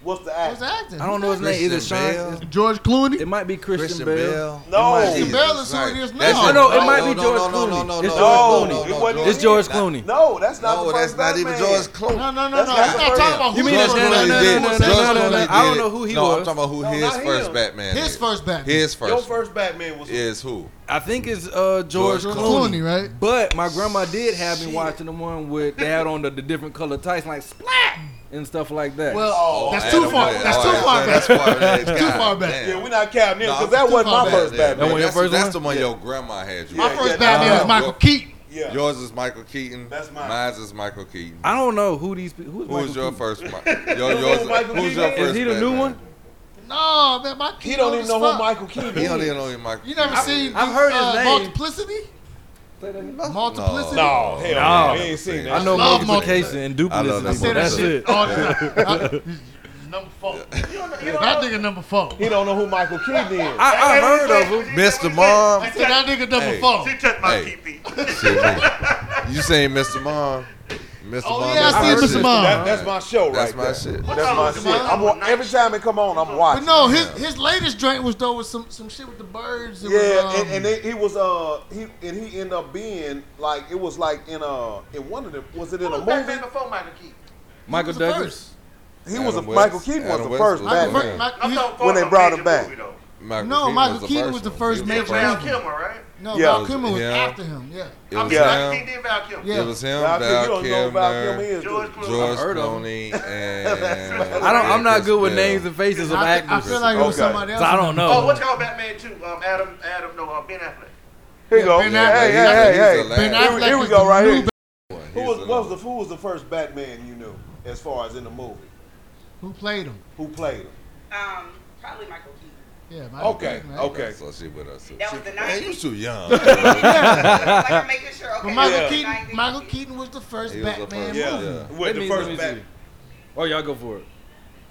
Speaker 2: What's the
Speaker 3: What's
Speaker 2: actor?
Speaker 3: the actor?
Speaker 1: I don't know his name. Either
Speaker 4: Christian
Speaker 1: Sean.
Speaker 4: Bale?
Speaker 3: George Clooney.
Speaker 1: It might be Christian, Bale.
Speaker 2: No.
Speaker 4: It might
Speaker 2: Christian
Speaker 4: be.
Speaker 3: Bale is who it is
Speaker 4: That's
Speaker 3: now.
Speaker 4: it.
Speaker 1: No, no, it might be George
Speaker 4: no, no,
Speaker 1: Clooney.
Speaker 4: no,
Speaker 1: It's
Speaker 4: no,
Speaker 2: George
Speaker 4: no,
Speaker 2: Clooney.
Speaker 4: no,
Speaker 2: It wasn't
Speaker 4: no,
Speaker 1: It's George Clooney.
Speaker 2: No, that's not
Speaker 4: No,
Speaker 2: the
Speaker 4: that's
Speaker 2: first
Speaker 4: not even
Speaker 2: Batman.
Speaker 4: George Clooney.
Speaker 3: No, no, no, no.
Speaker 2: That's
Speaker 3: no.
Speaker 2: not
Speaker 3: He's
Speaker 2: the
Speaker 3: not
Speaker 2: first
Speaker 3: talking about who
Speaker 1: You mean
Speaker 3: his
Speaker 1: that's-
Speaker 3: first
Speaker 1: no, no,
Speaker 3: Batman
Speaker 1: no,
Speaker 3: is.
Speaker 1: no, no, no,
Speaker 3: Who his
Speaker 1: no,
Speaker 3: first
Speaker 1: no, no,
Speaker 3: Batman
Speaker 1: no.
Speaker 3: is.
Speaker 1: I don't know who he
Speaker 4: no,
Speaker 1: was.
Speaker 4: I'm talking about who
Speaker 2: No,
Speaker 4: his
Speaker 2: not
Speaker 4: first
Speaker 2: him.
Speaker 4: Batman
Speaker 3: His
Speaker 4: is.
Speaker 3: first Batman.
Speaker 4: His
Speaker 2: Your
Speaker 4: first
Speaker 2: first Batman was
Speaker 4: is who?
Speaker 1: I think it's uh, George,
Speaker 4: George
Speaker 1: Clooney.
Speaker 3: Clooney, right?
Speaker 1: But my grandma did have me watching the one with they had on the, the different color tights, like splat and stuff like that.
Speaker 3: Well,
Speaker 2: Oh,
Speaker 3: that's
Speaker 2: Adam
Speaker 3: too far.
Speaker 2: West.
Speaker 3: That's
Speaker 2: Oh,
Speaker 3: too
Speaker 2: Adam
Speaker 3: far.
Speaker 4: That's
Speaker 3: Back.
Speaker 4: far back.
Speaker 3: Too far back.
Speaker 4: God damn.
Speaker 2: Yeah, we're not counting him
Speaker 4: No,
Speaker 2: because that
Speaker 3: I'm
Speaker 2: wasn't
Speaker 3: talking
Speaker 2: my
Speaker 3: about
Speaker 2: first
Speaker 4: Yeah, yeah,
Speaker 1: That
Speaker 2: Batman.
Speaker 1: one your
Speaker 4: that's,
Speaker 1: first
Speaker 4: that's
Speaker 1: one?
Speaker 4: the one
Speaker 2: Yeah.
Speaker 4: your grandma had you.
Speaker 3: My
Speaker 2: Yeah,
Speaker 3: first
Speaker 2: yeah,
Speaker 3: Batman
Speaker 2: no.
Speaker 3: was Michael
Speaker 4: Your-
Speaker 3: Keaton.
Speaker 2: Yeah.
Speaker 4: Yours is Michael Keaton.
Speaker 2: That's mine.
Speaker 4: Mine's is Michael Keaton.
Speaker 1: I don't know who these people. Who's
Speaker 4: Who's
Speaker 1: Michael
Speaker 4: your
Speaker 1: Keaton?
Speaker 4: first? Mi- your, yours,
Speaker 2: Michael
Speaker 4: who's
Speaker 2: Keaton
Speaker 4: your
Speaker 2: is?
Speaker 4: first?
Speaker 1: Is he the new
Speaker 4: Batman?
Speaker 1: one?
Speaker 3: No, man, Michael Keaton.
Speaker 2: He don't
Speaker 3: old
Speaker 2: even
Speaker 3: as
Speaker 2: know who
Speaker 3: fuck.
Speaker 2: Michael Keaton
Speaker 4: He don't
Speaker 2: is.
Speaker 4: even know who Michael.
Speaker 3: You never
Speaker 4: Keaton
Speaker 3: seen?
Speaker 1: I've heard his
Speaker 3: uh,
Speaker 1: name.
Speaker 3: Multiplicity.
Speaker 4: is.
Speaker 3: Multiplicity.
Speaker 2: No, hell no.
Speaker 1: No.
Speaker 2: We ain't seen that.
Speaker 1: I know
Speaker 3: Love
Speaker 1: multiplication and
Speaker 4: I love
Speaker 1: duplicity.
Speaker 4: that
Speaker 1: That's,
Speaker 4: movie.
Speaker 1: it.
Speaker 4: That's
Speaker 3: all the time. I- Number four. That nigga number four.
Speaker 2: He don't know who Michael Keaton is.
Speaker 1: I, I heard of him.
Speaker 4: Mr. Mom.
Speaker 3: I said that nigga number
Speaker 4: Hey.
Speaker 3: four.
Speaker 5: She took my
Speaker 4: Hey.
Speaker 5: PP.
Speaker 4: Shit, nigga. you seen Mr. Mom? Mr.
Speaker 3: Oh,
Speaker 4: Mom.
Speaker 3: yeah, I
Speaker 4: that's
Speaker 3: seen
Speaker 4: my
Speaker 3: Mr.
Speaker 4: shit.
Speaker 3: Mom.
Speaker 2: That, that's my show
Speaker 4: That's
Speaker 2: right
Speaker 4: my
Speaker 2: there.
Speaker 4: shit.
Speaker 2: That's my shit. I'm on, every time it come on, I'm
Speaker 3: But
Speaker 2: watching.
Speaker 3: no, his his latest joint was though with some some shit with the birds. It
Speaker 2: Yeah,
Speaker 3: was, um,
Speaker 2: and, and they, he was uh he and he ended up being like it was like in a in one of them was it in a movie?
Speaker 5: Batman before Michael Keaton.
Speaker 1: Michael
Speaker 3: the
Speaker 1: Douglas.
Speaker 2: He was a
Speaker 4: Adam West.
Speaker 2: Michael Keaton was
Speaker 4: Adam
Speaker 2: the
Speaker 4: West
Speaker 2: first
Speaker 4: was the
Speaker 3: Michael,
Speaker 2: Batman.
Speaker 4: first.
Speaker 3: Michael,
Speaker 5: I'm
Speaker 3: he's-
Speaker 5: talking
Speaker 2: When they
Speaker 5: about
Speaker 2: brought
Speaker 5: major
Speaker 2: him back.
Speaker 5: movie, though.
Speaker 4: Michael
Speaker 3: No,
Speaker 4: Keaton
Speaker 3: Michael
Speaker 4: was the
Speaker 3: Keaton
Speaker 4: first
Speaker 3: was the
Speaker 4: one.
Speaker 3: first
Speaker 4: He was
Speaker 5: Then
Speaker 3: major
Speaker 4: first
Speaker 5: Val
Speaker 3: movie.
Speaker 5: Kilmer, right?
Speaker 3: No,
Speaker 2: Yeah.
Speaker 3: Val Kilmer was
Speaker 4: Yeah.
Speaker 3: after him. Yeah.
Speaker 4: It
Speaker 5: I'm
Speaker 4: was
Speaker 5: sorry, I
Speaker 4: him.
Speaker 5: can't think Val Kilmer.
Speaker 3: Yeah.
Speaker 4: It was him.
Speaker 2: Val Kilmer, you
Speaker 4: Val
Speaker 2: don't know who Val Kilmer
Speaker 4: Kilmer.
Speaker 2: is. do
Speaker 5: George
Speaker 2: you?
Speaker 5: Clooney.
Speaker 4: George
Speaker 1: I've heard of him.
Speaker 4: Clooney and
Speaker 1: I don't. I'm not
Speaker 4: Chris
Speaker 1: good with
Speaker 4: Bell.
Speaker 1: names and faces of
Speaker 3: I,
Speaker 1: actors.
Speaker 3: I feel like it was
Speaker 2: Okay.
Speaker 3: somebody else.
Speaker 1: so I don't know.
Speaker 5: Oh, what's called Batman 2? Um, Adam, Adam, no, uh, Ben Affleck.
Speaker 2: Here you go.
Speaker 3: Ben
Speaker 2: Hey,
Speaker 3: Affleck.
Speaker 2: hey, hey,
Speaker 4: He's a
Speaker 2: hey, hey.
Speaker 4: lad.
Speaker 2: Here
Speaker 3: Ben
Speaker 2: we-
Speaker 3: Affleck
Speaker 2: Here we
Speaker 3: is
Speaker 2: go
Speaker 3: the
Speaker 2: right
Speaker 3: new
Speaker 2: here. Who was, what was the who was the first Batman you knew as far as in the movie?
Speaker 3: Who played him?
Speaker 2: Who played him?
Speaker 8: Um, probably Michael Keaton.
Speaker 3: Yeah, Michael
Speaker 2: Okay,
Speaker 3: Keaton, right?
Speaker 2: okay.
Speaker 4: So she with us.
Speaker 8: That was the
Speaker 4: Man, you
Speaker 8: 90s.
Speaker 4: too young.
Speaker 8: like I'm making sure. Okay,
Speaker 3: But Michael
Speaker 8: that's the
Speaker 3: Keaton,
Speaker 8: 90s.
Speaker 3: Michael Keaton was the first
Speaker 4: He was the
Speaker 3: Batman
Speaker 4: first.
Speaker 2: Yeah,
Speaker 3: movie.
Speaker 4: Yeah.
Speaker 2: with the first Batman.
Speaker 1: Oh, y'all go for it.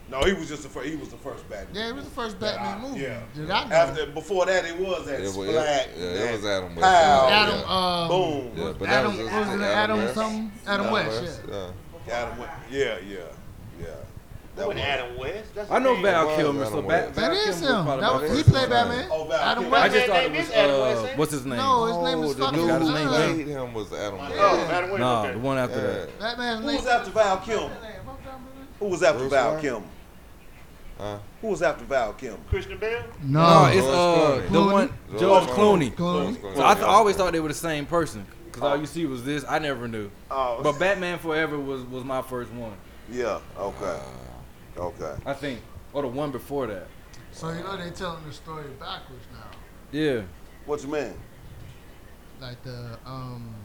Speaker 2: No, he was just the first. He was the first Batman.
Speaker 3: Yeah, it was the first Batman
Speaker 2: I-
Speaker 3: movie
Speaker 2: yeah.
Speaker 3: that I know.
Speaker 2: After before that, it was that
Speaker 4: It was, it,
Speaker 2: splat.
Speaker 4: yeah, it was Adam West.
Speaker 2: Pow.
Speaker 4: oh, Yeah.
Speaker 3: Adam, uh,
Speaker 2: boom.
Speaker 4: Yeah, but that
Speaker 3: Adam,
Speaker 4: was,
Speaker 3: was
Speaker 4: just
Speaker 3: it Adam, something? Adam West, yeah.
Speaker 4: yeah.
Speaker 2: Adam West. Yeah, yeah, yeah. That was
Speaker 5: Adam West. That's
Speaker 1: I know
Speaker 5: his name.
Speaker 1: Val
Speaker 4: was
Speaker 1: Kilmer, so
Speaker 4: Adam
Speaker 1: Bat-
Speaker 4: West.
Speaker 1: Val
Speaker 3: That
Speaker 1: Kilmer
Speaker 3: is
Speaker 1: was
Speaker 3: him.
Speaker 1: probably
Speaker 3: That
Speaker 1: my
Speaker 3: was, he
Speaker 1: first
Speaker 3: played
Speaker 1: one.
Speaker 3: Batman.
Speaker 2: Oh, Val
Speaker 3: Adam
Speaker 2: Kilmer.
Speaker 1: I
Speaker 3: West.
Speaker 1: just thought it
Speaker 5: His
Speaker 1: was
Speaker 5: name is Adam West,
Speaker 1: uh,
Speaker 5: ain't it?
Speaker 1: what's his name?
Speaker 3: No, Oh, his name is
Speaker 4: Oh, the
Speaker 3: fucking
Speaker 4: dude who
Speaker 3: uh,
Speaker 4: made him was Adam West.
Speaker 5: Oh, Adam West.
Speaker 1: Nah, the
Speaker 5: okay.
Speaker 1: one after that.
Speaker 3: Batman's
Speaker 2: Who
Speaker 3: name.
Speaker 2: was after Val Kilmer? Who was after
Speaker 4: Bruce
Speaker 2: Val
Speaker 4: Wayne?
Speaker 2: Kilmer?
Speaker 4: Huh?
Speaker 2: Who was after Val Kilmer?
Speaker 5: Christian Bale.
Speaker 1: No,
Speaker 3: No,
Speaker 1: it's uh,
Speaker 4: Clooney.
Speaker 1: the one
Speaker 4: George
Speaker 1: George
Speaker 4: Clooney.
Speaker 1: Clooney.
Speaker 3: Clooney.
Speaker 1: So I th- always thought they were the same person because all you see was this. I never knew.
Speaker 2: Oh,
Speaker 1: But Batman Forever was was my first one,
Speaker 2: yeah. Okay.
Speaker 4: Uh,
Speaker 2: Okay.
Speaker 1: I think, or the one before that.
Speaker 6: So you know they telling the story backwards now.
Speaker 1: Yeah,
Speaker 2: What you mean?
Speaker 3: Like the um,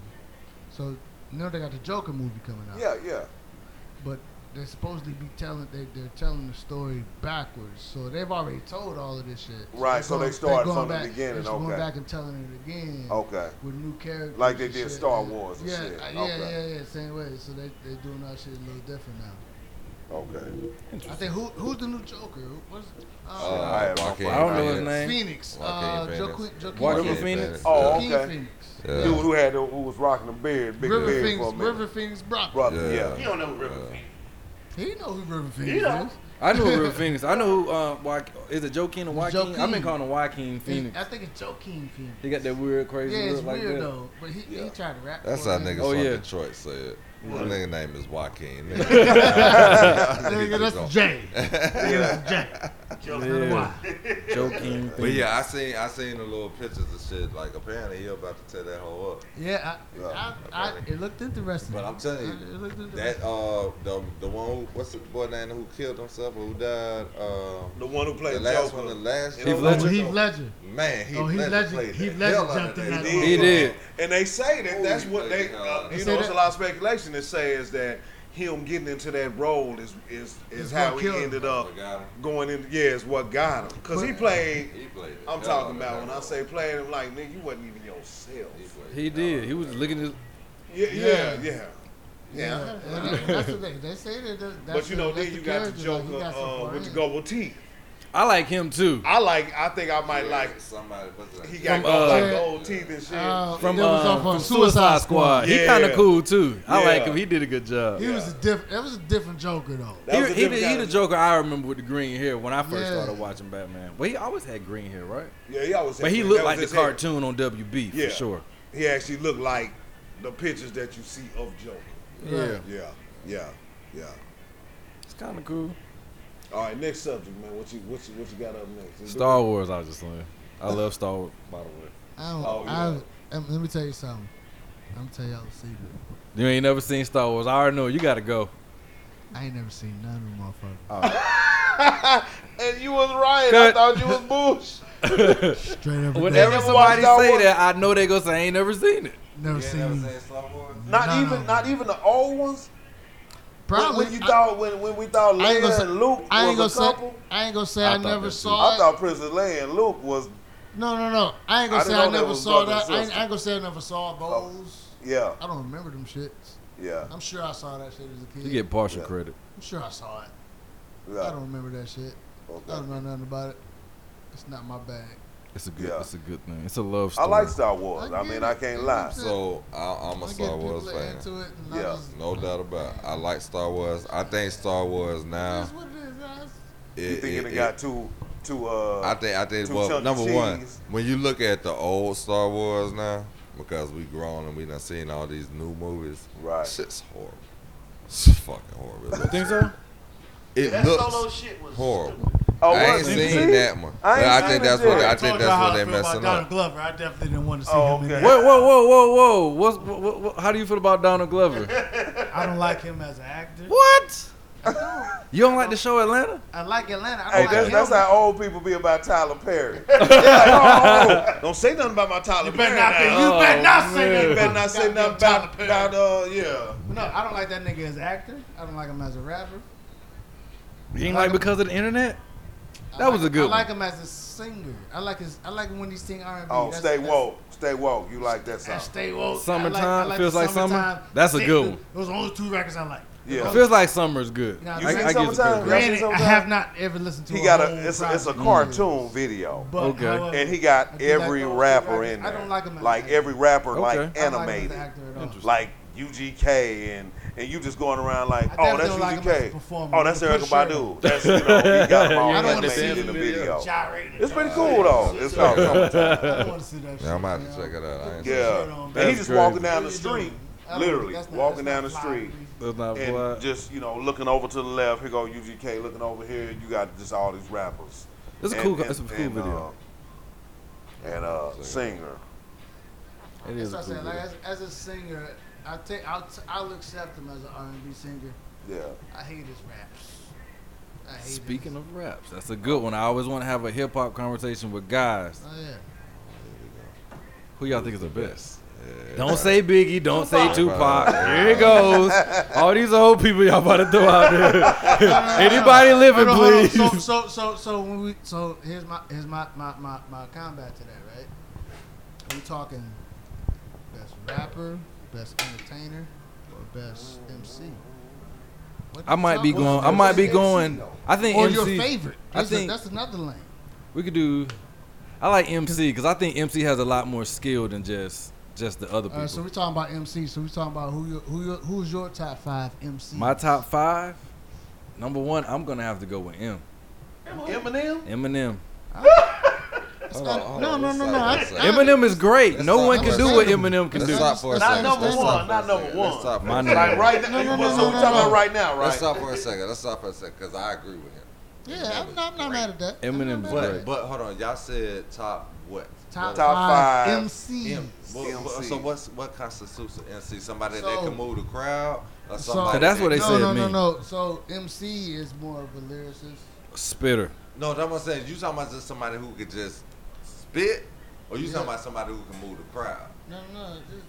Speaker 3: so you know they got the Joker movie coming out.
Speaker 2: Yeah, yeah.
Speaker 3: But they're supposed to be telling they they're telling the story backwards. So they've already told all of this shit.
Speaker 2: Right,
Speaker 3: They're
Speaker 2: so they
Speaker 3: going-
Speaker 2: started
Speaker 3: they're
Speaker 2: from
Speaker 3: going
Speaker 2: the
Speaker 3: back-
Speaker 2: beginning,
Speaker 3: They're just
Speaker 2: okay.
Speaker 3: going back and telling it again.
Speaker 2: Okay.
Speaker 3: With new characters,
Speaker 2: Like they
Speaker 3: and
Speaker 2: did
Speaker 3: shit.
Speaker 2: Star Wars and
Speaker 3: yeah,
Speaker 2: shit.
Speaker 3: uh, Yeah,
Speaker 2: Okay.
Speaker 3: yeah, yeah, same way. So they they doing our shit a little different now.
Speaker 2: Okay.
Speaker 3: I think who who's the new Joker? Who, what's
Speaker 4: Uh,
Speaker 3: uh,
Speaker 2: I have my
Speaker 4: Joaquin
Speaker 2: fault.
Speaker 1: I don't know his
Speaker 4: Phoenix.
Speaker 1: name.
Speaker 3: Phoenix?
Speaker 4: Joaquin
Speaker 3: Uh,
Speaker 4: Phoenix.
Speaker 3: Joaquin Joaquin
Speaker 1: Joaquin
Speaker 3: Phoenix.
Speaker 1: Phoenix?
Speaker 2: Oh,
Speaker 3: Joaquin
Speaker 2: okay.
Speaker 3: Phoenix.
Speaker 4: Yeah.
Speaker 2: Dude who had the, who was rocking the beard, big
Speaker 3: River
Speaker 2: beard for a
Speaker 3: Phoenix,
Speaker 2: minute.
Speaker 3: River Phoenix Brock.
Speaker 2: Brother,
Speaker 4: Yeah.
Speaker 2: yeah.
Speaker 5: You don't know River Phoenix.
Speaker 3: He know who River Phoenix
Speaker 5: know.
Speaker 3: is.
Speaker 1: I knew River Phoenix. I know who. Uh, Joaqu- is it Joaquin or Joaquin? I've
Speaker 3: Joaquin.
Speaker 1: been calling him Joaquin Phoenix.
Speaker 3: I think it's Joaquin Phoenix.
Speaker 1: He got that weird, crazy
Speaker 3: Yeah, it's
Speaker 1: look like
Speaker 3: weird
Speaker 1: that.
Speaker 3: though. But he, he
Speaker 2: Yeah.
Speaker 3: tried to rap.
Speaker 4: That's
Speaker 3: for
Speaker 4: how
Speaker 3: it.
Speaker 4: niggas
Speaker 1: Oh,
Speaker 4: from
Speaker 1: yeah.
Speaker 4: Detroit say it. That nigga name is Joaquin.
Speaker 3: Nigga, that's the J. That's the J. That's the
Speaker 1: Yeah.
Speaker 3: Y.
Speaker 1: Joaquin
Speaker 4: But
Speaker 1: Phoenix.
Speaker 4: yeah, I seen I seen the little pictures and shit. Like apparently he about to tear that hoe up.
Speaker 3: Yeah, I,
Speaker 4: Yeah,
Speaker 3: I, I,
Speaker 4: apparently.
Speaker 3: it looked interesting.
Speaker 4: But I'm telling
Speaker 3: It- it looked
Speaker 4: you, that
Speaker 3: interesting.
Speaker 4: uh the the one who, what's the boy name who killed himself or who died? Uh,
Speaker 2: The one who played
Speaker 4: the last
Speaker 2: Joker.
Speaker 4: one, the last
Speaker 2: Heath
Speaker 4: Joker.
Speaker 3: Oh,
Speaker 1: Ledger.
Speaker 3: Heath Ledger.
Speaker 4: Man, he
Speaker 3: Oh, Heath
Speaker 4: Ledger,
Speaker 3: Ledger-
Speaker 4: played
Speaker 3: Heath
Speaker 4: the
Speaker 3: Ledger
Speaker 4: hell out
Speaker 3: jumped
Speaker 4: of
Speaker 3: in
Speaker 4: that
Speaker 3: that
Speaker 4: dude.
Speaker 1: He did.
Speaker 2: And they say that that's what they,
Speaker 4: Holy
Speaker 2: uh,
Speaker 4: fucking
Speaker 2: you
Speaker 3: hell.
Speaker 2: know, it's a lot of speculation that says that him getting into that role is is is
Speaker 3: Is
Speaker 2: how
Speaker 3: what
Speaker 2: he
Speaker 3: killed him.
Speaker 2: ended up
Speaker 4: What got him?
Speaker 2: going in. Yeah, is what got him because he played.
Speaker 4: He played. the
Speaker 2: I'm
Speaker 4: hell out
Speaker 2: talking
Speaker 4: of
Speaker 2: about
Speaker 4: that
Speaker 2: when I
Speaker 4: role.
Speaker 2: say playing him like nigga, you wasn't even yourself.
Speaker 4: He played
Speaker 1: He
Speaker 4: the hell
Speaker 1: did.
Speaker 4: out
Speaker 1: He was looking at.
Speaker 2: Yeah, yeah, yeah. yeah.
Speaker 3: Yeah, yeah. that's the thing. They say that. That's
Speaker 2: But you
Speaker 3: the-
Speaker 2: know,
Speaker 3: that's
Speaker 2: then
Speaker 3: the
Speaker 2: you got the
Speaker 3: character, like,
Speaker 2: Joker
Speaker 3: he got some
Speaker 2: uh,
Speaker 3: far
Speaker 2: with the
Speaker 3: in.
Speaker 2: double teeth.
Speaker 1: I like him too.
Speaker 2: I like. I think I might
Speaker 4: of
Speaker 2: like.
Speaker 4: that. somebody. What's his
Speaker 2: He got
Speaker 4: name?
Speaker 1: From, uh,
Speaker 2: like gold teeth and shit.
Speaker 3: Uh,
Speaker 1: From,
Speaker 3: that was
Speaker 1: uh,
Speaker 3: off
Speaker 1: from
Speaker 3: of
Speaker 1: Suicide Squad. He
Speaker 2: Yeah.
Speaker 1: kind of cool too. I like
Speaker 2: Yeah.
Speaker 1: him. He did a good job.
Speaker 3: He was a different. That was a different Joker though.
Speaker 2: That
Speaker 1: He,
Speaker 2: was a
Speaker 1: he,
Speaker 2: different
Speaker 1: the, he
Speaker 2: kind
Speaker 1: the
Speaker 2: of-
Speaker 1: Joker I remember with the green hair when I first
Speaker 3: Yeah.
Speaker 1: started watching Batman. Well, he always had green hair, right?
Speaker 2: Yeah, he always.
Speaker 1: But
Speaker 2: said
Speaker 1: he
Speaker 2: that.
Speaker 1: looked
Speaker 2: That was
Speaker 1: like the
Speaker 2: his hair.
Speaker 1: cartoon on WB
Speaker 2: Yeah.
Speaker 1: for sure.
Speaker 2: He actually looked like the pictures that you see of Joker.
Speaker 1: Yeah,
Speaker 2: Yeah, yeah, yeah.
Speaker 1: it's kind of cool.
Speaker 2: All right, next subject, man. What you what you what you got up next?
Speaker 1: Star Wars, I was just saying. I love Star Wars, by the way.
Speaker 3: I don't.
Speaker 2: Oh,
Speaker 3: I,
Speaker 2: yeah.
Speaker 3: um, let me tell you something. I'm gonna tell y'all a secret.
Speaker 1: You ain't never seen Star Wars. I already know. You gotta go.
Speaker 3: I ain't never seen none of them motherfuckers.
Speaker 2: And you was right.
Speaker 1: Cut.
Speaker 2: I thought you was bullshit.
Speaker 3: Straight up. and
Speaker 1: Whenever
Speaker 3: down.
Speaker 2: watched
Speaker 1: somebody
Speaker 2: Star
Speaker 1: say
Speaker 2: Wars?
Speaker 1: that, I know they gonna say I ain't never seen it.
Speaker 3: never
Speaker 4: You ain't
Speaker 3: seen.
Speaker 4: never seen Star Wars?
Speaker 2: Not
Speaker 3: No,
Speaker 2: even
Speaker 3: no.
Speaker 2: not even the old ones. When-
Speaker 3: Probably.
Speaker 2: when you
Speaker 3: I-
Speaker 2: thought when, when we thought
Speaker 3: I ain't
Speaker 2: Leia
Speaker 3: gonna say-
Speaker 2: and Luke
Speaker 3: I ain't gonna
Speaker 2: was a
Speaker 3: say.
Speaker 2: couple.
Speaker 3: I ain't gonna say
Speaker 1: I
Speaker 3: I,
Speaker 1: thought
Speaker 3: never
Speaker 1: that
Speaker 3: saw it.
Speaker 2: I thought Princess Leia and Luke was
Speaker 3: no, no, no. I ain't gonna
Speaker 2: I
Speaker 3: say
Speaker 2: didn't
Speaker 3: I
Speaker 2: know they
Speaker 3: never
Speaker 2: was
Speaker 3: saw
Speaker 2: brother and
Speaker 3: that. I ain't,
Speaker 2: sister.
Speaker 3: I ain't gonna say I never saw those.
Speaker 2: yeah
Speaker 3: I don't remember them shits.
Speaker 2: yeah
Speaker 3: I'm sure I saw that shit as a kid.
Speaker 1: You get partial
Speaker 2: Yeah.
Speaker 1: credit.
Speaker 3: I'm sure I saw it. I
Speaker 2: yeah.
Speaker 3: don't remember that shit. I
Speaker 2: Okay.
Speaker 3: don't know nothing about it. It's not my bag.
Speaker 1: It's a good.
Speaker 2: Yeah.
Speaker 1: It's a good thing. It's a love
Speaker 2: I
Speaker 1: story.
Speaker 2: like Star Wars.
Speaker 3: I
Speaker 2: I
Speaker 3: get
Speaker 2: mean,
Speaker 3: it.
Speaker 2: I can't lie.
Speaker 4: So I, I'm a
Speaker 3: I get
Speaker 4: Star
Speaker 3: people
Speaker 4: Wars
Speaker 3: that
Speaker 4: fan.
Speaker 3: into it. And
Speaker 2: Yeah,
Speaker 3: I just,
Speaker 4: No doubt about. It. I like Star Wars. I think Star Wars now.
Speaker 3: That's what it is. That's-
Speaker 4: It,
Speaker 2: You thinking
Speaker 4: it-
Speaker 2: it
Speaker 4: it-
Speaker 2: got too too uh?
Speaker 4: I think I think
Speaker 2: Two
Speaker 4: well
Speaker 2: Chuck E.
Speaker 4: number one
Speaker 2: Cheese.
Speaker 4: when you look at the old Star Wars now because we grown and we done seen all these new movies
Speaker 2: Right.
Speaker 4: shit's horrible it's fucking horrible it looks,
Speaker 1: Think so?
Speaker 4: it
Speaker 5: That solo
Speaker 4: looks
Speaker 5: shit was
Speaker 4: horrible
Speaker 2: oh,
Speaker 4: I ain't
Speaker 2: what?
Speaker 4: seen
Speaker 2: See?
Speaker 4: that one
Speaker 2: I
Speaker 4: I,
Speaker 2: ain't
Speaker 4: I
Speaker 2: seen
Speaker 4: think
Speaker 2: it
Speaker 4: that's
Speaker 2: yet.
Speaker 4: what I think
Speaker 3: told y'all
Speaker 4: that's
Speaker 3: how
Speaker 4: what
Speaker 3: I
Speaker 4: they
Speaker 3: feel about
Speaker 4: messing
Speaker 3: Donald
Speaker 4: up
Speaker 3: Glover. I definitely didn't want to see
Speaker 2: Oh,
Speaker 3: him
Speaker 2: okay.
Speaker 3: in
Speaker 1: Whoa, whoa, whoa, whoa, whoa! What's, what, what, how do you feel about Donald Glover?
Speaker 3: that. I don't like him as an actor.
Speaker 1: what? You don't like the show Atlanta?
Speaker 3: I like Atlanta. I don't
Speaker 2: Hey,
Speaker 3: like
Speaker 2: that's, that's
Speaker 3: Gilmore.
Speaker 2: how old people be about Tyler Perry. They're like, oh, oh, don't say nothing about my Tyler Perry.
Speaker 3: better not be-
Speaker 2: now.
Speaker 3: you better not say
Speaker 1: man.
Speaker 2: You better not say nothing about, about uh, yeah.
Speaker 3: No, I don't like that nigga as an actor. I don't like him as a rapper.
Speaker 1: You ain't like because of the internet?
Speaker 3: I
Speaker 1: That
Speaker 3: like-
Speaker 1: was a good
Speaker 3: I like him as a singer. I like his. I like him when he sing R and B.
Speaker 2: Oh, stay woke. Stay woke. You like that
Speaker 3: That's,
Speaker 2: song.
Speaker 3: stay woke.
Speaker 1: Summertime,
Speaker 3: I like, I like
Speaker 1: feels
Speaker 3: the
Speaker 1: like summer.
Speaker 3: Summertime.
Speaker 1: That's a
Speaker 3: They-
Speaker 1: good one.
Speaker 3: Those are the only two records I like.
Speaker 1: It
Speaker 2: Yeah.
Speaker 1: feels like summer's good.
Speaker 3: You know,
Speaker 2: You
Speaker 3: I-
Speaker 2: seen
Speaker 3: I
Speaker 1: give it
Speaker 2: Summertime?
Speaker 1: to Chris.
Speaker 2: Y'all seen
Speaker 3: Granted, I
Speaker 2: Summertime?
Speaker 3: have not ever listened to.
Speaker 2: He
Speaker 3: a
Speaker 2: got
Speaker 3: whole
Speaker 2: a it's a, it's a
Speaker 3: project.
Speaker 2: cartoon video.
Speaker 3: But,
Speaker 1: Okay.
Speaker 3: however,
Speaker 2: And he
Speaker 3: I
Speaker 2: got
Speaker 3: do like
Speaker 2: every
Speaker 3: those two
Speaker 2: rapper
Speaker 3: records.
Speaker 2: in
Speaker 3: I
Speaker 2: there.
Speaker 3: don't like him. as
Speaker 2: Like
Speaker 3: an
Speaker 2: every rapper, like
Speaker 1: Okay.
Speaker 3: actor. I don't like him as
Speaker 2: animated,
Speaker 3: an actor at all.
Speaker 2: like UGK, and and you just going around like,
Speaker 3: I
Speaker 2: oh,
Speaker 3: definitely
Speaker 2: that's
Speaker 3: don't like him as a
Speaker 2: UGK.
Speaker 3: performer.
Speaker 2: oh, that's
Speaker 3: He can
Speaker 2: Erica
Speaker 3: push shit.
Speaker 2: Badu. That's you know, he got them all
Speaker 3: I don't wanna
Speaker 2: animated
Speaker 3: see
Speaker 2: in the
Speaker 3: him
Speaker 2: video.
Speaker 3: Gyrating.
Speaker 2: It's pretty cool though. It's called Summertime.
Speaker 3: I don't want to see that shit.
Speaker 4: Yeah, I'm about
Speaker 3: you
Speaker 4: to
Speaker 3: know?
Speaker 4: check it out. I ain't seen it.
Speaker 3: um,
Speaker 2: Yeah, and he
Speaker 1: That's
Speaker 2: just
Speaker 1: crazy.
Speaker 2: walking down the street,
Speaker 3: I don't-
Speaker 2: literally
Speaker 3: that's not-
Speaker 2: walking
Speaker 3: that's
Speaker 2: down
Speaker 3: not
Speaker 2: the
Speaker 3: fly.
Speaker 2: street,
Speaker 1: That's not
Speaker 2: and
Speaker 1: what.
Speaker 2: just you know looking over to the left. Here go UGK looking over here. You got just all these rappers.
Speaker 1: It's a
Speaker 2: And-
Speaker 1: cool.
Speaker 2: and-
Speaker 1: It's a cool
Speaker 2: and,
Speaker 1: video.
Speaker 2: uh, and uh, singer. uh,
Speaker 1: It
Speaker 3: That's
Speaker 1: is a
Speaker 3: what I
Speaker 1: cool
Speaker 3: said. Like
Speaker 1: video.
Speaker 3: as, as a singer, I take I'll, t- I'll accept him as an R&B singer.
Speaker 2: Yeah.
Speaker 3: I hate his raps. I hate
Speaker 1: Speaking of raps, that's a good one. I always want to have a hip hop conversation with guys.
Speaker 3: His, oh yeah.
Speaker 1: Who y'all think is the best? Don't say Biggie. Don't say
Speaker 4: Tupac.
Speaker 1: Tupac. Here it goes. All these old people y'all about to throw out there. Anybody living,
Speaker 3: Hold on, hold on.
Speaker 1: please.
Speaker 3: So, so, so, so when we, so here's my, here's my, my, my, my combat to that, right? We talking best rapper, best entertainer, or best MC? What
Speaker 1: I
Speaker 3: the
Speaker 1: might be
Speaker 3: fuck was
Speaker 1: going. I
Speaker 3: that?
Speaker 1: might be
Speaker 3: Or
Speaker 1: going. I think
Speaker 3: Or
Speaker 1: MC.
Speaker 3: your favorite?
Speaker 1: I
Speaker 3: That's, I
Speaker 1: think-
Speaker 3: think, that's another lane.
Speaker 1: We could do. I like MC because I think MC has a lot more skill than just just the other
Speaker 3: All
Speaker 1: people.
Speaker 3: right, Uh, so we're talking about MC. So we're talking about who, your, who, your, who's your top five MC?
Speaker 1: My top five. Number one, I'm gonna have to go with M.
Speaker 2: Eminem.
Speaker 1: Eminem.
Speaker 4: Hold on, hold
Speaker 3: No,
Speaker 4: on,
Speaker 3: no,
Speaker 4: let's
Speaker 3: no,
Speaker 4: stop,
Speaker 3: no, I-
Speaker 4: let's stop.
Speaker 3: I-
Speaker 1: Eminem is great.
Speaker 4: Let's
Speaker 1: No
Speaker 4: stop,
Speaker 1: one can
Speaker 4: let's
Speaker 1: do
Speaker 4: stop.
Speaker 1: what Eminem can
Speaker 4: Let's
Speaker 1: do.
Speaker 4: stop for a
Speaker 2: Not
Speaker 4: second.
Speaker 2: number
Speaker 4: Let's stop
Speaker 2: one, not
Speaker 4: for a
Speaker 2: number
Speaker 4: second.
Speaker 2: one.
Speaker 4: Let's stop for
Speaker 1: My
Speaker 4: a
Speaker 1: number
Speaker 2: Like
Speaker 4: second.
Speaker 1: one.
Speaker 2: right now. well,
Speaker 3: no, no,
Speaker 2: so
Speaker 3: no,
Speaker 2: we're
Speaker 3: no,
Speaker 2: talking about
Speaker 3: no.
Speaker 2: right now,
Speaker 4: Let's
Speaker 2: right?
Speaker 4: stop for a second. Let's stop for a second because I agree with him.
Speaker 3: yeah, I'm not, I'm not mad at that. I'm
Speaker 1: Eminem's
Speaker 3: not mad at
Speaker 1: great.
Speaker 4: But but hold on, y'all said top what?
Speaker 3: Top,
Speaker 4: What-
Speaker 2: Top
Speaker 3: five,
Speaker 2: five
Speaker 3: MC.
Speaker 4: M- what- what-
Speaker 2: MC.
Speaker 4: So what's what constitutes an MC? Somebody that
Speaker 3: So-
Speaker 4: can move the crowd or
Speaker 3: So-
Speaker 4: somebody?
Speaker 1: So that's
Speaker 4: that-
Speaker 1: what they
Speaker 3: no,
Speaker 1: said
Speaker 3: no,
Speaker 1: me.
Speaker 3: no, no. So MC is more of a lyricist.
Speaker 1: Spitter.
Speaker 4: No, that's what I'm saying. You talking about just somebody who could just spit, or you talking about somebody who can move the crowd?
Speaker 3: No, no. it's Just,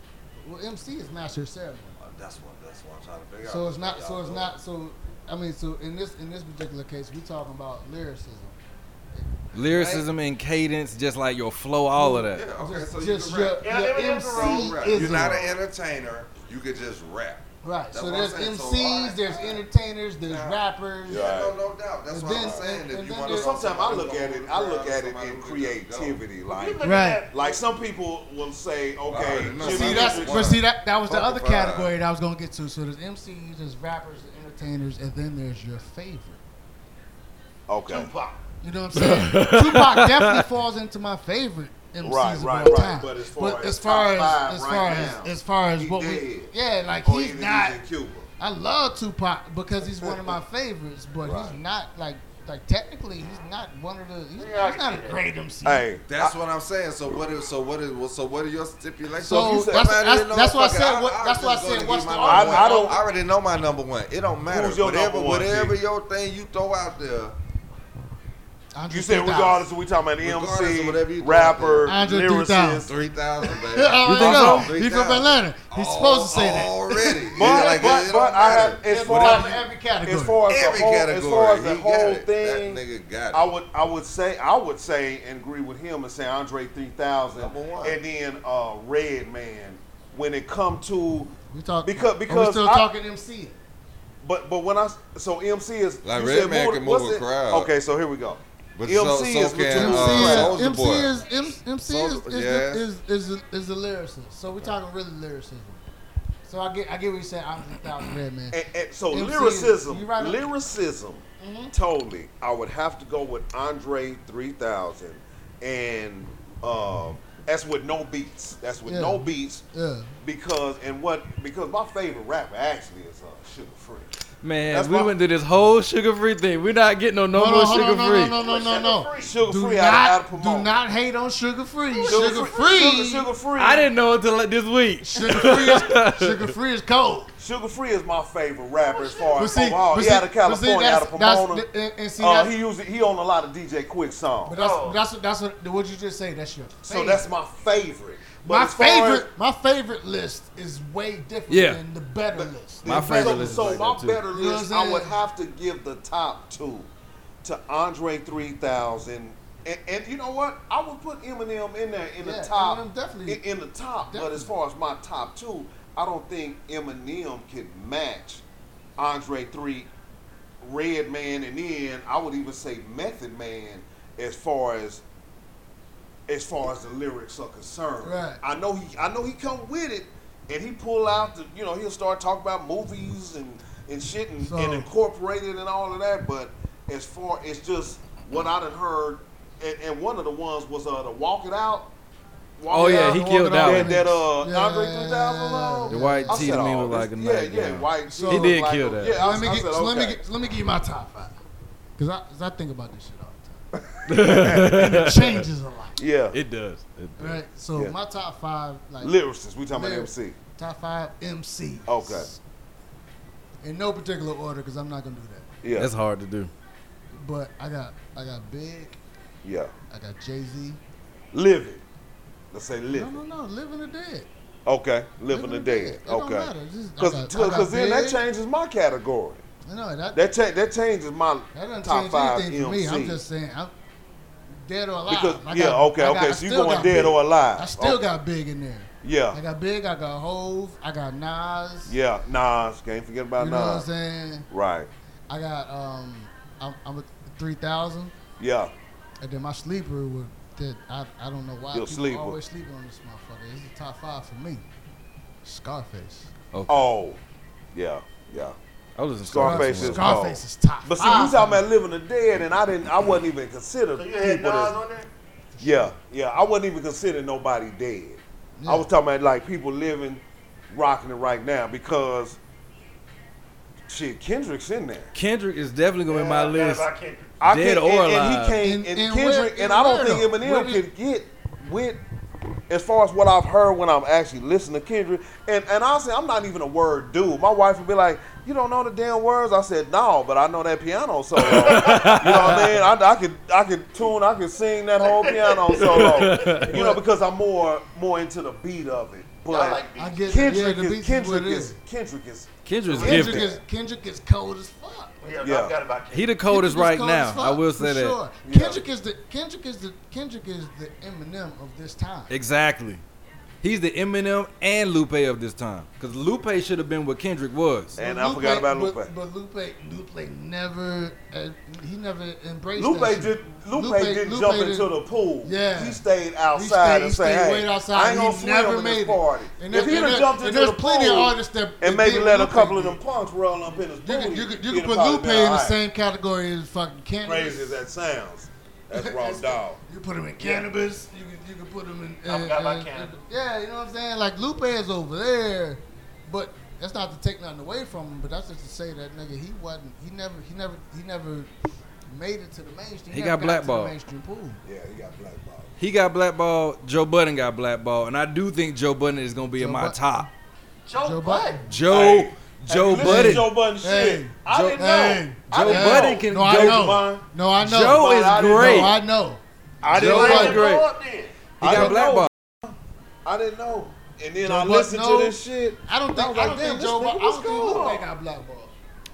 Speaker 3: well, MC is master of ceremony.
Speaker 4: Uh, That's what that's what I'm trying to figure out.
Speaker 3: So it's
Speaker 4: That's
Speaker 3: not.
Speaker 4: what
Speaker 3: So
Speaker 4: y'all
Speaker 3: it's
Speaker 4: doing.
Speaker 3: not. So I mean, so in this in this particular case, we talking about lyricism.
Speaker 1: Lyricism and cadence, just like your flow, all of that.
Speaker 4: Yeah, okay, so
Speaker 3: Just
Speaker 4: you can rap.
Speaker 3: your,
Speaker 5: Yeah,
Speaker 3: your
Speaker 5: they have their own
Speaker 3: MC
Speaker 4: Rap.
Speaker 3: is
Speaker 4: You're not an entertainer. You could just rap.
Speaker 3: right.
Speaker 4: That's
Speaker 3: So
Speaker 4: what
Speaker 3: there's
Speaker 4: I'm saying. So,
Speaker 3: MCs,
Speaker 4: alright.
Speaker 3: there's entertainers, there's
Speaker 4: Yeah.
Speaker 3: rappers.
Speaker 2: Yeah. Right.
Speaker 4: No, no doubt. That's
Speaker 3: And
Speaker 4: what
Speaker 3: then-
Speaker 4: I'm saying.
Speaker 3: and-
Speaker 4: If
Speaker 3: and
Speaker 4: you
Speaker 3: then
Speaker 4: want to
Speaker 3: there's-
Speaker 2: Sometimes I look at it. I look at it in creativity. Like,
Speaker 5: Look at
Speaker 3: Right.
Speaker 5: that.
Speaker 2: like some people will say, okay,
Speaker 4: Alright, no,
Speaker 2: Jimi
Speaker 3: See
Speaker 4: Right.
Speaker 3: that's
Speaker 2: Hendrix-
Speaker 3: but see that that was the
Speaker 4: Fuck
Speaker 3: other
Speaker 4: if I-
Speaker 3: category that I was gonna get to. So there's MCs, there's rappers, there's entertainers, and then there's your favorite.
Speaker 2: okay,
Speaker 3: You know what I'm saying? Tupac definitely falls into my favorite MCs
Speaker 2: Right,
Speaker 3: of
Speaker 2: right,
Speaker 3: all
Speaker 2: right.
Speaker 3: time.
Speaker 2: But as far as top five
Speaker 3: as
Speaker 2: right
Speaker 3: far
Speaker 2: now,
Speaker 3: as as far as
Speaker 2: he
Speaker 3: what we
Speaker 2: dead.
Speaker 3: yeah, like
Speaker 2: Or
Speaker 3: he's
Speaker 2: even
Speaker 3: not.
Speaker 2: in Cuba.
Speaker 3: I love Tupac because he's one of my favorites, but he's
Speaker 2: Right.
Speaker 3: not like like technically he's not one of the. He's,
Speaker 5: Yeah, I
Speaker 3: he's not
Speaker 5: get
Speaker 3: a
Speaker 5: it.
Speaker 3: great MC.
Speaker 2: Hey,
Speaker 4: That's what I'm saying. So what is? So what is? well, So what are your stipulations?
Speaker 3: So
Speaker 4: If you said
Speaker 3: that's-
Speaker 4: mine, it
Speaker 3: that's-
Speaker 4: didn't know
Speaker 3: that's what I
Speaker 4: fucking-
Speaker 3: said. What- that's
Speaker 4: just
Speaker 3: what I
Speaker 4: go
Speaker 3: said.
Speaker 4: to
Speaker 3: What's
Speaker 4: get
Speaker 3: the
Speaker 4: my
Speaker 2: other
Speaker 4: number
Speaker 2: one? I- I
Speaker 4: one.
Speaker 2: don't-
Speaker 4: I already know my number one. It don't matter.
Speaker 2: Who's your
Speaker 4: whatever,
Speaker 2: number one,
Speaker 4: whatever
Speaker 2: G?
Speaker 4: your thing you throw out there.
Speaker 3: Andre
Speaker 2: you said
Speaker 3: 3000.
Speaker 2: regardless, we talking about
Speaker 4: Regardless
Speaker 2: MC,
Speaker 4: of whatever you
Speaker 2: rapper,
Speaker 3: talking about. Andre
Speaker 2: lyricist.
Speaker 3: 3000.
Speaker 4: Three thousand, baby.
Speaker 3: I already
Speaker 4: Oh,
Speaker 3: know. He
Speaker 4: 3,000.
Speaker 3: from Atlanta. He's supposed to say that.
Speaker 4: Already.
Speaker 2: But,
Speaker 4: Yeah, like, it
Speaker 2: but,
Speaker 4: don't
Speaker 2: but I have,
Speaker 4: matter.
Speaker 2: as
Speaker 3: But
Speaker 2: far
Speaker 3: out of
Speaker 2: as,
Speaker 3: every category.
Speaker 2: as far as
Speaker 4: every
Speaker 2: the whole,
Speaker 4: category.
Speaker 2: as far as the
Speaker 4: he
Speaker 2: whole
Speaker 4: got it.
Speaker 2: thing,
Speaker 4: that nigga got it.
Speaker 2: I would I would say I would say and agree with him and say Andre three thousand
Speaker 4: Number one.
Speaker 2: and then uh Red Man when it come to
Speaker 3: We talk
Speaker 2: Because-
Speaker 3: are we
Speaker 2: because
Speaker 3: still
Speaker 2: I-
Speaker 3: talking MC.
Speaker 2: but but when I so MC is
Speaker 4: Like
Speaker 2: you
Speaker 4: Red
Speaker 2: said
Speaker 4: Man
Speaker 2: move-
Speaker 4: can
Speaker 2: what's
Speaker 4: move a
Speaker 2: it?
Speaker 4: crowd.
Speaker 2: Okay, so here we go.
Speaker 4: But
Speaker 2: MC
Speaker 4: so, so
Speaker 2: is
Speaker 4: can,
Speaker 2: between-
Speaker 4: uh,
Speaker 3: MC, is,
Speaker 4: Soulja
Speaker 3: MC,
Speaker 4: Boy.
Speaker 3: is, M- MC is,
Speaker 4: Soulja-
Speaker 3: is,
Speaker 4: yeah.
Speaker 3: the, is, is, the, is the lyricist. So we're talking really lyricism. So I get I get what you said. I'm just out red man.
Speaker 2: And, and so
Speaker 3: MC is- you
Speaker 2: lyricism,
Speaker 3: right on. Mm-hmm.
Speaker 2: lyricism, totally. I would have to go with Andre three thousand, and um, that's with no beats. That's with
Speaker 3: Yeah.
Speaker 2: no beats
Speaker 3: Yeah.
Speaker 2: because and what because my favorite rapper actually is uh, Sugar Free.
Speaker 1: Man,
Speaker 2: That's
Speaker 1: we
Speaker 2: why-
Speaker 1: went through this whole sugar free thing. We're not getting on no,
Speaker 3: No,
Speaker 1: more
Speaker 3: no, hold
Speaker 1: sugar
Speaker 3: on, no, no,
Speaker 1: free.
Speaker 3: no, no, no, no.
Speaker 2: Sugar
Speaker 3: Oh. Do
Speaker 2: free out
Speaker 3: not,
Speaker 2: of
Speaker 3: do not hate on sugar free. Sugar
Speaker 2: Sugar,
Speaker 3: free,
Speaker 2: sugar free.
Speaker 1: I didn't know until like this week.
Speaker 3: sugar free, is, sugar free is cold.
Speaker 2: Sugar Free is my favorite rapper as far
Speaker 3: But
Speaker 2: as
Speaker 3: see,
Speaker 2: Pomona.
Speaker 3: but
Speaker 2: He
Speaker 3: see,
Speaker 2: out of
Speaker 3: but see,
Speaker 2: California, out
Speaker 3: that's,
Speaker 2: of Pomona.
Speaker 3: that's, and, and see,
Speaker 2: Uh,
Speaker 3: that's,
Speaker 2: he uses he on a lot of DJ Quick
Speaker 3: but
Speaker 2: songs.
Speaker 3: that's,
Speaker 5: Oh.
Speaker 3: that's, that's what, what you just say. That's your favorite.
Speaker 2: So that's my favorite. But
Speaker 3: my
Speaker 2: as far as-
Speaker 3: favorite. my favorite list is way different
Speaker 1: Yeah.
Speaker 3: than the better list.
Speaker 1: My
Speaker 2: So-
Speaker 1: favorite list is
Speaker 2: So
Speaker 1: like
Speaker 2: my
Speaker 1: that too.
Speaker 2: better
Speaker 3: You know
Speaker 2: list,
Speaker 3: what I'm
Speaker 2: I would
Speaker 3: saying?
Speaker 2: have to give the top two to Andre 3000, and, and you know what? I would put Eminem in there in
Speaker 3: Yeah,
Speaker 2: the top.
Speaker 3: Eminem definitely-
Speaker 2: in, in the top. But as
Speaker 3: definitely.
Speaker 2: far as my top two, I don't think Eminem can match Andre Three, Red Man, and then I would even say Method Man as far as as far as the lyrics are concerned.
Speaker 3: Right.
Speaker 2: I know he I know he come with it and he pull out the you know, he'll start talking about movies and, and shit and,
Speaker 3: So-
Speaker 2: and incorporate it and all of that, but as far as just what I done heard and, and one of the ones was uh the walk it out. Walk
Speaker 1: Oh
Speaker 2: It
Speaker 1: yeah,
Speaker 2: Out,
Speaker 1: he
Speaker 3: Walking
Speaker 1: killed
Speaker 3: Out
Speaker 1: that
Speaker 2: that,
Speaker 1: one.
Speaker 2: that uh
Speaker 3: Yeah.
Speaker 2: Andre 3000 song.
Speaker 1: The white
Speaker 2: I
Speaker 1: tee
Speaker 2: said,
Speaker 1: to me
Speaker 2: oh,
Speaker 1: was like a
Speaker 2: this- yeah, yeah,
Speaker 1: nightgown.
Speaker 2: white.
Speaker 3: So-
Speaker 2: tee
Speaker 3: He
Speaker 1: did
Speaker 2: was
Speaker 1: kill
Speaker 2: like,
Speaker 1: that.
Speaker 2: Yeah, I,
Speaker 3: let me
Speaker 2: I
Speaker 3: get,
Speaker 2: said,
Speaker 3: so let me
Speaker 2: okay.
Speaker 3: get, so let me give you my top five, cause I, 'cause I think about this shit all the time. and it changes a lot,
Speaker 2: Yeah,
Speaker 1: It does. It does.
Speaker 3: right? So
Speaker 2: Yeah.
Speaker 3: my top five, like
Speaker 2: lyricists. We talking about
Speaker 3: Lyrics.
Speaker 2: MC.
Speaker 3: top five MC.
Speaker 2: Okay.
Speaker 3: In no particular order, cause I'm not gonna do that.
Speaker 2: Yeah,
Speaker 1: That's hard to do.
Speaker 3: But I got, I got Big,
Speaker 2: yeah.
Speaker 3: I got Jay Z.
Speaker 2: Live it. Let's say live
Speaker 3: No, no,
Speaker 2: it.
Speaker 3: no, living the dead.
Speaker 2: Okay, living the dead.
Speaker 3: It don't
Speaker 2: Okay.
Speaker 3: matter. Just- I got- I got
Speaker 2: Because then that
Speaker 3: Big.
Speaker 2: changes my category.
Speaker 3: No, that
Speaker 2: That cha- that changes my
Speaker 3: That doesn't
Speaker 2: top
Speaker 3: change
Speaker 2: five
Speaker 3: anything
Speaker 2: MC.
Speaker 3: for me. I'm just saying, I'm dead or alive.
Speaker 2: because
Speaker 3: I
Speaker 2: yeah,
Speaker 3: got-
Speaker 2: okay,
Speaker 3: I
Speaker 2: okay.
Speaker 3: got- I
Speaker 2: so you
Speaker 3: still
Speaker 2: going
Speaker 3: got
Speaker 2: dead
Speaker 3: big.
Speaker 2: or alive?
Speaker 3: I still
Speaker 2: Oh,
Speaker 3: got big in there. I
Speaker 2: yeah,
Speaker 3: got big. I got Hove. I got Nas.
Speaker 2: yeah. Nas, can't forget
Speaker 3: you
Speaker 2: about
Speaker 3: know what I'm
Speaker 2: Nas.
Speaker 3: saying?
Speaker 2: Right.
Speaker 3: I got um, I'm, I'm a three thousand,
Speaker 2: Yeah.
Speaker 3: and then my sleeper would that I I don't know why
Speaker 2: Your
Speaker 3: people
Speaker 2: sleeper.
Speaker 3: always sleep on this motherfucker. It's the top five for me. Scarface.
Speaker 2: Oh, yeah, yeah.
Speaker 1: I was listening to
Speaker 2: Scarface
Speaker 1: Scarface.
Speaker 2: is-
Speaker 3: Scarface is top.
Speaker 2: But see,
Speaker 3: five.
Speaker 2: you talking about living the dead, and I didn't. I wasn't even consider
Speaker 5: So you had
Speaker 2: people
Speaker 5: Nas
Speaker 2: that's
Speaker 5: on there?
Speaker 2: Yeah, yeah. I wasn't even considering nobody dead. I
Speaker 3: Yeah.
Speaker 2: was talking about like people living, rocking it right now because shit, Kendrick's in there.
Speaker 1: Kendrick is definitely gonna be my
Speaker 5: Yeah,
Speaker 1: list.
Speaker 5: I can't-
Speaker 2: I
Speaker 1: Dead
Speaker 2: can't-
Speaker 1: or
Speaker 2: and-
Speaker 1: alive.
Speaker 2: And he can't.
Speaker 3: And-
Speaker 2: And,
Speaker 3: and
Speaker 2: Kendrick
Speaker 3: where-
Speaker 2: and I don't
Speaker 3: where
Speaker 2: think
Speaker 3: though?
Speaker 2: Eminem
Speaker 3: Where did-
Speaker 2: can get with as far as what I've heard when I'm actually listening to Kendrick. And and honestly, I'm not even a word dude. My wife would be like, "You don't know the damn words." I said, "No," but I know that piano solo. you know what I mean? I, I could I could tune. I could sing that whole piano solo. you know, because I'm more more into the beat of it. But
Speaker 5: I like beats.
Speaker 3: I get
Speaker 2: Kendrick,
Speaker 3: yeah, the beats
Speaker 2: is,
Speaker 3: is
Speaker 2: Kendrick
Speaker 3: what it
Speaker 2: is,
Speaker 3: is.
Speaker 2: Kendrick is
Speaker 1: Kendrick's
Speaker 3: Kendrick
Speaker 1: gifted.
Speaker 3: is Kendrick is cold as fuck.
Speaker 5: Yeah,
Speaker 2: Yeah.
Speaker 5: I forgot about Kendrick.
Speaker 1: He the coldest
Speaker 3: Kendrick
Speaker 1: right
Speaker 3: is cold
Speaker 1: now.
Speaker 3: as
Speaker 1: I
Speaker 3: fuck,
Speaker 1: will
Speaker 3: for
Speaker 1: say that.
Speaker 3: sure.
Speaker 2: Yeah.
Speaker 3: Kendrick is the Kendrick is the Kendrick is the Eminem of this time.
Speaker 1: Exactly. He's the Eminem and Lupe of this time. Because Lupe should have been what Kendrick was.
Speaker 2: And I forgot about Lupe.
Speaker 3: But, but Lupe, Lupe never, uh, he never embraced.
Speaker 2: Lupe
Speaker 3: that
Speaker 2: did.
Speaker 3: shit.
Speaker 2: Lupe,
Speaker 3: Lupe-
Speaker 2: didn't
Speaker 3: Lupe
Speaker 2: jump
Speaker 3: didn't-
Speaker 2: into the pool.
Speaker 3: Yeah.
Speaker 2: he stayed
Speaker 3: He
Speaker 2: outside
Speaker 3: stayed, he
Speaker 2: and
Speaker 3: stayed
Speaker 2: said,
Speaker 3: way
Speaker 2: "Hey,
Speaker 3: outside.
Speaker 2: I ain't
Speaker 3: he
Speaker 2: gonna swim
Speaker 3: never
Speaker 2: in
Speaker 3: made
Speaker 2: this
Speaker 3: it.
Speaker 2: party."
Speaker 3: And
Speaker 2: if
Speaker 3: there-
Speaker 2: he
Speaker 3: and
Speaker 2: done
Speaker 3: there-
Speaker 2: jumped
Speaker 3: and
Speaker 2: into
Speaker 3: there's
Speaker 2: the
Speaker 3: plenty
Speaker 2: pool
Speaker 3: of artists that
Speaker 2: and
Speaker 3: that
Speaker 2: maybe
Speaker 3: did
Speaker 2: let a
Speaker 3: Lupe
Speaker 2: couple of
Speaker 3: did.
Speaker 2: them punks roll up in his
Speaker 3: You
Speaker 2: booty,
Speaker 3: could, you could, you
Speaker 2: it'd
Speaker 3: could put
Speaker 2: probably
Speaker 3: Lupe in
Speaker 2: been all
Speaker 3: the
Speaker 2: right.
Speaker 3: same category as fucking
Speaker 2: Crazy as
Speaker 3: cannabis.
Speaker 2: that sounds, that's raw dog.
Speaker 3: You put him in cannabis. You could, you could put him in.
Speaker 5: I forgot about
Speaker 3: uh,
Speaker 5: cannabis.
Speaker 3: yeah, you know what I'm saying. Like Lupe is over there, but that's not to take nothing away from him. But that's just to say that nigga, he wasn't. He never. He never. He never made it to the mainstream.
Speaker 1: He
Speaker 3: never
Speaker 1: got
Speaker 3: to the
Speaker 1: blackballed.
Speaker 3: mainstream pool.
Speaker 2: Yeah, he got blackballed.
Speaker 1: He got blackballed. Joe Budden got blackballed. And I do think Joe Budden is going to be in
Speaker 3: Joe
Speaker 1: my
Speaker 3: Bud-
Speaker 1: top.
Speaker 2: Oh,
Speaker 5: Joe,
Speaker 3: Joe
Speaker 5: Budden.
Speaker 3: Budden.
Speaker 1: Joe
Speaker 2: Hey,
Speaker 1: Joe
Speaker 2: Listen to
Speaker 1: Budden.
Speaker 2: Joe Budden shit.
Speaker 3: Hey,
Speaker 2: I
Speaker 1: Joe-
Speaker 2: didn't know.
Speaker 3: hey,
Speaker 2: I
Speaker 1: Joe
Speaker 2: didn't
Speaker 1: Budden
Speaker 2: know.
Speaker 1: can
Speaker 3: No, I
Speaker 1: Joe-
Speaker 3: know. No, I know.
Speaker 1: Joe
Speaker 2: But
Speaker 1: is
Speaker 2: I didn't
Speaker 1: great.
Speaker 3: No, I know.
Speaker 2: I didn't
Speaker 1: Joe
Speaker 2: know.
Speaker 1: Budden
Speaker 5: Budden.
Speaker 1: great.
Speaker 5: then.
Speaker 1: He
Speaker 2: I
Speaker 1: got
Speaker 2: didn't know.
Speaker 1: blackballed.
Speaker 2: I didn't know. And then
Speaker 3: Joe
Speaker 2: I
Speaker 3: Budden,
Speaker 2: listened
Speaker 3: no.
Speaker 2: to this shit.
Speaker 3: I don't
Speaker 2: I was
Speaker 3: think.
Speaker 2: like,
Speaker 3: I don't
Speaker 2: damn,
Speaker 3: think
Speaker 2: this
Speaker 3: Joe.
Speaker 2: nigga
Speaker 3: Bud- I
Speaker 2: was
Speaker 3: don't think
Speaker 2: cold.
Speaker 3: Lupe got blackballed.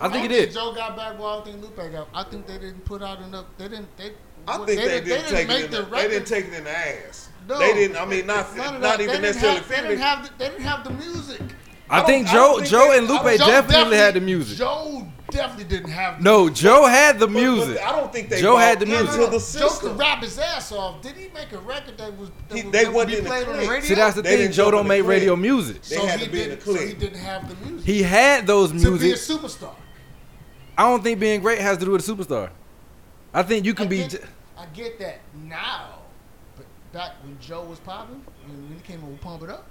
Speaker 1: I think he
Speaker 3: don't
Speaker 1: did.
Speaker 3: Joe got blackballed. I don't think Lupe got. I think they didn't put out enough. They didn't. They.
Speaker 2: I think they, didn't take it. In the, they
Speaker 3: record.
Speaker 2: didn't take it in the ass.
Speaker 3: No.
Speaker 2: They didn't. I mean, not
Speaker 3: None of
Speaker 2: not
Speaker 3: that.
Speaker 2: even
Speaker 3: they didn't
Speaker 2: necessarily
Speaker 3: have- They didn't
Speaker 2: finished.
Speaker 3: have. The, they didn't have the music.
Speaker 1: I
Speaker 2: don't-
Speaker 1: think
Speaker 2: I don't
Speaker 1: Joe,
Speaker 2: think
Speaker 1: Joe
Speaker 2: they-
Speaker 1: and Lupe
Speaker 2: I
Speaker 1: definitely,
Speaker 2: don't-
Speaker 1: had the music.
Speaker 3: Joe definitely didn't have. The,
Speaker 1: no, Joe had the
Speaker 2: But- but
Speaker 1: music.
Speaker 2: I don't think they
Speaker 1: Joe
Speaker 2: bought
Speaker 1: had the
Speaker 2: into
Speaker 1: music.
Speaker 2: the
Speaker 3: Joe
Speaker 2: system.
Speaker 3: could rap his ass off. Did he make a record that was that
Speaker 2: He-
Speaker 3: was-
Speaker 2: they
Speaker 3: that
Speaker 2: wasn't
Speaker 3: would be
Speaker 2: in the
Speaker 3: played on the
Speaker 2: clique.
Speaker 3: radio?
Speaker 1: See, that's the
Speaker 2: They
Speaker 1: thing.
Speaker 2: didn't
Speaker 1: Joe
Speaker 2: jump
Speaker 1: don't
Speaker 2: in the
Speaker 1: make radio
Speaker 2: clique.
Speaker 1: music.
Speaker 2: They
Speaker 3: so
Speaker 2: had
Speaker 3: he
Speaker 2: to be in
Speaker 3: didn't-
Speaker 2: the
Speaker 3: so he
Speaker 2: clique.
Speaker 3: didn't have the music
Speaker 1: He had those
Speaker 3: to be a
Speaker 1: music.
Speaker 3: superstar.
Speaker 1: I don't think being great has to do with a superstar. I think you can
Speaker 3: I
Speaker 1: be.
Speaker 3: get,
Speaker 1: J-
Speaker 3: I get that now, but back when Joe was popping, when, when he came over Pump It Up,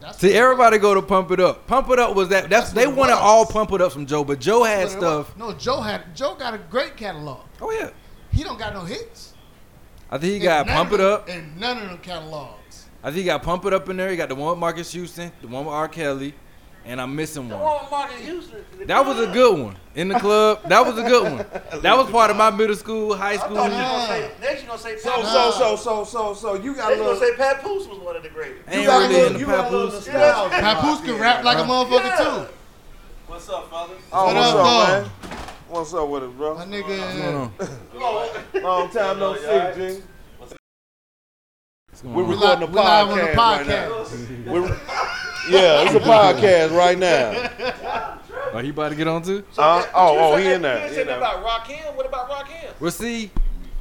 Speaker 3: That's
Speaker 1: See, everybody go to Pump It Up. Pump It Up was that. That's,
Speaker 3: That's
Speaker 1: they
Speaker 3: what it
Speaker 1: wanted
Speaker 3: was.
Speaker 1: all Pump It Ups from Joe, but Joe had
Speaker 3: what it
Speaker 1: stuff.
Speaker 3: was. No, Joe had Joe got a great catalog.
Speaker 1: Oh yeah,
Speaker 3: He don't got no hits.
Speaker 1: I think he
Speaker 3: And
Speaker 1: got
Speaker 3: none
Speaker 1: Pump
Speaker 3: of
Speaker 1: It
Speaker 3: them-
Speaker 1: Up.
Speaker 3: And none of them catalogs.
Speaker 1: I think he got Pump It Up in there. He got the one with Marcus Houston, the one with R. Kelly, and I'm missing
Speaker 5: The
Speaker 1: one.
Speaker 5: one with Marcus Houston.
Speaker 1: That was a good one in the club. That was a good one. That was part of my middle school, high
Speaker 5: I thought you
Speaker 1: school.
Speaker 5: were gonna say next. You gonna say
Speaker 2: So,
Speaker 5: Pat?
Speaker 2: so, so, so, so, so, you got
Speaker 5: Next
Speaker 2: a
Speaker 5: you gonna
Speaker 2: little.
Speaker 5: say Pat Poose was one of the greatest.
Speaker 1: Ain't
Speaker 2: got a
Speaker 1: really
Speaker 2: little-
Speaker 1: in the
Speaker 2: you got a little
Speaker 1: papoose.
Speaker 2: nostalgia.
Speaker 3: Papoose can rap like a motherfucker
Speaker 5: Yeah.
Speaker 3: too.
Speaker 10: What's up, fellas?
Speaker 2: Oh,
Speaker 3: What
Speaker 2: what's
Speaker 3: up,
Speaker 2: up,
Speaker 3: dog?
Speaker 2: man? What's up with it,
Speaker 3: My
Speaker 2: bro?
Speaker 3: nigga,
Speaker 5: Oh,
Speaker 2: Long time no see, G. We're
Speaker 3: we
Speaker 2: recording a
Speaker 3: live- we live on the
Speaker 2: podcast right now.
Speaker 3: podcast.
Speaker 2: We're, yeah, it's a podcast right now.
Speaker 1: Are he about to get on too?
Speaker 2: Uh, oh, oh, he in
Speaker 5: You
Speaker 2: there.
Speaker 5: said
Speaker 2: He in there.
Speaker 5: about Rakim. What about Rakim?
Speaker 1: Well, see,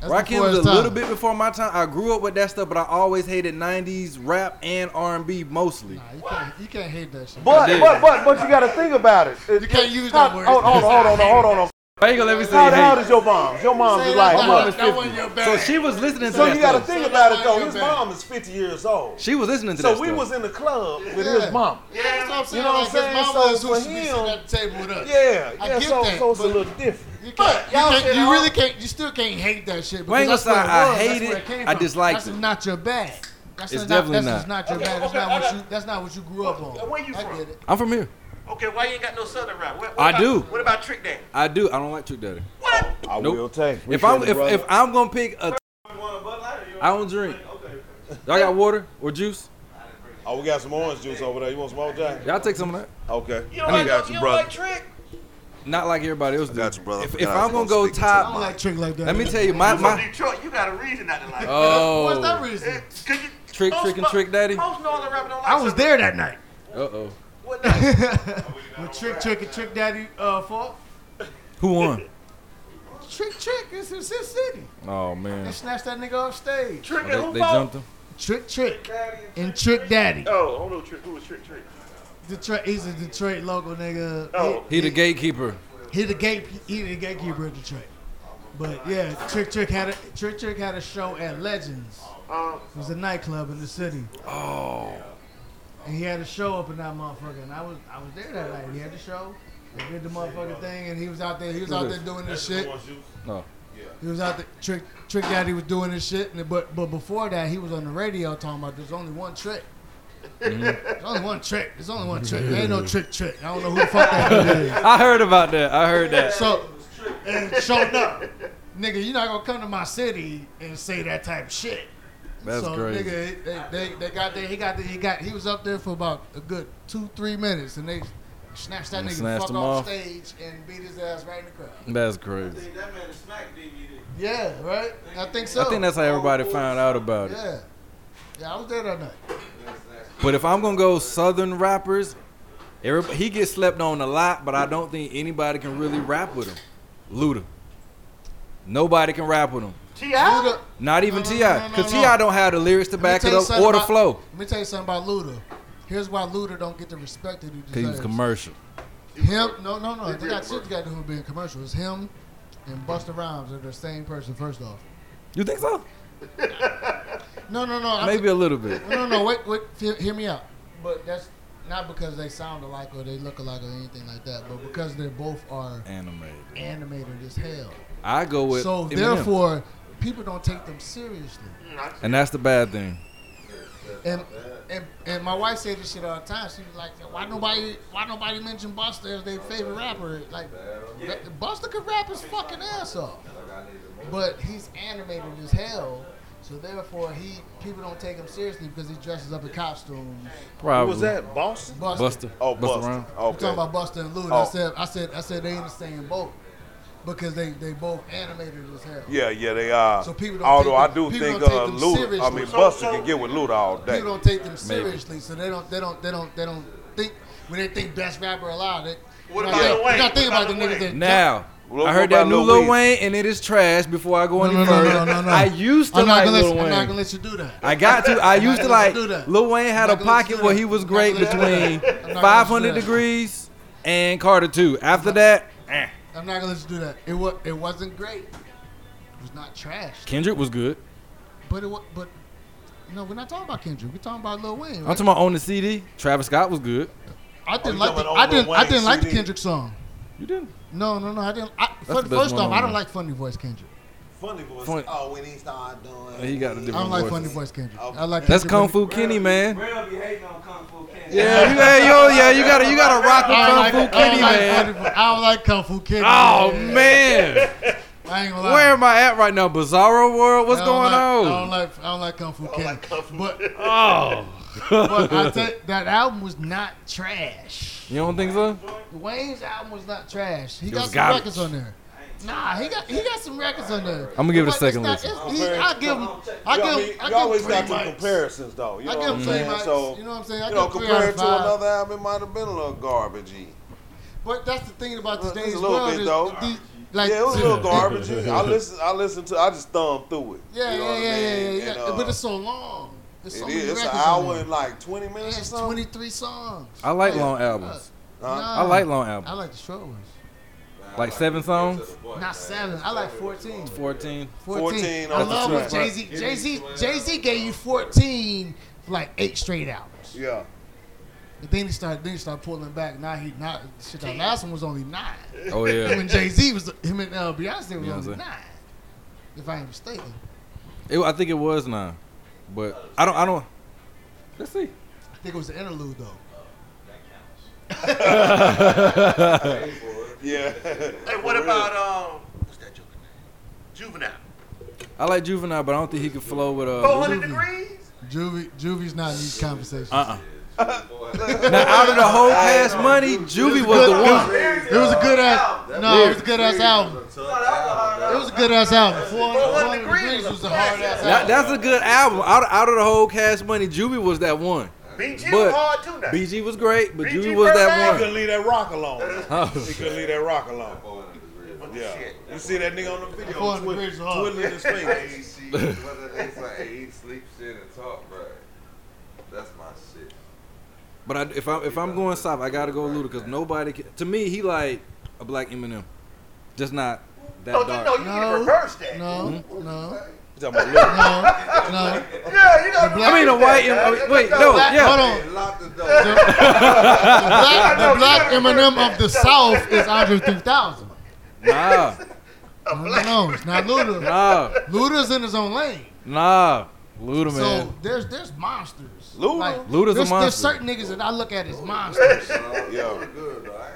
Speaker 3: That's
Speaker 1: rock him
Speaker 3: before
Speaker 1: was a
Speaker 3: his time.
Speaker 1: little bit before my time. I grew up with that stuff, but I always hated '90s rap and R&B mostly.
Speaker 3: Nah, you can't, you can't hate that shit.
Speaker 2: But,
Speaker 1: did.
Speaker 2: but, but, but you got to think about it. It-
Speaker 3: You can't use
Speaker 2: how-
Speaker 3: that word.
Speaker 2: Hold on, hold on, hold on. hold on.
Speaker 1: Why you gonna let me say
Speaker 2: How the hell
Speaker 1: hate?
Speaker 2: is your mom? Your mom's
Speaker 3: Say
Speaker 2: is
Speaker 3: that
Speaker 2: like,
Speaker 3: one-
Speaker 2: what?
Speaker 3: that wasn't your
Speaker 1: So
Speaker 3: bag.
Speaker 1: she was listening to
Speaker 2: So
Speaker 1: that
Speaker 2: you got to
Speaker 1: stuff.
Speaker 2: think about it though.
Speaker 3: Your
Speaker 2: His
Speaker 3: bad.
Speaker 2: mom is 50 years old.
Speaker 1: She was listening to that
Speaker 2: So we
Speaker 1: stuff.
Speaker 2: was in the club with
Speaker 3: Yeah.
Speaker 2: his mom.
Speaker 3: That's what I'm saying.
Speaker 2: You know what
Speaker 3: like,
Speaker 2: I'm saying?
Speaker 3: His mama
Speaker 2: So
Speaker 3: is who
Speaker 2: for
Speaker 3: should be
Speaker 2: him-
Speaker 3: sitting at the table with us.
Speaker 2: Yeah,
Speaker 3: I
Speaker 2: yeah.
Speaker 3: get
Speaker 2: So,
Speaker 3: that,
Speaker 2: so it's a
Speaker 3: but-
Speaker 2: little different.
Speaker 3: You, can't,
Speaker 5: But
Speaker 3: you,
Speaker 5: y'all
Speaker 3: can't-
Speaker 5: said
Speaker 3: you
Speaker 5: all-
Speaker 3: really can't. You still can't hate that shit.
Speaker 1: Well, I ain't
Speaker 3: because
Speaker 1: gonna
Speaker 3: that's
Speaker 1: lie, I
Speaker 3: where was,
Speaker 1: hate
Speaker 3: that's where
Speaker 1: it.
Speaker 3: came
Speaker 1: I
Speaker 3: from.
Speaker 1: disliked
Speaker 3: that's
Speaker 1: it.
Speaker 3: not your bag. That's
Speaker 1: It's
Speaker 3: not,
Speaker 1: definitely
Speaker 3: that's just
Speaker 1: not.
Speaker 3: not your bag. That's
Speaker 5: okay,
Speaker 3: not
Speaker 5: I
Speaker 3: what
Speaker 5: got-
Speaker 3: you. That's not what you grew up on.
Speaker 5: And where you
Speaker 3: I
Speaker 5: from?
Speaker 3: get it.
Speaker 1: I'm from here.
Speaker 5: Okay, why you ain't got no Southern rap? What, what
Speaker 1: I
Speaker 5: about,
Speaker 1: do.
Speaker 5: What about Trick Daddy?
Speaker 1: I do. I don't like Trick Daddy.
Speaker 5: What?
Speaker 2: I
Speaker 1: Nope.
Speaker 2: will take.
Speaker 1: If
Speaker 2: Appreciate
Speaker 1: I'm if,
Speaker 2: it, brother.
Speaker 1: if I'm gonna pick a,
Speaker 10: You want a Bud Light or you want-
Speaker 1: I don't drink.
Speaker 10: Okay.
Speaker 1: Y'all got water or juice?
Speaker 2: Oh, we got some orange juice over there. You want some more, Jack?
Speaker 1: Y'all take some of that.
Speaker 2: Okay.
Speaker 5: You don't
Speaker 2: I
Speaker 5: like
Speaker 2: got
Speaker 5: no-
Speaker 2: you,
Speaker 5: you don't
Speaker 2: brother.
Speaker 5: like Trick?
Speaker 1: Not like everybody else
Speaker 4: got you,
Speaker 1: does.
Speaker 4: brother.
Speaker 1: If,
Speaker 4: Guys,
Speaker 1: if I'm gonna
Speaker 4: don't
Speaker 1: go
Speaker 4: stick to
Speaker 3: I
Speaker 1: top,
Speaker 3: don't like trick like that.
Speaker 1: let me tell you my
Speaker 5: From
Speaker 1: my.
Speaker 5: Detroit, you got a reason not to like. it.
Speaker 3: What's that
Speaker 1: Oh.
Speaker 3: reason?
Speaker 5: It- 'cause you-
Speaker 1: Trick,
Speaker 5: most
Speaker 1: Trick, and
Speaker 5: mo-
Speaker 1: Trick Daddy?
Speaker 5: Most northern rappers don't like.
Speaker 3: I was
Speaker 5: Southern-
Speaker 3: there that night.
Speaker 1: Uh oh.
Speaker 5: What night?
Speaker 3: With trick, trick, and trick daddy uh, fought.
Speaker 1: Who won?
Speaker 3: Trick, trick. It's in Sin City.
Speaker 1: Oh
Speaker 3: They
Speaker 1: man.
Speaker 3: snatched that nigga off stage.
Speaker 5: Trick and
Speaker 1: They,
Speaker 5: who
Speaker 1: they
Speaker 5: fought?
Speaker 1: jumped him.
Speaker 3: Trick, trick, and trick daddy.
Speaker 5: Oh, I don't know Trick. Who was Trick? Trick.
Speaker 3: Detroit. He's a Detroit local nigga.
Speaker 5: Oh.
Speaker 1: He the gatekeeper.
Speaker 3: He the gate he the gatekeeper of Detroit. But yeah, Trick Trick had a Trick Trick had a show at Legends.
Speaker 5: Um,
Speaker 3: It was a nightclub in the city. Oh. And he had a show up in that motherfucker, and I was I was there that night. He had the show. They did the motherfucking thing, and he was out there. He was out there doing this shit.
Speaker 1: No.
Speaker 3: He was out there. Trick Trick Daddy was doing this shit, and but but before that, he was on the radio talking about there's only one trick. There's only one trick. There's only one trick. There ain't no trick trick. I don't know who the fuck that dude is.
Speaker 1: I heard about that. I heard that.
Speaker 3: So, and showed up. Nigga, you're not gonna come to my city and say that type of shit.
Speaker 1: That's
Speaker 3: so,
Speaker 1: crazy.
Speaker 3: nigga, they, they, they got there. He got there. He got. He was up there for about a good two, three minutes, and they snatched that
Speaker 1: And
Speaker 3: nigga
Speaker 1: snatched
Speaker 3: fuck
Speaker 1: him
Speaker 3: off
Speaker 1: off.
Speaker 3: stage and beat his ass right in the crowd.
Speaker 1: That's crazy.
Speaker 10: Hey, that man is smack DVD.
Speaker 3: Yeah, right. I think so.
Speaker 1: I think that's how everybody found out about it.
Speaker 3: Yeah, yeah. I was there that night.
Speaker 1: But if I'm gonna go southern rappers, everybody, he gets slept on a lot, but I don't think anybody can really rap with him. Luda. Nobody can rap with him.
Speaker 5: Ti.
Speaker 3: Luda, let
Speaker 1: Not even
Speaker 3: No, no,
Speaker 1: Ti,
Speaker 3: no, no,
Speaker 1: cause
Speaker 3: no.
Speaker 1: Ti don't have the lyrics to
Speaker 3: me
Speaker 1: back
Speaker 3: tell
Speaker 1: it
Speaker 3: you
Speaker 1: up
Speaker 3: something
Speaker 1: or the
Speaker 3: about-
Speaker 1: flow.
Speaker 3: Let me tell you something about Luda. Here's why Luda don't get the respect that he
Speaker 1: Cause he was
Speaker 3: deserves.
Speaker 1: commercial.
Speaker 3: Him? No, no, no. They got shit got to do with being commercial. It's him and Busta Rhymes are the same person. First off,
Speaker 1: You think so?
Speaker 3: no, no, no. I'm-
Speaker 1: Maybe a little bit.
Speaker 3: No, no, no. Wait, wait. Hear, hear me out. But that's not because they sound alike or they look alike or anything like that, but because they both are
Speaker 1: Animated.
Speaker 3: animated as hell.
Speaker 1: I go with
Speaker 3: so
Speaker 1: Eminem.
Speaker 3: therefore, people don't take them seriously.
Speaker 1: and that's the bad thing.
Speaker 3: And, and and my wife said this shit all the time. She was like, "Why nobody, why nobody mention Buster as their favorite rapper? Like, Buster could rap his fucking ass off, but he's animated as hell. So therefore, he people don't take him seriously because he dresses up in costumes.
Speaker 2: Who
Speaker 1: Probably.
Speaker 2: was that? Boston?
Speaker 3: Buster,
Speaker 1: Buster.
Speaker 2: Oh,
Speaker 1: Busta
Speaker 2: Boston.
Speaker 1: Rhymes.
Speaker 3: I'm talking
Speaker 2: Okay.
Speaker 3: about Buster and Luda. I
Speaker 2: Oh.
Speaker 3: said, I said, I said they in the same boat because they they both animated as hell.
Speaker 2: Yeah, yeah, they are.
Speaker 3: So people don't
Speaker 2: Although
Speaker 3: take
Speaker 2: I
Speaker 3: them-
Speaker 2: do
Speaker 3: people
Speaker 2: think
Speaker 3: don't
Speaker 2: uh,
Speaker 3: take them
Speaker 2: Luda, I mean
Speaker 3: seriously.
Speaker 2: Buster can get with Luda all day.
Speaker 3: People don't take them
Speaker 1: Maybe.
Speaker 3: seriously, so they don't they don't they don't they don't think when they think best rapper alive. They,
Speaker 5: What
Speaker 3: you're
Speaker 5: about
Speaker 3: not
Speaker 5: Lil
Speaker 3: think-
Speaker 5: Wayne?
Speaker 3: You're not thinking
Speaker 5: What
Speaker 3: about the
Speaker 5: about Lil
Speaker 3: niggas that
Speaker 1: Now,
Speaker 2: Lil-
Speaker 1: I
Speaker 2: what
Speaker 1: heard
Speaker 2: about
Speaker 1: that new
Speaker 2: Lil
Speaker 1: Lil
Speaker 2: Wayne?
Speaker 1: Wayne and it is trash. Before I go
Speaker 3: No,
Speaker 1: any
Speaker 3: no, no,
Speaker 1: further,
Speaker 3: no, no, no.
Speaker 1: I used to
Speaker 3: I'm
Speaker 1: like
Speaker 3: not gonna
Speaker 1: Lil
Speaker 3: let you, I'm not
Speaker 1: Wayne.
Speaker 3: gonna let you do that.
Speaker 1: I got to. I
Speaker 3: I'm not
Speaker 1: used to
Speaker 3: gonna
Speaker 1: like
Speaker 3: do that.
Speaker 1: Lil Wayne had a
Speaker 3: I'm not gonna let you
Speaker 1: pocket
Speaker 3: do
Speaker 1: where
Speaker 3: that.
Speaker 1: he was
Speaker 3: I'm not
Speaker 1: great
Speaker 3: gonna let you do that.
Speaker 1: between
Speaker 3: I'm not gonna
Speaker 1: 500
Speaker 3: let you do that.
Speaker 1: degrees and Carter 2. After that, eh.
Speaker 3: I'm not gonna let you do that. It was it wasn't great. It was not trash,
Speaker 1: Kendrick was good.
Speaker 3: but it was, but No, we're not talking about Kendrick. We're talking about Lil Wayne.
Speaker 1: I'm
Speaker 3: Right?
Speaker 1: talking about on the CD. Travis Scott was good.
Speaker 3: I
Speaker 2: Oh, you
Speaker 3: didn't like
Speaker 2: talking
Speaker 3: the,
Speaker 2: about
Speaker 3: I
Speaker 2: old
Speaker 3: didn't
Speaker 2: Lil
Speaker 3: I didn't
Speaker 2: Wayne
Speaker 3: like the
Speaker 2: CD?
Speaker 3: Kendrick song.
Speaker 1: You didn't.
Speaker 3: No, no, no. I didn't. I,
Speaker 1: the
Speaker 3: for,
Speaker 1: best
Speaker 3: first
Speaker 1: one
Speaker 3: off,
Speaker 1: on
Speaker 3: I don't
Speaker 1: there.
Speaker 3: like funny voice Kendrick.
Speaker 2: Funny voice.
Speaker 1: Funny-
Speaker 2: Oh, when he started doing.
Speaker 1: He got a
Speaker 3: I don't
Speaker 1: different
Speaker 3: like
Speaker 1: voice.
Speaker 3: funny voice Kendrick. I like
Speaker 1: That's
Speaker 3: Kendrick
Speaker 1: Kung Fu
Speaker 3: when-
Speaker 1: Kenny, man.
Speaker 10: Real be hating on Kung Fu Kenny.
Speaker 1: Yeah, you, hey, yo, yeah, you gotta, you gotta rock with Kung
Speaker 3: I don't like, I
Speaker 1: Fu
Speaker 3: don't
Speaker 1: Kenny,
Speaker 3: like
Speaker 1: man.
Speaker 3: funny- I don't like Kung Fu Kenny.
Speaker 1: Oh
Speaker 3: man.
Speaker 1: man,
Speaker 3: I ain't gonna lie.
Speaker 1: where am I at right now? Bizarro world, what's
Speaker 3: I don't
Speaker 1: going
Speaker 3: like- I don't
Speaker 1: on?
Speaker 3: like I don't like uh, Kung Fu Kenny. But
Speaker 1: Oh,
Speaker 3: but I think that album was not trash.
Speaker 1: you don't think so?
Speaker 3: Wayne's album was not trash. He got
Speaker 1: was
Speaker 3: some
Speaker 1: garbage.
Speaker 3: records on there. Nah, he got he got some records on there.
Speaker 1: I'm gonna give it a
Speaker 3: But
Speaker 1: second
Speaker 3: it's
Speaker 1: listen.
Speaker 3: not- it's- he- I give
Speaker 2: You,
Speaker 3: him. I
Speaker 2: know
Speaker 3: give
Speaker 2: what I mean?
Speaker 3: him. I
Speaker 2: you always
Speaker 3: give him
Speaker 2: got
Speaker 3: three
Speaker 2: the
Speaker 3: mics.
Speaker 2: comparisons, though. You know
Speaker 3: I
Speaker 2: what
Speaker 1: Mm-hmm.
Speaker 3: give him
Speaker 2: I'm
Speaker 3: three
Speaker 2: saying?
Speaker 3: mics.
Speaker 2: So,
Speaker 3: you know what I'm saying? I
Speaker 2: you know,
Speaker 3: give him three out
Speaker 2: compared
Speaker 3: of
Speaker 2: to
Speaker 3: five.
Speaker 2: another album, it might have been a little garbagey.
Speaker 3: But that's the thing about
Speaker 2: Well,
Speaker 3: today's
Speaker 2: it's a little
Speaker 3: world
Speaker 2: bit,
Speaker 3: is
Speaker 2: though.
Speaker 3: the- like
Speaker 2: yeah, it was a little garbagey. I listen, I listened to, I just thumbed through it.
Speaker 3: Yeah,
Speaker 2: You know
Speaker 3: yeah,
Speaker 2: what I
Speaker 3: yeah, yeah,
Speaker 2: mean?
Speaker 3: yeah,
Speaker 2: And,
Speaker 3: yeah.
Speaker 2: uh,
Speaker 3: But it's so long. There's so
Speaker 2: it
Speaker 3: many
Speaker 2: is. It's an
Speaker 3: records
Speaker 2: hour
Speaker 3: on there.
Speaker 2: and like 20 minutes or
Speaker 3: It's
Speaker 2: something.
Speaker 3: 23 songs. Uh,
Speaker 1: I like long albums.
Speaker 2: Huh?
Speaker 1: I like long albums.
Speaker 3: I like the short ones.
Speaker 1: Like seven songs,
Speaker 3: Not seven. I like 14.
Speaker 1: fourteen.
Speaker 3: 14.
Speaker 2: 14
Speaker 3: I
Speaker 2: on
Speaker 3: love
Speaker 2: the
Speaker 3: when
Speaker 2: track.
Speaker 3: Jay Z. Jay Z. Jay Z gave you 14 for like eight straight albums.
Speaker 2: Yeah.
Speaker 3: But then he started. Then he started pulling back. Now he not. Shit, that last one was only nine.
Speaker 1: Oh yeah,
Speaker 3: When Jay Z was him and uh, Beyonce was
Speaker 1: Beyonce.
Speaker 3: only nine. If I ain't mistaken.
Speaker 1: It- I think it was nine, but I don't, I don't. Let's see.
Speaker 3: I think it was the interlude though.
Speaker 2: Yeah.
Speaker 5: Hey, what about um? What's that joker name? Juvenile.
Speaker 1: I like Juvenile, but I don't think he could flow with uh,
Speaker 5: 400 degrees.
Speaker 3: Juvie. Juvie's not in these conversations.
Speaker 1: Uh-uh. now, out of the whole past money, Juvie was the one.
Speaker 3: It was a good ass. No, it was a good ass album. It was a good ass album. 400 degrees was a hard ass
Speaker 1: That-
Speaker 3: album.
Speaker 1: that's a good album. Out, out of the whole Cash Money, Juvie was that one.
Speaker 5: BG
Speaker 1: But-
Speaker 5: was hard too now.
Speaker 1: BG was great, but
Speaker 5: BG
Speaker 1: Juvie was
Speaker 2: He
Speaker 1: that
Speaker 2: couldn't leave that rock alone.
Speaker 1: one.
Speaker 2: He couldn't leave that rock alone.
Speaker 5: What the
Speaker 2: Yeah.
Speaker 5: shit?
Speaker 2: You see that nigga on the video
Speaker 3: Four hundred
Speaker 2: twi-
Speaker 3: degrees is hard.
Speaker 2: twiddling his fingers.
Speaker 4: eat, sleep, shit, and talk, bro. That's my shit.
Speaker 1: But I, if I'm if I'm going south, I gotta go Luda because nobody. Can, to me, he like a black Eminem, just not that
Speaker 3: Oh,
Speaker 5: No, no, no,
Speaker 1: dark.
Speaker 5: you
Speaker 3: No.
Speaker 5: can reverse that.
Speaker 3: No,
Speaker 2: Hmm?
Speaker 3: no,
Speaker 2: You talking about Lil-
Speaker 3: no, no.
Speaker 5: Yeah, you know.
Speaker 1: I mean, a white. Em- wait, no,
Speaker 3: Black,
Speaker 1: yeah.
Speaker 3: Hold on.
Speaker 4: Lock the door.
Speaker 3: The, the black, the black Eminem of the South is Andre 3000.
Speaker 1: Nah,
Speaker 3: No, no, no, it's not Luda.
Speaker 1: nah,
Speaker 3: Luda's in his own lane.
Speaker 1: nah. Luda
Speaker 3: So
Speaker 1: man.
Speaker 3: there's there's monsters.
Speaker 2: Luda?
Speaker 1: Luda's a
Speaker 3: there's, There's
Speaker 1: monster.
Speaker 3: certain niggas that I look at as monsters.
Speaker 2: Yeah.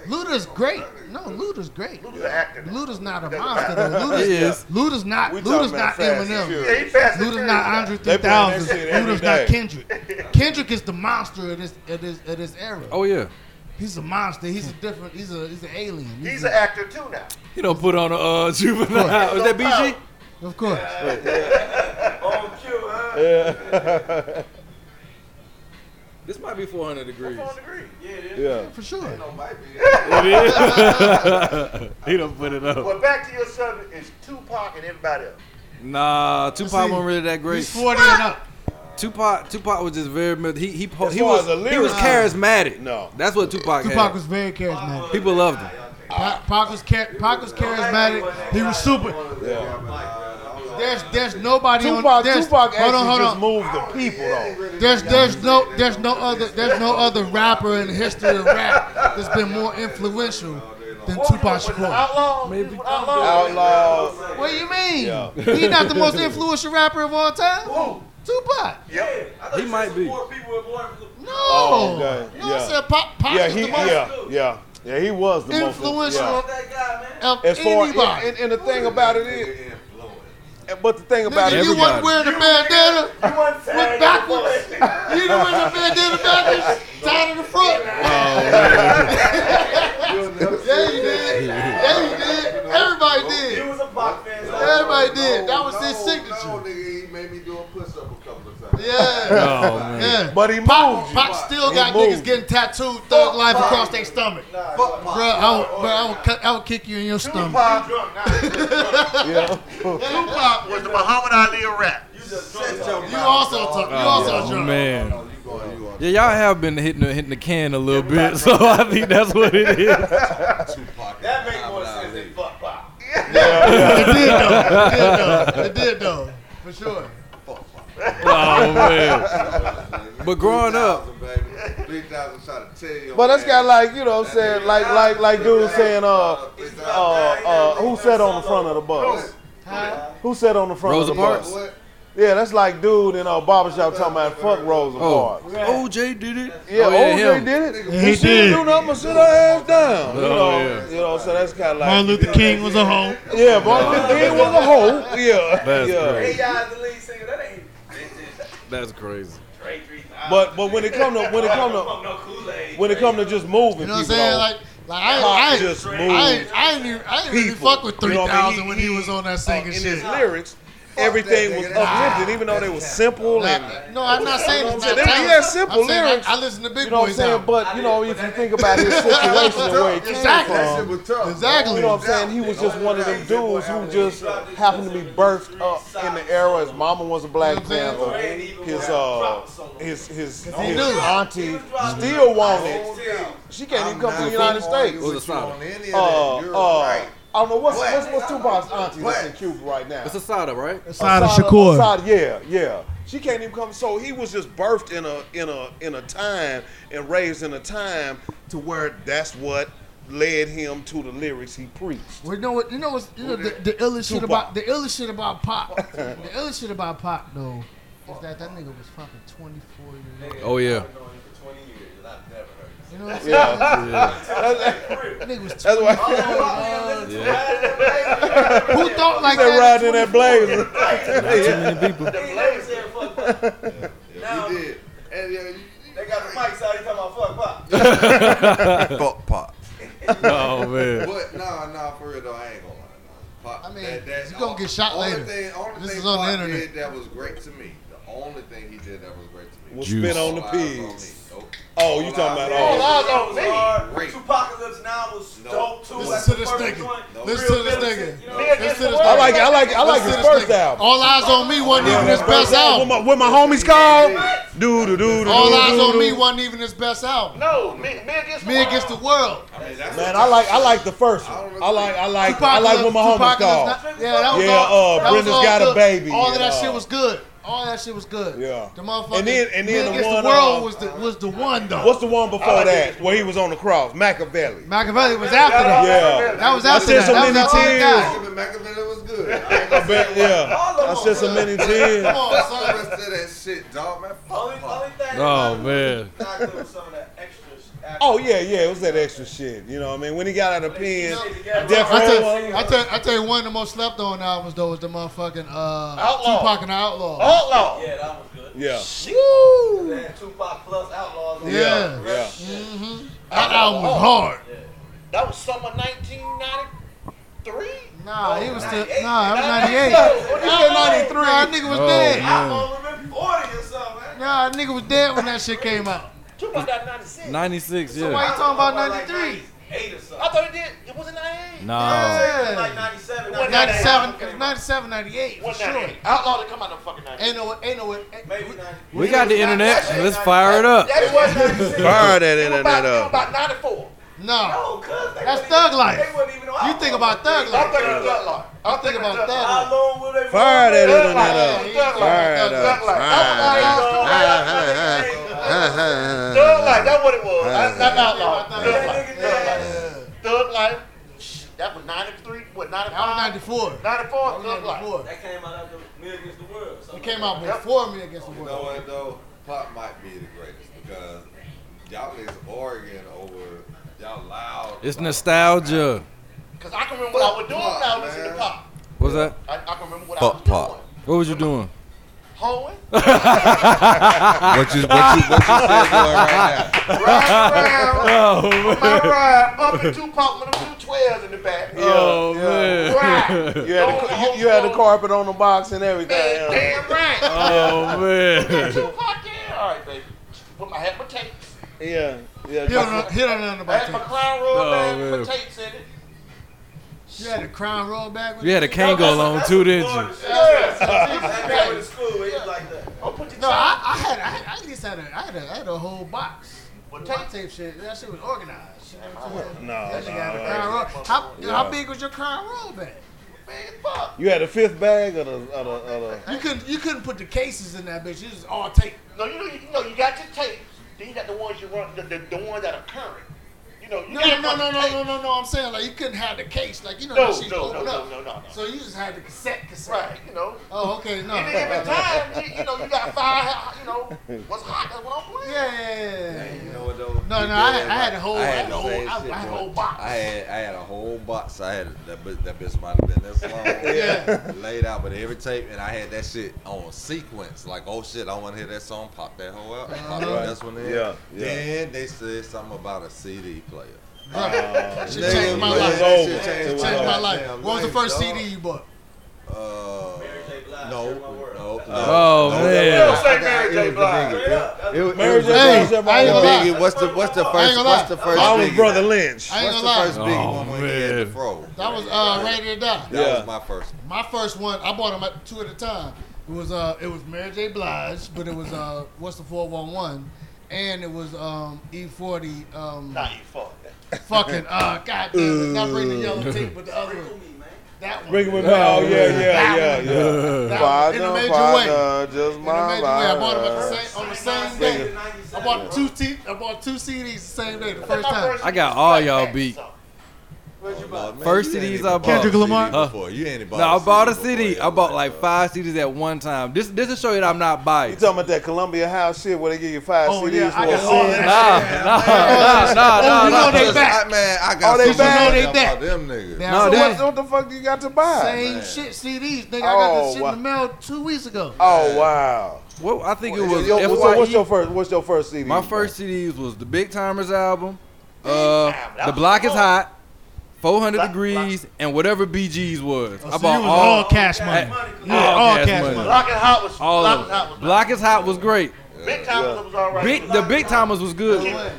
Speaker 3: Luda's great. No, Luda's great.
Speaker 5: Luda's an actor. now.
Speaker 3: Luda's not a monster though. Luda's,
Speaker 1: He is.
Speaker 3: Luda's not
Speaker 2: We talking
Speaker 3: Luda's
Speaker 2: about
Speaker 3: not
Speaker 2: Fast and
Speaker 3: Eminem.
Speaker 2: Furious.
Speaker 5: Yeah, he fast and
Speaker 3: Luda's
Speaker 5: furious
Speaker 3: not
Speaker 5: now.
Speaker 3: Andre
Speaker 2: They playing that
Speaker 3: 3000.
Speaker 2: shit every
Speaker 3: Luda's not
Speaker 2: day.
Speaker 3: Kendrick. Kendrick is the monster of this of this of this era.
Speaker 1: Oh yeah.
Speaker 3: He's a monster. He's a different. He's a he's an alien.
Speaker 5: He's
Speaker 3: a-
Speaker 5: an actor too now.
Speaker 1: He don't put on a uh, Juvenile. Is that BG?
Speaker 3: of course.
Speaker 10: On cue, huh?
Speaker 1: This might be 400 degrees.
Speaker 5: 400 degrees.
Speaker 10: Yeah, it is.
Speaker 2: Yeah.
Speaker 3: For sure.
Speaker 1: He don't put it
Speaker 2: Oh.
Speaker 1: up.
Speaker 5: Well, back to your subject is Tupac and everybody else.
Speaker 1: Nah, Tupac
Speaker 3: see.
Speaker 1: wasn't really that great.
Speaker 3: He's 40 and up.
Speaker 1: Tupac, Tupac was just very mid- he he po-
Speaker 2: As
Speaker 1: he
Speaker 2: far
Speaker 1: was
Speaker 2: as a
Speaker 1: he was
Speaker 2: lyricist.
Speaker 1: charismatic.
Speaker 2: No.
Speaker 1: that's what Tupac,
Speaker 3: Tupac
Speaker 1: had.
Speaker 3: was very
Speaker 2: Uh,
Speaker 3: charismatic.
Speaker 1: People loved him.
Speaker 3: Pac, Pac was char- Pac was charismatic. He was super.
Speaker 2: Yeah.
Speaker 3: There's there's nobody on
Speaker 2: Tupac,
Speaker 3: there's,
Speaker 2: Tupac
Speaker 3: hold
Speaker 2: actually
Speaker 3: on, hold
Speaker 2: just
Speaker 3: on.
Speaker 2: moved the people, though.
Speaker 3: There's there's no there's no other there's no other rapper in the history of rap that's been more influential than Tupac Shakur.
Speaker 5: Outlaw.
Speaker 1: Maybe.
Speaker 5: Outlaw.
Speaker 2: Outlaw.
Speaker 3: What do you mean?
Speaker 2: Yeah.
Speaker 3: He's not the most influential rapper of all time. Tupac.
Speaker 5: Yep.
Speaker 1: He might be.
Speaker 10: Four people were born from
Speaker 3: No.
Speaker 2: Oh, okay.
Speaker 3: No, I
Speaker 2: Yeah.
Speaker 3: said Pac, Pac
Speaker 2: Yeah,
Speaker 3: is
Speaker 2: he,
Speaker 3: the most
Speaker 2: yeah, yeah, yeah. He was the most
Speaker 3: influential
Speaker 2: yeah.
Speaker 10: that guy, man.
Speaker 3: of
Speaker 2: As far
Speaker 3: anybody.
Speaker 2: and, and the thing about it is, and- but the thing about
Speaker 3: Nigga,
Speaker 2: it,
Speaker 3: you wasn't
Speaker 1: everybody.
Speaker 3: wearing a bandana
Speaker 5: You want to
Speaker 3: with backwards. You done wearing a bandana backwards, tied in the front. yeah, you did. Yeah, you did. Everybody
Speaker 10: He
Speaker 3: did.
Speaker 10: was a Pac fan. so-
Speaker 3: Everybody did. That was his
Speaker 4: No,
Speaker 3: signature.
Speaker 4: nigga, he made me do a push up a couple of times.
Speaker 3: Yeah.
Speaker 1: Oh man,
Speaker 3: Yeah.
Speaker 2: but he moved. you.
Speaker 3: Pac still
Speaker 2: He
Speaker 3: got
Speaker 2: moved.
Speaker 3: niggas getting tattooed thug life across their stomach.
Speaker 4: Fuck my.
Speaker 3: Bro, I would, bro, I would, cut, I would kick you in your stomach.
Speaker 5: Tupac Tupac was the Muhammad Ali of rap.
Speaker 3: You also took, you also
Speaker 1: Oh,
Speaker 3: drunk.
Speaker 1: man.
Speaker 4: You going, you going.
Speaker 1: Yeah, y'all have been hitting the, hitting the can a little bit, so I think that's what it is.
Speaker 10: That makes more sense than fuck Pac.
Speaker 3: It did though. It did though. It did though. For sure.
Speaker 1: Oh man. But growing up,
Speaker 4: 3,000, baby. 3,000 trying to tell you.
Speaker 2: But that's got like you know what I'm saying like like like dude saying uh uh uh who sat on the front of the bus? Who sat on the front
Speaker 1: Rosa
Speaker 2: of the bus?
Speaker 1: Parks.
Speaker 4: What?
Speaker 2: Yeah, that's like dude in a barbershop talking about fuck Rosa
Speaker 1: Oh,
Speaker 2: Parks.
Speaker 1: OJ did it.
Speaker 2: Yeah,
Speaker 1: oh,
Speaker 2: OJ
Speaker 1: him.
Speaker 2: did it.
Speaker 3: He
Speaker 2: she didn't
Speaker 3: did.
Speaker 2: do nothing but sit her ass down. You
Speaker 1: Oh,
Speaker 2: know,
Speaker 1: yeah.
Speaker 2: you know, so that's kind of
Speaker 3: Martin
Speaker 2: like
Speaker 3: Luther King was a hoe.
Speaker 2: yeah, Martin Luther King was a hoe. Yeah,
Speaker 1: That's
Speaker 2: yeah.
Speaker 1: crazy.
Speaker 5: y'all the lead singer. That ain't. It's just
Speaker 1: That's crazy.
Speaker 5: Dre 3000.
Speaker 2: But but when it come to when it come to
Speaker 5: Fuck no Kool-Aid.
Speaker 2: when it come to just moving,
Speaker 3: You know what I'm
Speaker 2: people
Speaker 3: saying?
Speaker 2: don't-
Speaker 3: Like, like I, I,
Speaker 2: just
Speaker 3: I,
Speaker 2: move.
Speaker 3: I, I didn't, even, I didn't really
Speaker 2: People.
Speaker 3: fuck with
Speaker 2: You
Speaker 3: three
Speaker 2: know what I mean? uh,
Speaker 3: thousand when he was on that
Speaker 2: in
Speaker 3: singing shit.
Speaker 2: his lyrics, everything
Speaker 4: that
Speaker 2: was
Speaker 4: nigga, that's-
Speaker 2: uplifted, even though they were simple and
Speaker 3: Like, no, I'm not saying it's not
Speaker 2: They-
Speaker 3: talented.
Speaker 2: yeah, simple
Speaker 3: I'm saying,
Speaker 2: lyrics.
Speaker 3: I, I listen to Big
Speaker 2: you know what I'm
Speaker 3: Boy's
Speaker 2: saying.
Speaker 3: album.
Speaker 2: But you know, if you think about his situation and where it came
Speaker 3: Exactly.
Speaker 4: That shit
Speaker 2: from,
Speaker 4: was tough.
Speaker 3: Exactly.
Speaker 2: you know what I'm saying. He was just one of them dudes who just happened to be birthed up in the era. His mama was a black
Speaker 3: You know what
Speaker 2: panther. His uh, his his, his
Speaker 3: knew.
Speaker 2: auntie still wanted. She can't even come to the United States.
Speaker 1: Who's a
Speaker 4: On
Speaker 1: soda?
Speaker 4: any of that,
Speaker 3: Oh,
Speaker 2: Uh,
Speaker 4: you're
Speaker 2: uh,
Speaker 4: right.
Speaker 2: I don't know what's
Speaker 4: What?
Speaker 2: what's, what's Tupac's auntie that's in
Speaker 4: What?
Speaker 2: Cuba right now.
Speaker 1: It's a soda, right?
Speaker 3: Asada
Speaker 2: Asada-
Speaker 3: Shakur.
Speaker 2: Asada- yeah, yeah. She can't even come. So he was just birthed in a in a in a time and raised in a time to where that's what led him to the lyrics he preached.
Speaker 3: Well, you know what? You know what's you know the, the illest shit about the illest shit about Pop. the illest shit about Pop though is that that nigga was fucking 24 years old.
Speaker 1: Oh yeah.
Speaker 3: You know what I'm saying?
Speaker 2: Yeah,
Speaker 3: That nigga was
Speaker 2: that's
Speaker 3: 20.
Speaker 2: why
Speaker 3: Oh, Who thought like
Speaker 2: they
Speaker 3: that?
Speaker 2: riding in that blazer.
Speaker 4: He did. And yeah, you-
Speaker 5: They got the mics out. He talking about fuck pop.
Speaker 4: fuck pop.
Speaker 1: Oh man.
Speaker 4: But nah, nah, for real though, I ain't gonna lie. nah. Pop,
Speaker 3: I mean,
Speaker 4: that, that's
Speaker 3: you gonna
Speaker 4: all-
Speaker 3: get shot
Speaker 4: only
Speaker 3: later.
Speaker 4: Thing, only
Speaker 3: This
Speaker 4: thing
Speaker 3: is on the
Speaker 4: Pop
Speaker 3: internet.
Speaker 4: Did that was great to me. The only thing he did that was great to me.
Speaker 2: Was
Speaker 1: Juice.
Speaker 2: spit on the
Speaker 4: All eyes
Speaker 2: pigs.
Speaker 4: on me. Nope.
Speaker 2: Oh, you talking about all?
Speaker 5: eyes on me.
Speaker 4: Great.
Speaker 5: Tupacalypse now was
Speaker 4: No.
Speaker 5: dope too. That's
Speaker 3: Listen to
Speaker 5: the
Speaker 3: this
Speaker 5: first
Speaker 3: nigga.
Speaker 5: one.
Speaker 3: Listen to
Speaker 5: Real
Speaker 3: this
Speaker 5: Militant,
Speaker 3: nigga.
Speaker 5: you know?
Speaker 3: Listen to this
Speaker 2: I
Speaker 3: nigga.
Speaker 2: like I like I like
Speaker 3: Listen
Speaker 2: his
Speaker 3: to this
Speaker 2: first
Speaker 3: nigga.
Speaker 2: album.
Speaker 3: All Eyes on Me wasn't even his best
Speaker 2: What
Speaker 3: album.
Speaker 2: my, what my homies called? Do do do do.
Speaker 3: All
Speaker 2: do,
Speaker 3: Eyes
Speaker 2: do,
Speaker 3: on
Speaker 2: do.
Speaker 3: Me wasn't even his best album.
Speaker 5: No, me, me against
Speaker 3: Me Against the World.
Speaker 4: I mean, that's
Speaker 2: Man, I like I like the first one. I like I like I like what my homies
Speaker 3: Tupac
Speaker 2: called.
Speaker 3: Tupac is not- Yeah, that was
Speaker 2: Yeah,
Speaker 3: all.
Speaker 2: uh,
Speaker 3: that was
Speaker 2: Brenda's
Speaker 3: all
Speaker 2: Got a
Speaker 3: good.
Speaker 2: Baby
Speaker 3: All of
Speaker 2: and,
Speaker 3: that
Speaker 2: uh,
Speaker 3: shit was good. All that shit was good.
Speaker 2: Yeah.
Speaker 3: The motherfucker.
Speaker 2: And then- and then the
Speaker 3: Against
Speaker 2: one,
Speaker 3: the World
Speaker 2: uh,
Speaker 3: was the was the one though.
Speaker 2: What's the one before that where he was on the cross? Machiavelli.
Speaker 3: Machiavelli was after that.
Speaker 2: Yeah.
Speaker 3: That was
Speaker 2: I
Speaker 3: after
Speaker 2: said
Speaker 3: that.
Speaker 2: so
Speaker 3: that was
Speaker 2: many
Speaker 3: after that.
Speaker 4: Machiavelli Machiavelli was good. I ain't
Speaker 2: I bet, yeah. I said so many
Speaker 3: Come
Speaker 2: tears.
Speaker 3: on,
Speaker 4: gonna
Speaker 3: son.
Speaker 4: say the rest of that shit, dog. Man,
Speaker 5: Only,
Speaker 4: fuck
Speaker 5: only
Speaker 4: pop.
Speaker 5: thing that
Speaker 1: Oh
Speaker 5: mattered
Speaker 1: man.
Speaker 5: was I couldn't some of that extra sh- after-
Speaker 2: Oh yeah, yeah, it was that extra shit. You know what I mean? When he got out of the pen, Death
Speaker 3: I
Speaker 2: Row.
Speaker 3: tell, I, tell, I tell you, one of the most slept on albums though was the motherfucking uh,
Speaker 2: Outlaw.
Speaker 3: Tupac and the Outlaw.
Speaker 5: Oh,
Speaker 2: Outlaw.
Speaker 5: Yeah, that was good.
Speaker 2: Yeah.
Speaker 5: Then Tupac plus Outlaws. on
Speaker 3: Yeah.
Speaker 5: the
Speaker 2: Yeah.
Speaker 5: rest.
Speaker 3: That album was hard.
Speaker 5: That was summer 1993.
Speaker 3: Nah, he was still.
Speaker 5: 98.
Speaker 3: Nah, that was 98.
Speaker 5: What you say,
Speaker 3: 93. Nah, that nigga was
Speaker 1: Oh,
Speaker 3: dead.
Speaker 5: I'm over 40 or something, man.
Speaker 3: Nah, that nigga was dead when that shit came out.
Speaker 5: Tupac got 96.
Speaker 1: 96.
Speaker 3: So why
Speaker 1: Yeah.
Speaker 3: you talking about 93?
Speaker 5: 8 or something. I thought he did. It wasn't 98.
Speaker 1: Nah.
Speaker 5: Like
Speaker 3: Yeah.
Speaker 5: 97.
Speaker 3: 97, 97, 98, for
Speaker 5: Wasn't
Speaker 3: sure.
Speaker 5: 98. Outlaw didn't come out no fucking 98.
Speaker 3: Ain't no way, ain't no way. ain't-
Speaker 5: Maybe 90.
Speaker 1: We got the internet. Let's fire it up.
Speaker 5: That was 96.
Speaker 2: Fire that
Speaker 5: It was
Speaker 2: internet
Speaker 5: about, it was
Speaker 2: up.
Speaker 5: about 94.
Speaker 3: No.
Speaker 5: No, cuz they
Speaker 3: That's
Speaker 5: wasn't
Speaker 3: Thug
Speaker 5: even-
Speaker 3: Life.
Speaker 5: They wasn't even on
Speaker 3: You
Speaker 5: Outlaw.
Speaker 3: think about Thug Life.
Speaker 5: I'm thinking of Thug Life.
Speaker 3: I'm thinking about
Speaker 5: How
Speaker 3: that.
Speaker 5: long will they
Speaker 2: Fire that internet up.
Speaker 3: Yeah, he-
Speaker 2: Fire that up.
Speaker 5: Thug Life. That was Outlaw. Thug Life. That's what it was. That's not Outlaw. Thug Life. Thug Life. Shh, That was 93. What, 95?
Speaker 3: That was 94.
Speaker 5: 94? Thug Life.
Speaker 3: 94.
Speaker 11: That came out after Me Against the World. So
Speaker 3: It came out before me against the
Speaker 4: You know
Speaker 3: world.
Speaker 4: what though? Pop might be the greatest because y'all is Oregon over y'all loud.
Speaker 1: It's
Speaker 4: about-
Speaker 1: nostalgia.
Speaker 5: Because I can remember what I was doing when I was listening to pop.
Speaker 1: What's that?
Speaker 5: I, I can remember what I was
Speaker 4: Fuck
Speaker 5: doing.
Speaker 4: pop.
Speaker 1: What was you doing?
Speaker 5: Hoeing.
Speaker 4: What you what you what you said doing right now?
Speaker 5: Riding around.
Speaker 1: Oh
Speaker 5: My ride up and Tupac with them two 12s in the back.
Speaker 1: Oh man.
Speaker 2: You had, the, you, you had the carpet on the box and everything.
Speaker 5: Man, damn right.
Speaker 1: Oh man.
Speaker 5: Tupac, yeah. All right, baby. Put my, had my tapes.
Speaker 2: Yeah, yeah.
Speaker 3: He don't know- He don't know nothing
Speaker 5: I
Speaker 3: about
Speaker 5: had my
Speaker 3: that.
Speaker 5: crown roll
Speaker 1: Oh,
Speaker 5: bag with
Speaker 1: man.
Speaker 5: my tapes in it.
Speaker 3: You had a crown roll back with
Speaker 1: You had a
Speaker 3: you?
Speaker 1: Kango on too, didn't you?
Speaker 5: Yeah.
Speaker 11: school, it was like that.
Speaker 5: I'll put your
Speaker 3: No, I, I had I, had- I at least had a I had a, I had a whole box. With tape tape shit. That shit was organized. You know what I'm saying?
Speaker 2: No,
Speaker 3: That shit
Speaker 2: no,
Speaker 3: had a
Speaker 2: no.
Speaker 3: crown roll. How, how big was your crown roll bag?
Speaker 5: big as fuck.
Speaker 2: You had a fifth bag of the, of the, of the
Speaker 3: You couldn't you couldn't put the cases in that bitch. You just all tape.
Speaker 5: No, you know, you, know, you got your tapes. Then you got the ones you run, the, the, the ones that are current. You know, you
Speaker 3: No,
Speaker 5: got
Speaker 3: no, no, no,
Speaker 5: fucking
Speaker 3: no,
Speaker 5: tape.
Speaker 3: no, no, I'm saying like you couldn't have the case. Like you know
Speaker 5: No,
Speaker 3: that shit's
Speaker 5: no,
Speaker 3: open
Speaker 5: no,
Speaker 3: up.
Speaker 5: no, no, no, no.
Speaker 3: So you just had the cassette cassette.
Speaker 5: Right, you know.
Speaker 3: Oh, okay, no.
Speaker 5: And then every time, you, you know, you got five, you know, what's hot, that's what I'm
Speaker 3: Yeah,
Speaker 5: playing.
Speaker 3: yeah, yeah, yeah.
Speaker 4: You know what though?
Speaker 3: No,
Speaker 4: You
Speaker 3: no, I-
Speaker 4: did that
Speaker 3: I had
Speaker 4: right.
Speaker 3: a whole- I had a
Speaker 4: the
Speaker 3: whole-
Speaker 4: same
Speaker 3: I-
Speaker 4: shit,
Speaker 3: I had a
Speaker 4: boy.
Speaker 3: whole box.
Speaker 4: I had, I had a whole box. I had that, bi- that bitch might have been this long, laid out, but every tape, and I had that shit on sequence. Like, oh shit, I want to hear that song. Pop that whole out. Pop
Speaker 3: Uh-huh.
Speaker 2: Right.
Speaker 4: this one in.
Speaker 2: Yeah, yeah.
Speaker 4: Then they said something about a CD player.
Speaker 3: That shit
Speaker 4: Nigga,
Speaker 3: changed my
Speaker 4: man,
Speaker 2: was
Speaker 3: life.
Speaker 4: that
Speaker 2: over.
Speaker 4: shit
Speaker 2: It
Speaker 3: It
Speaker 4: changed
Speaker 3: changed
Speaker 2: was
Speaker 3: my
Speaker 2: over.
Speaker 3: life.
Speaker 4: goddamn
Speaker 3: What was the
Speaker 4: life,
Speaker 3: first
Speaker 4: dog.
Speaker 3: CD you blige,
Speaker 4: Uh,
Speaker 12: J. Blige,
Speaker 4: no,
Speaker 12: Share My World.
Speaker 4: no,
Speaker 1: Oh,
Speaker 4: no,
Speaker 1: man.
Speaker 4: no,
Speaker 5: Don't say
Speaker 4: no,
Speaker 5: Mary
Speaker 4: it
Speaker 5: J.
Speaker 4: was the
Speaker 5: Blige.
Speaker 4: biggest-
Speaker 12: Straight up. That's-
Speaker 1: It, it
Speaker 2: Mary
Speaker 1: was-
Speaker 2: J. Blige.
Speaker 3: Hey,
Speaker 2: everybody
Speaker 3: I ain't
Speaker 2: else.
Speaker 3: gonna lie.
Speaker 4: Biggie, what's the what's the
Speaker 3: I ain't
Speaker 4: first
Speaker 3: gonna
Speaker 4: what's the
Speaker 3: lie.
Speaker 4: first
Speaker 2: I was
Speaker 4: Biggie?
Speaker 2: Brother Lynch.
Speaker 3: I ain't
Speaker 4: What's the
Speaker 3: gonna lie.
Speaker 4: first big
Speaker 1: Oh,
Speaker 4: one when he had the
Speaker 1: man.
Speaker 4: fro?
Speaker 3: That was uh, Ready to Die.
Speaker 4: That
Speaker 2: Yeah.
Speaker 4: was my first.
Speaker 3: My first one, I bought them at two at a time. It was uh, it was Mary J. Blige, but it was uh, what's the four one one, and it was um E forty um
Speaker 5: Nah, you fuck that.
Speaker 3: fucking uh goddamn, it, not bring the yellow tape, but the other one, that one,
Speaker 2: Bring it with me. Oh, yeah, yeah, yeah, yeah.
Speaker 3: that one, in a
Speaker 13: Father,
Speaker 3: major way,
Speaker 13: father, just
Speaker 3: in a
Speaker 13: my
Speaker 3: major way. I bought them at the
Speaker 13: life.
Speaker 3: same, on the same day. I bought two t- I bought two CDs the same day, the first
Speaker 5: My
Speaker 3: time.
Speaker 5: first
Speaker 1: I got all
Speaker 5: Black
Speaker 1: y'all
Speaker 5: Panther
Speaker 1: beat.
Speaker 5: song.
Speaker 1: First CDs I bought. Kendrick
Speaker 4: Lamar.
Speaker 1: Huh?
Speaker 4: You ain't bought.
Speaker 1: No, I bought a
Speaker 4: before,
Speaker 1: CD.
Speaker 4: yeah,
Speaker 1: I bought
Speaker 4: right,
Speaker 1: like
Speaker 4: bro.
Speaker 1: five CDs at one time. This this is show you that I'm not
Speaker 2: You
Speaker 1: biased.
Speaker 2: talking about that Columbia House shit where they give you five
Speaker 3: Oh,
Speaker 2: CDs
Speaker 3: yeah,
Speaker 2: for
Speaker 3: I
Speaker 2: a
Speaker 3: got all
Speaker 2: cent?
Speaker 3: that.
Speaker 1: Nah, nah, nah, nah,
Speaker 3: Oh,
Speaker 1: nah,
Speaker 3: you know
Speaker 1: nah.
Speaker 3: they
Speaker 4: Just-
Speaker 3: back.
Speaker 4: I- Man, I
Speaker 2: Oh,
Speaker 4: got
Speaker 2: they
Speaker 4: so much
Speaker 2: back.
Speaker 4: goddamn
Speaker 3: They back.
Speaker 4: about them niggas.
Speaker 3: Now,
Speaker 1: No,
Speaker 2: So
Speaker 1: they-
Speaker 2: what, what the fuck do you got to
Speaker 1: Ah,
Speaker 2: buy?
Speaker 3: same
Speaker 4: man.
Speaker 3: shit CDs, nigga. I got
Speaker 2: Oh,
Speaker 3: this shit
Speaker 2: wow.
Speaker 3: in the mail two weeks ago.
Speaker 2: Oh wow!
Speaker 1: Well, I think it
Speaker 2: Yo,
Speaker 1: was
Speaker 2: yo, what's, your, what's your
Speaker 1: FYE.
Speaker 2: first? What's your first CD?
Speaker 1: My first CDs was the Big Timers album,
Speaker 5: Time,
Speaker 1: uh,
Speaker 5: that
Speaker 1: The
Speaker 5: was
Speaker 1: Block is
Speaker 5: hard.
Speaker 1: Hot, 400
Speaker 5: Block-
Speaker 1: Degrees, and whatever BG's was. I
Speaker 3: Oh, so
Speaker 1: bought
Speaker 3: you was
Speaker 1: all.
Speaker 3: all cash money.
Speaker 1: Yeah, all cash money.
Speaker 5: Rock and Hot was
Speaker 1: All
Speaker 5: Rock
Speaker 1: of
Speaker 5: and Hot
Speaker 1: them.
Speaker 5: was
Speaker 1: Block is Hot was great.
Speaker 5: Big Time was all right.
Speaker 1: Big, the Big Timers was good.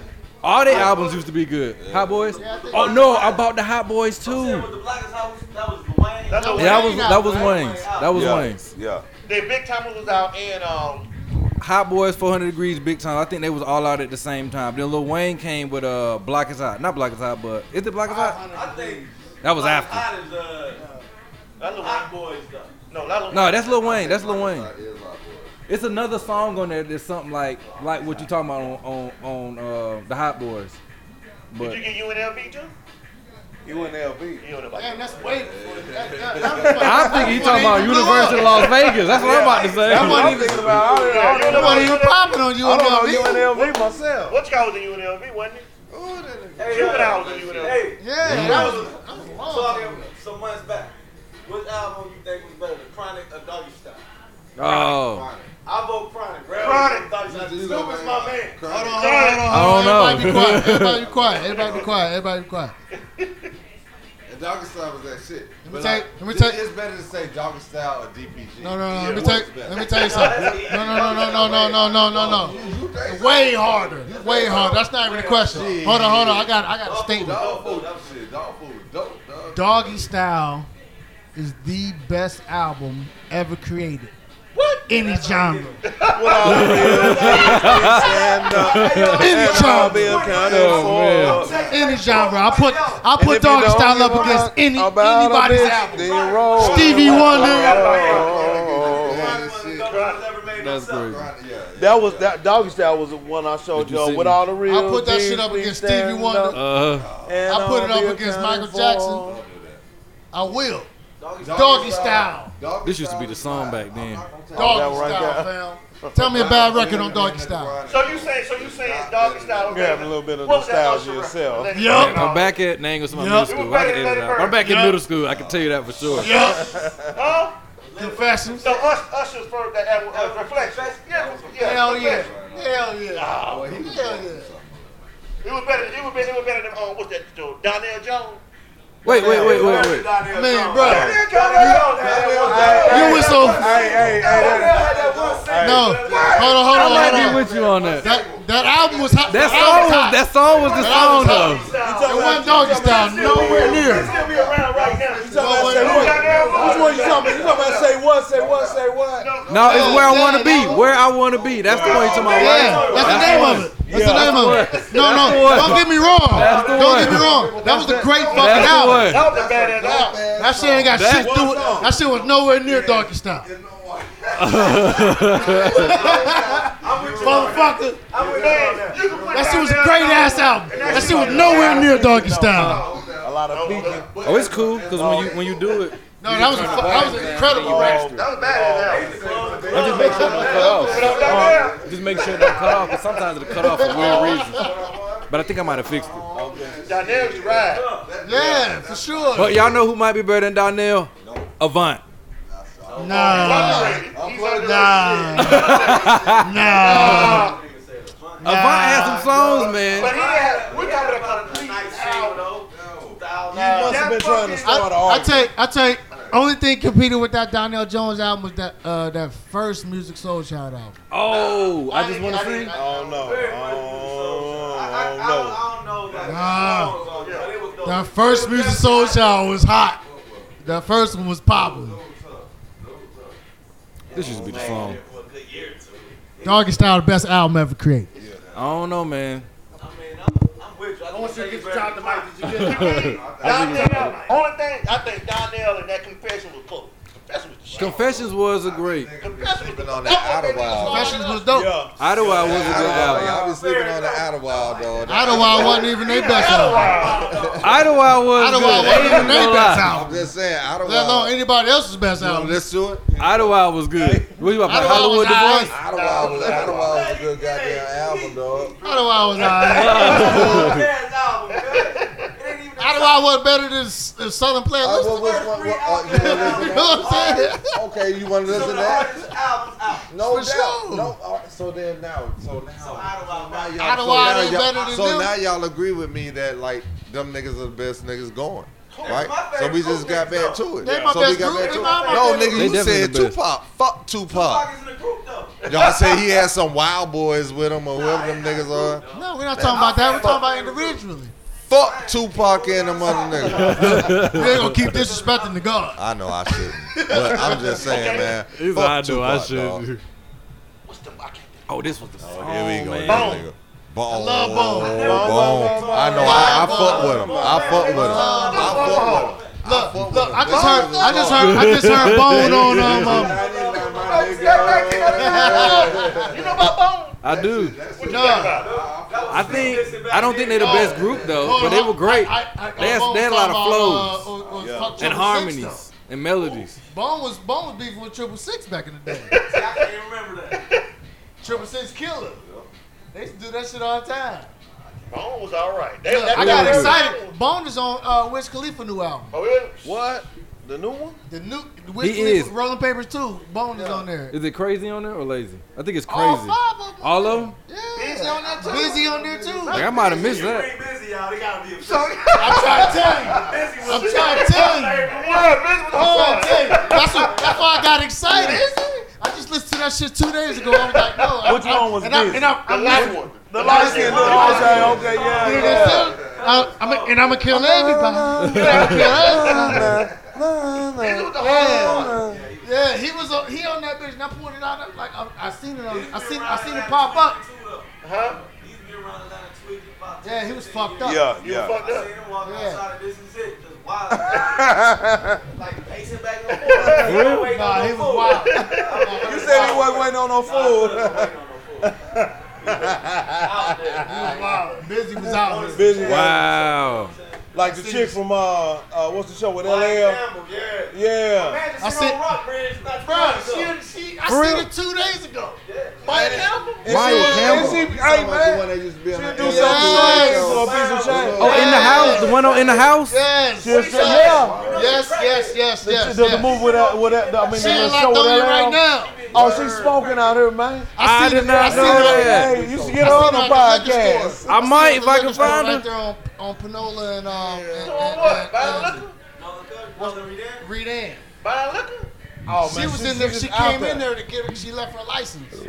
Speaker 1: All their albums used to be good. Hot Boys. Oh no, I bought the Hot Boys too.
Speaker 12: With the black is how we- that was Dwayne.
Speaker 5: That's
Speaker 3: No,
Speaker 5: what-
Speaker 1: That was that was
Speaker 3: Wayne.
Speaker 1: Wayne's. That was
Speaker 2: Yeah.
Speaker 1: Wayne's.
Speaker 2: Yeah.
Speaker 5: The Big Time was out and um.
Speaker 1: Hot Boys, 400 Degrees, Big Time. I think they was all out at the same time. Then Lil Wayne came with uh, Block Is Hot. Not Block Is Hot, but is it Block Is Hot?
Speaker 12: I think
Speaker 1: That was
Speaker 12: Black
Speaker 1: after.
Speaker 12: Hot is, uh,
Speaker 5: That little
Speaker 12: Hot Boys though.
Speaker 5: no, that little
Speaker 1: No, that's Lil Wayne. That's Lil Wayne. It's another song on there that's something like like what you talking about on on, on uh, the Hot Boys.
Speaker 5: Did
Speaker 1: But
Speaker 5: you get UNLV too?
Speaker 2: You and LB.
Speaker 5: You don't know about
Speaker 3: Damn,
Speaker 5: that.
Speaker 3: that's way before that. that, that was
Speaker 1: I think he talking about University of Las Vegas. That's what I'm about to
Speaker 2: That's what
Speaker 1: say.
Speaker 2: I'm thinking about. I
Speaker 5: Yeah,
Speaker 2: don't,
Speaker 5: you
Speaker 2: I
Speaker 5: know
Speaker 2: don't,
Speaker 5: what?
Speaker 3: Nobody even popping on you.
Speaker 2: I
Speaker 3: on
Speaker 2: don't know
Speaker 3: LV.
Speaker 2: you and LB myself.
Speaker 5: What y'all was in UNLV, wasn't it?
Speaker 12: Hey,
Speaker 5: Juvenile
Speaker 12: uh,
Speaker 5: was in UNLV.
Speaker 12: Hey,
Speaker 3: Yeah, that was, that was long.
Speaker 12: talking some months back, which album you think was better, the Chronic or Doggy Style?
Speaker 1: Oh,
Speaker 12: I vote Chronic. bro.
Speaker 5: Chronic.
Speaker 12: Doggy Style.
Speaker 4: Just
Speaker 12: Snoop is my man.
Speaker 3: Hold on,
Speaker 4: man.
Speaker 3: hold on, hold on,
Speaker 1: I
Speaker 3: hold on.
Speaker 1: don't
Speaker 3: Everybody be quiet. Everybody be quiet. Everybody be quiet. Everybody be quiet.
Speaker 4: And Doggy Style was that shit.
Speaker 3: me
Speaker 4: But
Speaker 3: tell you-
Speaker 4: like,
Speaker 3: let me
Speaker 4: it's-
Speaker 3: tell you-
Speaker 4: It's better to say Doggy Style or DPG.
Speaker 3: No, no, no.
Speaker 4: Yeah,
Speaker 3: let me
Speaker 4: what's
Speaker 3: tell you,
Speaker 4: better?
Speaker 3: let me tell you something. No, no, no, no, no, no, no, no, no,
Speaker 4: You think
Speaker 3: no. Way harder. Way harder. That's not even a question. Hold on, hold on. I got, I got a statement.
Speaker 4: Dog food, that shit. Dog food, dope, dog.
Speaker 3: Doggy Style is the best album ever created. What? Any genre. Any
Speaker 2: I'll be
Speaker 3: genre.
Speaker 2: accounted
Speaker 1: Oh,
Speaker 2: for.
Speaker 3: Any genre. I put, I
Speaker 2: And
Speaker 3: put
Speaker 2: if you
Speaker 3: Doggy
Speaker 2: don't
Speaker 3: Style
Speaker 2: give
Speaker 3: up
Speaker 2: a
Speaker 3: against
Speaker 2: fuck
Speaker 3: any
Speaker 2: about a
Speaker 3: anybody's
Speaker 2: bitch,
Speaker 3: album.
Speaker 2: Then you roll.
Speaker 3: Stevie Wonder.
Speaker 2: Oh.
Speaker 4: Yeah, shit.
Speaker 1: that's great.
Speaker 4: Right, yeah, yeah.
Speaker 2: That was that doggy style was the one I showed
Speaker 1: Did you
Speaker 2: you
Speaker 1: see
Speaker 2: with
Speaker 1: me?
Speaker 2: all the real.
Speaker 3: I put that
Speaker 2: G's
Speaker 3: shit up
Speaker 2: be
Speaker 3: against Stevie
Speaker 2: standing
Speaker 3: Wonder.
Speaker 2: up
Speaker 1: Uh,
Speaker 2: and
Speaker 3: I put it
Speaker 2: I'll be
Speaker 3: up against
Speaker 2: accounted
Speaker 3: Michael
Speaker 2: for.
Speaker 3: Jackson. I will. Doggy Style.
Speaker 4: Doggy
Speaker 1: This used to be the
Speaker 4: Style
Speaker 1: song
Speaker 4: is
Speaker 1: back
Speaker 4: fire.
Speaker 1: then.
Speaker 4: I'm not gonna tell
Speaker 3: Doggy
Speaker 4: you.
Speaker 2: that right
Speaker 3: Style, fam. Tell me a bad record on Doggy Style.
Speaker 5: So you say, so you say it's doggy style.
Speaker 2: You having a little bit of
Speaker 5: What was that
Speaker 2: nostalgia
Speaker 5: Usher record?
Speaker 2: yourself.
Speaker 5: Let it
Speaker 3: Yup.
Speaker 5: burn.
Speaker 1: I'm back at Nangle my
Speaker 3: Yup.
Speaker 1: middle school. I
Speaker 5: It
Speaker 1: can edit
Speaker 5: was better
Speaker 1: it
Speaker 5: than
Speaker 1: out. I'm back in
Speaker 3: Yup.
Speaker 1: middle school. I can tell you that for sure.
Speaker 3: Yup.
Speaker 5: Huh?
Speaker 3: Confessions.
Speaker 5: So us, Usher's for that uh, uh, reflection. Yeah, yeah,
Speaker 3: Hell yeah.
Speaker 5: Reflection.
Speaker 3: Hell yeah.
Speaker 5: Oh,
Speaker 4: He
Speaker 3: Hell
Speaker 4: was doing
Speaker 3: yeah.
Speaker 4: something.
Speaker 5: it was better. It was better. It was better than um, what's that dude? Donnell Jones.
Speaker 1: Wait, wait, wait, wait, wait.
Speaker 3: Man, bro.
Speaker 5: Donnell Jones. had that one-
Speaker 3: You were so.
Speaker 2: Hey, hey, hey,
Speaker 5: Donnell
Speaker 2: that,
Speaker 5: had that one single.
Speaker 3: No. Hold on, hold
Speaker 1: I
Speaker 3: on,
Speaker 1: might be
Speaker 3: hold on.
Speaker 1: with you on that.
Speaker 3: That, that album was hot.
Speaker 1: That
Speaker 3: the album
Speaker 1: song was that song was the song though.
Speaker 3: It wasn't Doggy Style. Nowhere near.
Speaker 5: Still be around right now.
Speaker 2: you talking about say what? Which one you talking about? You talking about say what? Say what? Say what?
Speaker 1: No, it's where I want to be. Where I want to be. That's the one you talking about.
Speaker 3: Yeah,
Speaker 1: right?
Speaker 3: that's the name of it. That's the name of it. No, no. Don't get me wrong. Don't get me wrong. That was a great fucking
Speaker 1: That's the one.
Speaker 3: album.
Speaker 10: That was a badass album.
Speaker 3: That shit ain't got
Speaker 1: That-
Speaker 3: shit to do with That shit was nowhere near Donkey Style.
Speaker 12: I'm with you.
Speaker 3: Motherfucker.
Speaker 12: I'm
Speaker 10: Man,
Speaker 12: with you. on that.
Speaker 10: you can put
Speaker 3: That shit was a
Speaker 10: goddamn
Speaker 3: great
Speaker 10: album-
Speaker 3: ass album. That shit was nowhere near Donkey Style.
Speaker 2: A lot of people.
Speaker 1: Oh, it's cool because when you when you do it,
Speaker 3: No, that was a, fu- that was an incredible.
Speaker 10: That was badass album.
Speaker 1: I just make sure it don't cut off.
Speaker 10: But I'm down
Speaker 1: Just make sure it don't cut off because sometimes it'll cut off for weird reasons. But I think I might have fixed it.
Speaker 10: there. Dynamics right.
Speaker 3: Yeah, for sure.
Speaker 1: But y'all know who might be better than Donnell? Avant.
Speaker 3: Nah,
Speaker 10: He's underrated.
Speaker 3: nah, nah.
Speaker 1: Avant has some songs,
Speaker 10: But
Speaker 1: man.
Speaker 10: he had, we're talking about a complete album.
Speaker 2: You must have been trying to start an
Speaker 3: I
Speaker 2: argument.
Speaker 3: take, I take. Only thing competing with that Donnell Jones album was that uh, that first Music Soul Child album.
Speaker 1: Oh, I just want to
Speaker 12: didn't-
Speaker 1: sing.
Speaker 12: I-
Speaker 2: Oh no.
Speaker 12: I, I,
Speaker 2: Oh
Speaker 12: I don't know
Speaker 3: Nah.
Speaker 12: about the songs on there, but it was dope.
Speaker 3: That first Music Soul Child was hot. That first one was popular.
Speaker 1: This used to be the song.
Speaker 12: For a good year or two.
Speaker 3: Doggy Style, the best album ever created.
Speaker 1: I don't know, man.
Speaker 12: I mean, I'm, I'm with you. I want you to get dropped the mic.
Speaker 10: Donnell, only thing, I think Donnell and that confession was cool. Confession was the shit.
Speaker 1: Confessions was a great.
Speaker 10: Confession was the
Speaker 4: Sleeping on that Idlewild.
Speaker 3: Confessions was dope.
Speaker 2: Yeah.
Speaker 1: Idlewild was a good album.
Speaker 4: Y'all be sleeping on that Idlewild, dog.
Speaker 3: Idlewild wasn't even their best album.
Speaker 10: Idlewild.
Speaker 1: Idlewild was
Speaker 3: Idlewild
Speaker 1: good.
Speaker 3: wasn't
Speaker 1: I ain't
Speaker 3: even
Speaker 1: gonna
Speaker 3: their best
Speaker 1: lie.
Speaker 4: I'm
Speaker 3: album.
Speaker 4: just saying,
Speaker 3: Let alone
Speaker 4: Idlewild.
Speaker 3: anybody else's best
Speaker 4: You
Speaker 3: album.
Speaker 4: listen to it.
Speaker 1: Idlewild was good. What you about,
Speaker 3: Idlewild
Speaker 1: Hollywood
Speaker 3: was alright.
Speaker 1: Divorce?
Speaker 4: Idlewild was Idlewild was a good goddamn album, dog.
Speaker 3: Idlewild was alright.
Speaker 12: That's album good. It ain't even.
Speaker 3: Idlewild was better than S- than Southern Player.
Speaker 4: Uh,
Speaker 3: Listen
Speaker 4: what, what, what, what,
Speaker 3: You
Speaker 4: uh, you wanna listen
Speaker 3: know what
Speaker 4: to
Speaker 3: I'm saying?
Speaker 4: that? Okay, you want to listen
Speaker 12: So
Speaker 4: to
Speaker 12: the
Speaker 4: that?
Speaker 12: hardest album's out.
Speaker 4: No
Speaker 3: For
Speaker 4: doubt.
Speaker 3: sure.
Speaker 4: No. all right, so then now, so now, so
Speaker 12: Idlewild
Speaker 4: now y'all,
Speaker 3: Idlewild
Speaker 4: so
Speaker 3: ain't
Speaker 4: now y'all-
Speaker 3: better than
Speaker 4: so
Speaker 3: them.
Speaker 4: now y'all agree with me that like them niggas are the best niggas going. Right,
Speaker 12: my
Speaker 4: so we
Speaker 12: favorite
Speaker 4: just got
Speaker 12: group
Speaker 4: back
Speaker 12: niggas,
Speaker 4: to it.
Speaker 3: They my
Speaker 4: so
Speaker 3: best
Speaker 4: we got
Speaker 3: group.
Speaker 4: back
Speaker 3: They
Speaker 4: to
Speaker 3: my- my
Speaker 4: it. No,
Speaker 3: favorite
Speaker 4: nigga,
Speaker 1: group.
Speaker 4: you
Speaker 1: They
Speaker 4: said
Speaker 1: definitely the
Speaker 4: Tupac. Fuck Tupac.
Speaker 12: Fuck is in the group though.
Speaker 4: Y'all said he had some wild boys with him or whoever them niggas are.
Speaker 3: No, we're not talking about that. We're talking about individually.
Speaker 4: Fuck Tupac and them other niggas.
Speaker 3: We ain't gonna keep disrespecting the God.
Speaker 4: I know I shouldn't, but I'm just saying, man.
Speaker 14: He's
Speaker 4: fuck
Speaker 14: I know I
Speaker 4: Tupac, dog.
Speaker 14: should.
Speaker 10: What's the, I can't
Speaker 1: Oh, this was the song.
Speaker 4: Here we go.
Speaker 1: man.
Speaker 4: this nigga. Bone. I
Speaker 3: love Bone.
Speaker 4: Bone. I know. I, I fuck with him. I fuck with him. I fuck with him.
Speaker 3: Look, look, I just heard, I just heard, I just heard Bone on um, um
Speaker 10: You know about Bone?
Speaker 1: I do.
Speaker 10: What you
Speaker 3: Nah.
Speaker 10: talking about?
Speaker 1: I think I don't think they're
Speaker 12: Oh,
Speaker 1: the best group though, but they were great.
Speaker 3: Oh. I- I- I-
Speaker 1: They had-
Speaker 3: Bone
Speaker 1: they had a lot of
Speaker 3: was talking about, uh, uh, uh, fuck Triple
Speaker 1: And
Speaker 3: Six,
Speaker 1: harmonies and melodies.
Speaker 3: though. Bone was Bone was beefing with Triple Six back in the day.
Speaker 12: I can't even remember that.
Speaker 3: Triple Six Killer. They used to do that shit all the time.
Speaker 10: Bone was all right. They,
Speaker 3: Look,
Speaker 10: that
Speaker 3: I got
Speaker 10: was-
Speaker 3: excited. Bone is on uh, Wiz Khalifa new album.
Speaker 10: Oh, really?
Speaker 2: What? The new one?
Speaker 3: The new Wiz
Speaker 1: He
Speaker 3: Khalifa
Speaker 1: is.
Speaker 3: Rolling Papers too. Bone is on there.
Speaker 1: Is it crazy on there or lazy? I think it's
Speaker 3: All
Speaker 1: crazy.
Speaker 3: five of them.
Speaker 1: All of them?
Speaker 3: Yeah. Busy on there too. Busy on there too.
Speaker 1: Like I might have missed
Speaker 12: You
Speaker 1: that.
Speaker 12: ain't busy, y'all. They gotta be a
Speaker 3: I'm trying to tell you.
Speaker 12: busy with
Speaker 3: I'm trying to tell you.
Speaker 10: Yeah, bitch, what
Speaker 3: Oh, I tell you, that's, what, that's why I got excited. I just listened to that shit two days ago. I was like, no. I-
Speaker 2: Which
Speaker 3: I,
Speaker 2: one was
Speaker 3: and
Speaker 2: this?
Speaker 3: I, and I,
Speaker 10: the
Speaker 3: I'm
Speaker 10: last one. The
Speaker 2: I
Speaker 10: last
Speaker 2: said,
Speaker 10: one.
Speaker 2: no, okay, okay, yeah,
Speaker 3: listening to
Speaker 2: yeah.
Speaker 3: that shit. I, I'm a, and I'm gonna kill everybody. I'm gonna kill everybody.
Speaker 10: This was the hard
Speaker 3: Yeah. yeah, he was on, he on that bitch, and I pointed out. I'm like, I, I seen it, on, I seen, I seen it pop up.
Speaker 10: Huh?
Speaker 12: He's been around Atlanta tweaking about
Speaker 3: Yeah, he was fucked up.
Speaker 2: Yeah,
Speaker 10: You
Speaker 2: yeah.
Speaker 10: fucked
Speaker 12: I
Speaker 10: up.
Speaker 12: seen him walk
Speaker 3: Yeah.
Speaker 12: outside of this is it, just wild. like pacing back and forth. He don't wait
Speaker 3: Nah,
Speaker 12: on
Speaker 3: he
Speaker 12: no
Speaker 3: was
Speaker 12: fool.
Speaker 3: wild.
Speaker 2: You said he wasn't waiting on no food.
Speaker 12: Out there.
Speaker 3: Wow, busy was out. here.
Speaker 2: Busy.
Speaker 1: Wow.
Speaker 2: Like the chick from uh, uh what's the show with LL?
Speaker 12: Campbell, yeah.
Speaker 2: Yeah.
Speaker 12: Imagine
Speaker 3: I
Speaker 12: sitting
Speaker 3: said-
Speaker 12: on Rock Bridge, not
Speaker 3: Bro, she, she, I seen it two days ago. Mike Campbell.
Speaker 4: And she
Speaker 1: Maya
Speaker 4: was-
Speaker 1: Campbell.
Speaker 4: and she-
Speaker 2: She
Speaker 4: Hey
Speaker 2: sound like the
Speaker 4: man,
Speaker 2: one
Speaker 4: she used to be on
Speaker 2: She'll
Speaker 4: that
Speaker 2: do something
Speaker 3: Yes.
Speaker 2: yes. for a piece of change.
Speaker 1: Oh, in the house, the one on in the house?
Speaker 3: Yes.
Speaker 2: She'll say, yeah.
Speaker 3: Yes, yes, yes, yes.
Speaker 2: She does the
Speaker 3: yes.
Speaker 2: move with that, with that, I mean,
Speaker 3: She
Speaker 2: the
Speaker 3: ain't
Speaker 2: show
Speaker 3: locked
Speaker 2: with
Speaker 3: on you right
Speaker 2: LL.
Speaker 3: now.
Speaker 2: Oh, she's smoking out here, man.
Speaker 1: I
Speaker 3: I seen
Speaker 1: did
Speaker 3: it.
Speaker 1: not
Speaker 3: I seen
Speaker 1: know
Speaker 3: it.
Speaker 1: that. Yeah.
Speaker 2: Hey, you should get her on the
Speaker 3: Like liquor
Speaker 2: podcast.
Speaker 3: store.
Speaker 1: I might if I
Speaker 3: Liquor
Speaker 1: can
Speaker 3: store
Speaker 1: find
Speaker 3: right
Speaker 1: her.
Speaker 3: there on, on Panola and um and, and,
Speaker 10: Doing what?
Speaker 3: and,
Speaker 10: Buying
Speaker 3: and,
Speaker 10: liquor?
Speaker 3: Reed Ann.
Speaker 10: Buying liquor?
Speaker 2: Oh,
Speaker 3: She was in
Speaker 2: she's
Speaker 3: there.
Speaker 2: just
Speaker 3: She
Speaker 2: out
Speaker 3: came in there to get. Her, she left her license.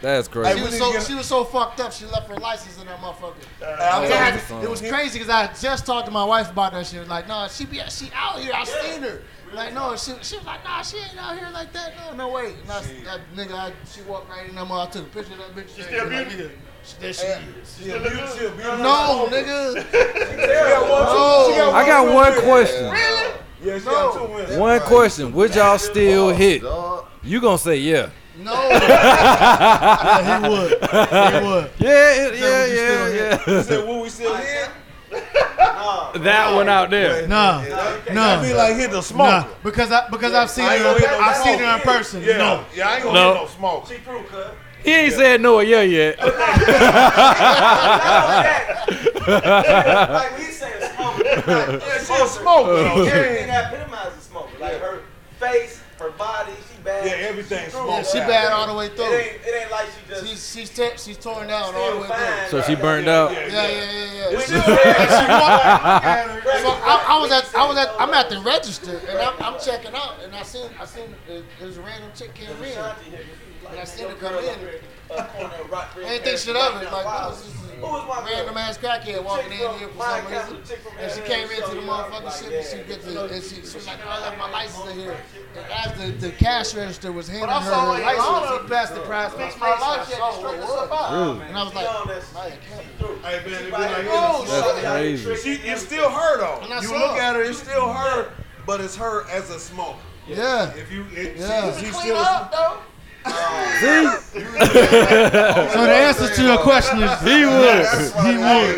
Speaker 1: That's
Speaker 2: Hey,
Speaker 1: crazy.
Speaker 3: She
Speaker 2: we
Speaker 3: was
Speaker 2: need
Speaker 3: so
Speaker 2: to get-
Speaker 3: she was so fucked up. She left her license in that motherfucker.
Speaker 2: I'm
Speaker 3: It,
Speaker 2: telling
Speaker 3: had-
Speaker 2: you,
Speaker 3: it was crazy because I had just talked to my wife about that shit. Like, no, she be she out here. I seen her. Like, no, she she was like, nah, she ain't out here like that. No, no way. And I, that nigga, I, she walked right in that mall. I took a picture of that bitch. She
Speaker 10: still
Speaker 3: like,
Speaker 10: beautiful?
Speaker 3: nigga,
Speaker 12: There she is.
Speaker 2: She a beautiful, she a beautiful.
Speaker 3: No, nigga.
Speaker 1: I got one question.
Speaker 2: Yeah, she got two wins.
Speaker 1: One question. Would y'all still hit? You gonna say yeah?
Speaker 3: No. yeah, he would. He would.
Speaker 1: Yeah, it- yeah, yeah,
Speaker 3: Yeah, would you still
Speaker 1: yeah.
Speaker 2: She said, "Will we still hit?"
Speaker 1: That one out there.
Speaker 3: Nah,
Speaker 2: I be
Speaker 3: nah,
Speaker 2: like hit the smoke.
Speaker 3: nah. Because I because I've seen
Speaker 2: I
Speaker 3: her.
Speaker 2: ain't gonna hit no
Speaker 3: I've seen
Speaker 2: smoke.
Speaker 3: her in person.
Speaker 2: Yeah,
Speaker 3: No.
Speaker 2: yeah, I ain't gonna
Speaker 1: No.
Speaker 2: hit no smoke.
Speaker 12: She through, cuz.
Speaker 1: He ain't said no or yeah yet.
Speaker 12: Like, we say a smoker. Like, yeah, she a
Speaker 2: smoker, though.
Speaker 12: Everything that epitomizes a smoker. Like, her face, her body, she bad.
Speaker 2: Yeah, everything's
Speaker 12: through,
Speaker 2: smoker.
Speaker 12: like,
Speaker 3: She bad all the way
Speaker 12: It
Speaker 3: through.
Speaker 12: ain't, it ain't like she just
Speaker 3: She's she's te- she's torn down all the
Speaker 12: still
Speaker 3: way
Speaker 12: fine.
Speaker 3: through.
Speaker 1: So she burned out.
Speaker 3: Yeah, yeah, yeah, yeah.
Speaker 12: When you there,
Speaker 3: So I, I was at, I was at, I'm at the register and I'm, I'm checking out and I seen, I seen uh, there's a random chick came in.
Speaker 12: When
Speaker 3: I seen her come in.
Speaker 12: I
Speaker 3: I didn't think shit of it. Like, who was this
Speaker 12: Who was my
Speaker 3: random
Speaker 12: girl?
Speaker 3: ass crackhead walking in
Speaker 12: Chick from
Speaker 3: here for
Speaker 12: Mind
Speaker 3: some
Speaker 12: Castle,
Speaker 3: reason?
Speaker 12: chick from
Speaker 3: And she
Speaker 12: LA,
Speaker 3: came into
Speaker 12: so,
Speaker 3: the
Speaker 12: you know,
Speaker 3: motherfucking
Speaker 12: like,
Speaker 3: shit and she
Speaker 12: yeah.
Speaker 3: get the, and she, she was like, oh, I left my license in here. And as the, the cash register was handing her
Speaker 2: saw
Speaker 3: her
Speaker 2: in
Speaker 3: license,
Speaker 2: Atlanta,
Speaker 3: she passed the prize. Fix my life, she straightened herself out. And I was like, "Maya, come on."
Speaker 2: Hey man, it be
Speaker 12: Right.
Speaker 2: like hitting
Speaker 12: Oh,
Speaker 2: the
Speaker 1: That's
Speaker 2: smoke.
Speaker 1: crazy.
Speaker 2: She, it's still her
Speaker 3: And I
Speaker 2: though. You
Speaker 3: saw
Speaker 2: look
Speaker 3: her.
Speaker 2: at her, it's still her, but it's her as a smoker.
Speaker 3: yeah.
Speaker 2: If you, it,
Speaker 3: Yeah.
Speaker 2: she, she's still. A,
Speaker 1: See?
Speaker 3: So the answer to your question is
Speaker 1: He would.
Speaker 3: he would.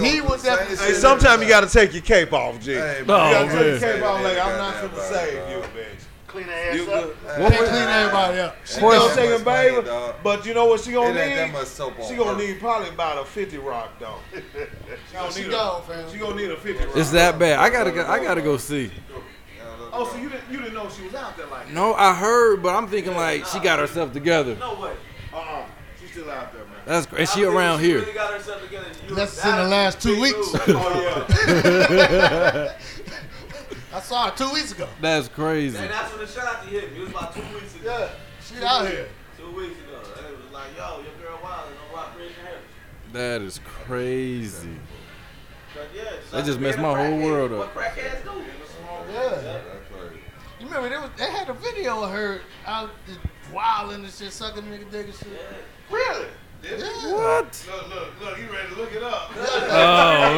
Speaker 3: He would definitely
Speaker 2: hey, sometimes you gotta take your cape off, G. you
Speaker 1: Oh,
Speaker 2: gotta take your
Speaker 1: man.
Speaker 2: cape off. Like I'm not finna save you, bitch.
Speaker 10: Clean her ass up.
Speaker 1: What
Speaker 3: Can't
Speaker 1: was,
Speaker 3: clean everybody up.
Speaker 2: She
Speaker 1: Question.
Speaker 2: gonna take a
Speaker 4: Money,
Speaker 2: baby,
Speaker 4: dog.
Speaker 2: but you know what she
Speaker 4: It
Speaker 2: gonna
Speaker 4: ain't that
Speaker 2: need?
Speaker 4: much soap on
Speaker 2: She gonna
Speaker 4: her.
Speaker 2: need probably about a 50 rock though. she gonna
Speaker 3: She
Speaker 2: need
Speaker 3: gone,
Speaker 2: a,
Speaker 3: fam.
Speaker 2: she gonna need a 50 rock.
Speaker 1: it's that bad. I gotta go, I gotta go see.
Speaker 2: Oh, so you didn't you didn't know she was out there like that?
Speaker 1: No, I heard, but I'm thinking like she got herself together.
Speaker 12: No way.
Speaker 2: Uh-uh. She's still out there, man.
Speaker 1: That's cra- and
Speaker 12: I
Speaker 1: she
Speaker 12: think
Speaker 1: around
Speaker 12: she
Speaker 1: here.
Speaker 12: Really got herself together. You
Speaker 3: That's
Speaker 12: gotta
Speaker 3: in the last two
Speaker 12: be
Speaker 3: weeks.
Speaker 12: moved.
Speaker 2: Oh
Speaker 3: I saw her two weeks ago.
Speaker 1: That's crazy.
Speaker 12: And that's when the shot hit me. It was about two weeks ago.
Speaker 3: She out here.
Speaker 12: Two weeks ago. And it was like, yo, your girl wild and on Rock Bridge and Harris.
Speaker 1: That is crazy.
Speaker 12: But yeah, just
Speaker 1: That
Speaker 12: like
Speaker 1: just
Speaker 12: being
Speaker 1: messed
Speaker 12: a
Speaker 1: my whole
Speaker 12: crackhead.
Speaker 1: world
Speaker 12: What
Speaker 1: up.
Speaker 12: crackheads do?
Speaker 3: Yeah. You remember they was they had a video of her out just wilding and shit, sucking nigga dick and shit.
Speaker 10: Really?
Speaker 3: Yeah.
Speaker 1: What?
Speaker 10: Look, look, look. You ready to look it up?
Speaker 1: Oh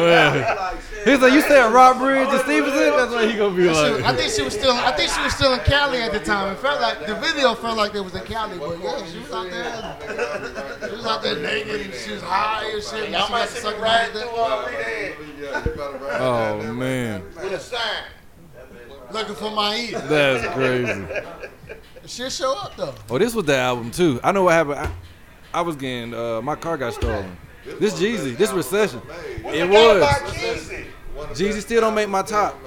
Speaker 1: man.
Speaker 12: Like, shit,
Speaker 1: He's like, you saying Rob Bridge and Stevenson? That's why he gonna be
Speaker 3: She was- I
Speaker 1: like.
Speaker 3: think she was still I think she was still in Cali at the time. It felt like the video felt like it was in Cali, but yeah, she was out there. She was out there naked and she was high and shit. and
Speaker 10: Y'all
Speaker 3: she
Speaker 10: might
Speaker 3: was
Speaker 10: see me
Speaker 3: sucking
Speaker 10: right
Speaker 3: dick.
Speaker 10: through all three days
Speaker 1: Oh man,
Speaker 10: with a sign.
Speaker 3: looking for my ear.
Speaker 1: that's crazy.
Speaker 3: She'll show up though.
Speaker 1: Oh, this was the album too. I know what happened. I, I was getting uh, my car got stolen. This Jeezy, this recession, it was. Jeezy still don't make my top.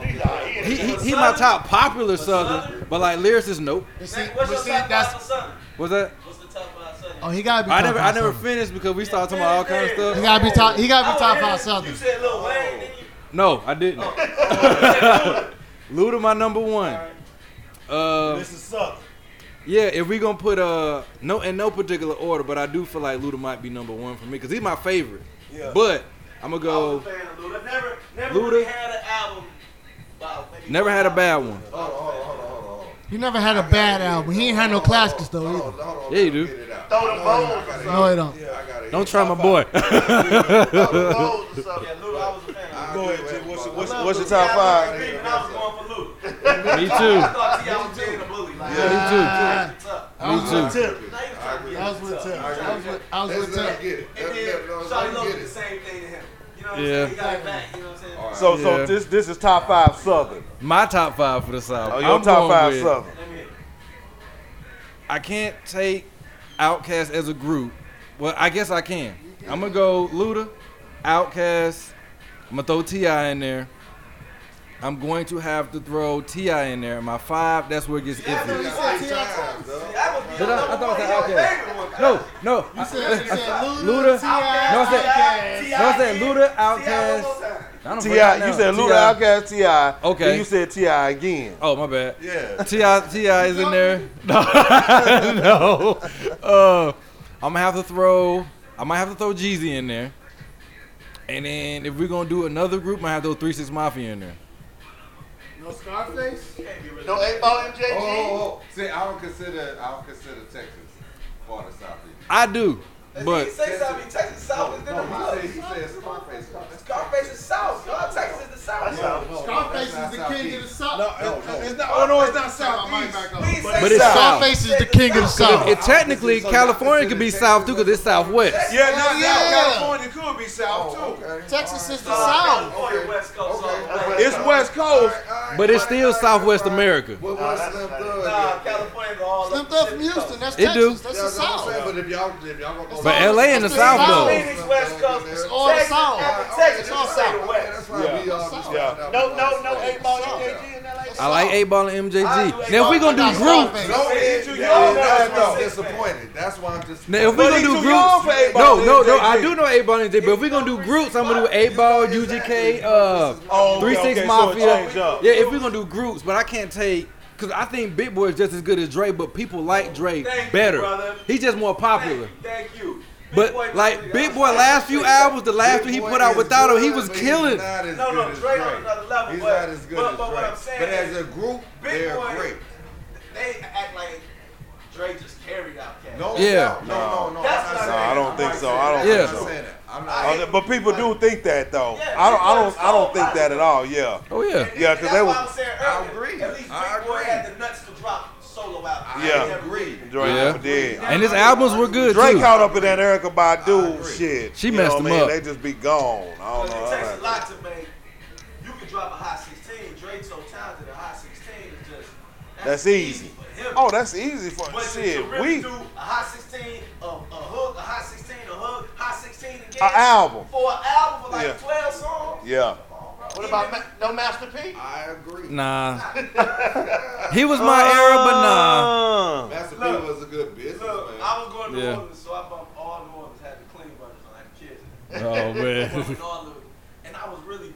Speaker 1: He, he, he my top popular southern, but like lyricist, nope.
Speaker 3: And see,
Speaker 12: Nick, What's
Speaker 3: but
Speaker 12: your
Speaker 3: see,
Speaker 12: top five for
Speaker 3: that's
Speaker 12: Sunday?
Speaker 1: Was that?
Speaker 12: What's the top five Sunday?
Speaker 3: oh he gotta be.
Speaker 1: I
Speaker 3: top
Speaker 1: never I
Speaker 3: five
Speaker 1: never
Speaker 3: something.
Speaker 1: finished because we started talking about all kind of
Speaker 3: He
Speaker 1: stuff.
Speaker 3: gotta be top. He gotta be top
Speaker 12: Oh,
Speaker 3: five Oh.
Speaker 12: yeah.
Speaker 3: southern.
Speaker 12: You said Lil Wayne, then you
Speaker 1: No, I didn't. Luda, my number one. Uh,
Speaker 2: This is suck.
Speaker 1: yeah, if we gonna put uh no in no particular order, but I do feel like Luda might be number one for me because he's my favorite.
Speaker 2: Yeah.
Speaker 1: But I'm gonna
Speaker 12: I was a
Speaker 1: go.
Speaker 12: fan of Luda. Never, never
Speaker 1: Luda.
Speaker 12: really had an album. Wow, maybe
Speaker 1: Never
Speaker 12: one
Speaker 1: had a
Speaker 12: album.
Speaker 1: bad one.
Speaker 3: He never had a bad album. He ain't had no classics though either.
Speaker 1: Yeah, you do.
Speaker 10: Throw them bones.
Speaker 3: No, he don't.
Speaker 1: Don't try my boy.
Speaker 10: Throw the bones or something.
Speaker 12: Yeah, Luda, I was a fan of Luda.
Speaker 2: Go ahead, G. What's your, what's,
Speaker 12: I love
Speaker 2: what's your
Speaker 12: Luda.
Speaker 2: top
Speaker 12: Yeah, I was
Speaker 2: five?
Speaker 12: just creeping, I was going for Luda.
Speaker 1: Me too.
Speaker 12: I thought T.I. was being a bully. Like, yeah.
Speaker 1: Me
Speaker 3: Ah,
Speaker 1: too. Me too.
Speaker 12: Now you trying to get
Speaker 3: I was with Tim. I was with. I was with Tim.
Speaker 12: And then Shawty Lowe did the same thing to him. You know what I'm
Speaker 1: Yeah.
Speaker 12: saying? He got it back. You know what I'm saying?
Speaker 2: So, so
Speaker 1: Yeah.
Speaker 2: this this is top five Southern.
Speaker 1: My top five for the South.
Speaker 2: Oh, your
Speaker 1: I'm
Speaker 2: top
Speaker 1: going
Speaker 2: five
Speaker 1: with-
Speaker 2: Southern.
Speaker 12: Let me hear it.
Speaker 1: I can't take Outkast as a group. Well, I guess I can. I'm gonna go Luda, Outkast. I'm gonna throw Ti in there. I'm going to have to throw Ti in there. My five. That's where it gets iffy.
Speaker 12: That
Speaker 1: Did
Speaker 12: was
Speaker 1: I?
Speaker 12: your
Speaker 1: I thought
Speaker 12: number one.
Speaker 1: I
Speaker 12: Your
Speaker 1: said
Speaker 12: favorite one.
Speaker 1: Outkast. No, no. I-
Speaker 3: said- you said
Speaker 1: Luda. No, I
Speaker 12: T.I.
Speaker 1: said. No, I said Luda,
Speaker 12: T.I. one more
Speaker 1: Outkast.
Speaker 12: time.
Speaker 1: I don't
Speaker 2: Ti, you
Speaker 1: forget now.
Speaker 2: said Luda
Speaker 1: T.I..
Speaker 2: Outcast Ti.
Speaker 1: Okay.
Speaker 2: Then you said Ti again.
Speaker 1: Oh my bad.
Speaker 4: Yeah.
Speaker 1: Ti Ti is in there. No, no. Uh, I'm gonna have to throw. I might have to throw Jeezy in there. And then if we're gonna do another group, I have to throw Three Six Mafia in there.
Speaker 3: No Scarface.
Speaker 10: No eight ball
Speaker 2: Oh,
Speaker 10: MJG.
Speaker 4: Oh, oh, oh. See, I don't consider I don't consider Texas part of Southeast.
Speaker 1: I do. But-
Speaker 12: But say something. Texas South is different. No,
Speaker 15: He said Scarface.
Speaker 12: Scarface is South. Y'all Texas is the South.
Speaker 6: Scarface is the king of the South.
Speaker 2: No, it's not. Oh no, it's not
Speaker 6: I might
Speaker 2: southeast.
Speaker 6: back up.
Speaker 12: Please
Speaker 1: But
Speaker 12: say
Speaker 1: it's
Speaker 12: South.
Speaker 1: South.
Speaker 6: Scarface is the king of the South.
Speaker 1: It technically California could be South too, cause it's Southwest.
Speaker 2: Yeah, Oh, now, now
Speaker 6: Yeah.
Speaker 2: California could be south too.
Speaker 6: Texas is the South.
Speaker 12: California, West Coast. all the way.
Speaker 2: It's West Coast.
Speaker 1: But it's still Southwest America.
Speaker 4: What was Slim Thug?
Speaker 12: Nah, California go all
Speaker 6: Slim
Speaker 12: up
Speaker 6: Thug
Speaker 12: the
Speaker 6: from
Speaker 12: shit.
Speaker 6: Houston. That's
Speaker 1: It do.
Speaker 6: Texas. That's the
Speaker 4: I'm saying,
Speaker 6: South.
Speaker 4: but if y'all, if y'all gonna go
Speaker 1: But LA in the
Speaker 6: It's
Speaker 1: South though.
Speaker 12: Phoenix, West Coast.
Speaker 4: It's
Speaker 6: all
Speaker 12: Texas,
Speaker 6: South.
Speaker 12: after Texas,
Speaker 6: It's
Speaker 12: you
Speaker 6: all
Speaker 12: say the
Speaker 6: South.
Speaker 12: West.
Speaker 4: That's why we all just
Speaker 2: Yeah.
Speaker 4: find out
Speaker 10: No,
Speaker 4: we
Speaker 10: no,
Speaker 4: all
Speaker 10: no,
Speaker 4: say
Speaker 10: eight ball
Speaker 4: South.
Speaker 10: EJG and that like
Speaker 1: I like eight ball and MJG. Now if we gonna do groups,
Speaker 4: No, it,
Speaker 2: too
Speaker 4: yeah,
Speaker 2: young
Speaker 4: that's
Speaker 2: for
Speaker 4: why I'm
Speaker 2: that,
Speaker 4: disappointed. That's why I'm just.
Speaker 1: now if we
Speaker 2: But
Speaker 1: gonna
Speaker 2: he
Speaker 1: do
Speaker 2: too young for
Speaker 1: groups,
Speaker 2: eight
Speaker 1: no,
Speaker 2: ball
Speaker 1: no,
Speaker 2: and
Speaker 1: no, I
Speaker 2: MJG.
Speaker 1: do know eight ball and MJG. But if we gonna do groups, I'm gonna do eight ball, UGK, uh,
Speaker 2: Oh,
Speaker 1: Three Six
Speaker 2: okay, so it
Speaker 1: Mafia.
Speaker 2: changed up.
Speaker 1: yeah, if we're gonna do groups, but I can't take because I think Big Boy is just as good as Dre, but people like Dre
Speaker 12: Thank you,
Speaker 1: better.
Speaker 12: brother.
Speaker 1: He's just more
Speaker 12: Thank
Speaker 1: popular.
Speaker 12: you. Thank you.
Speaker 1: But like Big Boy, last few albums, the last
Speaker 4: Big
Speaker 1: one he
Speaker 4: Boy
Speaker 1: put out
Speaker 4: is
Speaker 1: without him, he
Speaker 4: good,
Speaker 1: was
Speaker 4: but he's
Speaker 1: killing.
Speaker 4: not as
Speaker 12: No,
Speaker 4: good
Speaker 12: no,
Speaker 4: as
Speaker 12: Dre on another level,
Speaker 4: He's
Speaker 12: but-
Speaker 4: not as good
Speaker 12: but-
Speaker 4: as
Speaker 12: but what
Speaker 4: Drake.
Speaker 12: I'm saying
Speaker 4: But as
Speaker 12: is
Speaker 4: a group,
Speaker 12: Big
Speaker 4: they're
Speaker 12: Boy-
Speaker 4: great.
Speaker 12: They act like Dre just carried out Cali.
Speaker 4: No,
Speaker 1: Yeah.
Speaker 4: doubt. no, no, no.
Speaker 12: That's
Speaker 4: I'm not
Speaker 12: not it.
Speaker 2: No,
Speaker 4: saying
Speaker 2: I
Speaker 4: that.
Speaker 2: don't
Speaker 4: I'm
Speaker 2: think
Speaker 4: not
Speaker 2: so.
Speaker 4: saying
Speaker 2: I don't
Speaker 4: that.
Speaker 1: Yeah.
Speaker 2: think so.
Speaker 4: I'm not saying that. I'm not.
Speaker 2: Oh, But people do think that though.
Speaker 12: Yeah,
Speaker 2: I don't. I don't. I don't think that at all. Yeah.
Speaker 1: Oh yeah,
Speaker 2: Yeah, 'cause
Speaker 12: that's
Speaker 2: they
Speaker 12: why
Speaker 2: were-
Speaker 12: I was saying earlier.
Speaker 4: I agree.
Speaker 12: At least Big
Speaker 4: I
Speaker 12: Boy
Speaker 4: agree.
Speaker 12: had the nuts to drop solo out.
Speaker 2: Yeah.
Speaker 4: I agree.
Speaker 2: Drake
Speaker 1: Yeah.
Speaker 2: never did.
Speaker 1: and his albums were good
Speaker 2: Drake
Speaker 1: too.
Speaker 2: caught up in that Erica
Speaker 4: I
Speaker 2: Badu
Speaker 4: agree.
Speaker 2: shit.
Speaker 1: She
Speaker 2: You
Speaker 1: messed
Speaker 2: know what I
Speaker 1: him
Speaker 2: mean?
Speaker 1: up.
Speaker 2: They just be gone. I don't
Speaker 12: Because
Speaker 2: know.
Speaker 12: it takes a
Speaker 2: I-
Speaker 12: lot to make. You can drop a hot 16. Drake's so talented, a hot 16 is just.
Speaker 2: That's easy.
Speaker 12: for him.
Speaker 2: Oh, that's easy for
Speaker 12: But
Speaker 2: shit.
Speaker 12: to really
Speaker 2: We
Speaker 12: do a hot 16, a, a hook, a hot 16, a hook, hot 16 again.
Speaker 2: An album.
Speaker 12: For an album for like
Speaker 2: Yeah.
Speaker 12: 12 songs.
Speaker 2: yeah.
Speaker 10: What about ma- no Master P?
Speaker 4: I agree.
Speaker 1: Nah, he was my era, but nah.
Speaker 4: Master P
Speaker 12: Look.
Speaker 4: was a good business
Speaker 12: Look,
Speaker 4: man.
Speaker 12: I was going to
Speaker 1: Yeah.
Speaker 12: New Orleans, so I bumped all New Orleans, had the clean version, I had the kids.
Speaker 1: Oh
Speaker 12: But
Speaker 1: man,
Speaker 12: with all of it, and I was really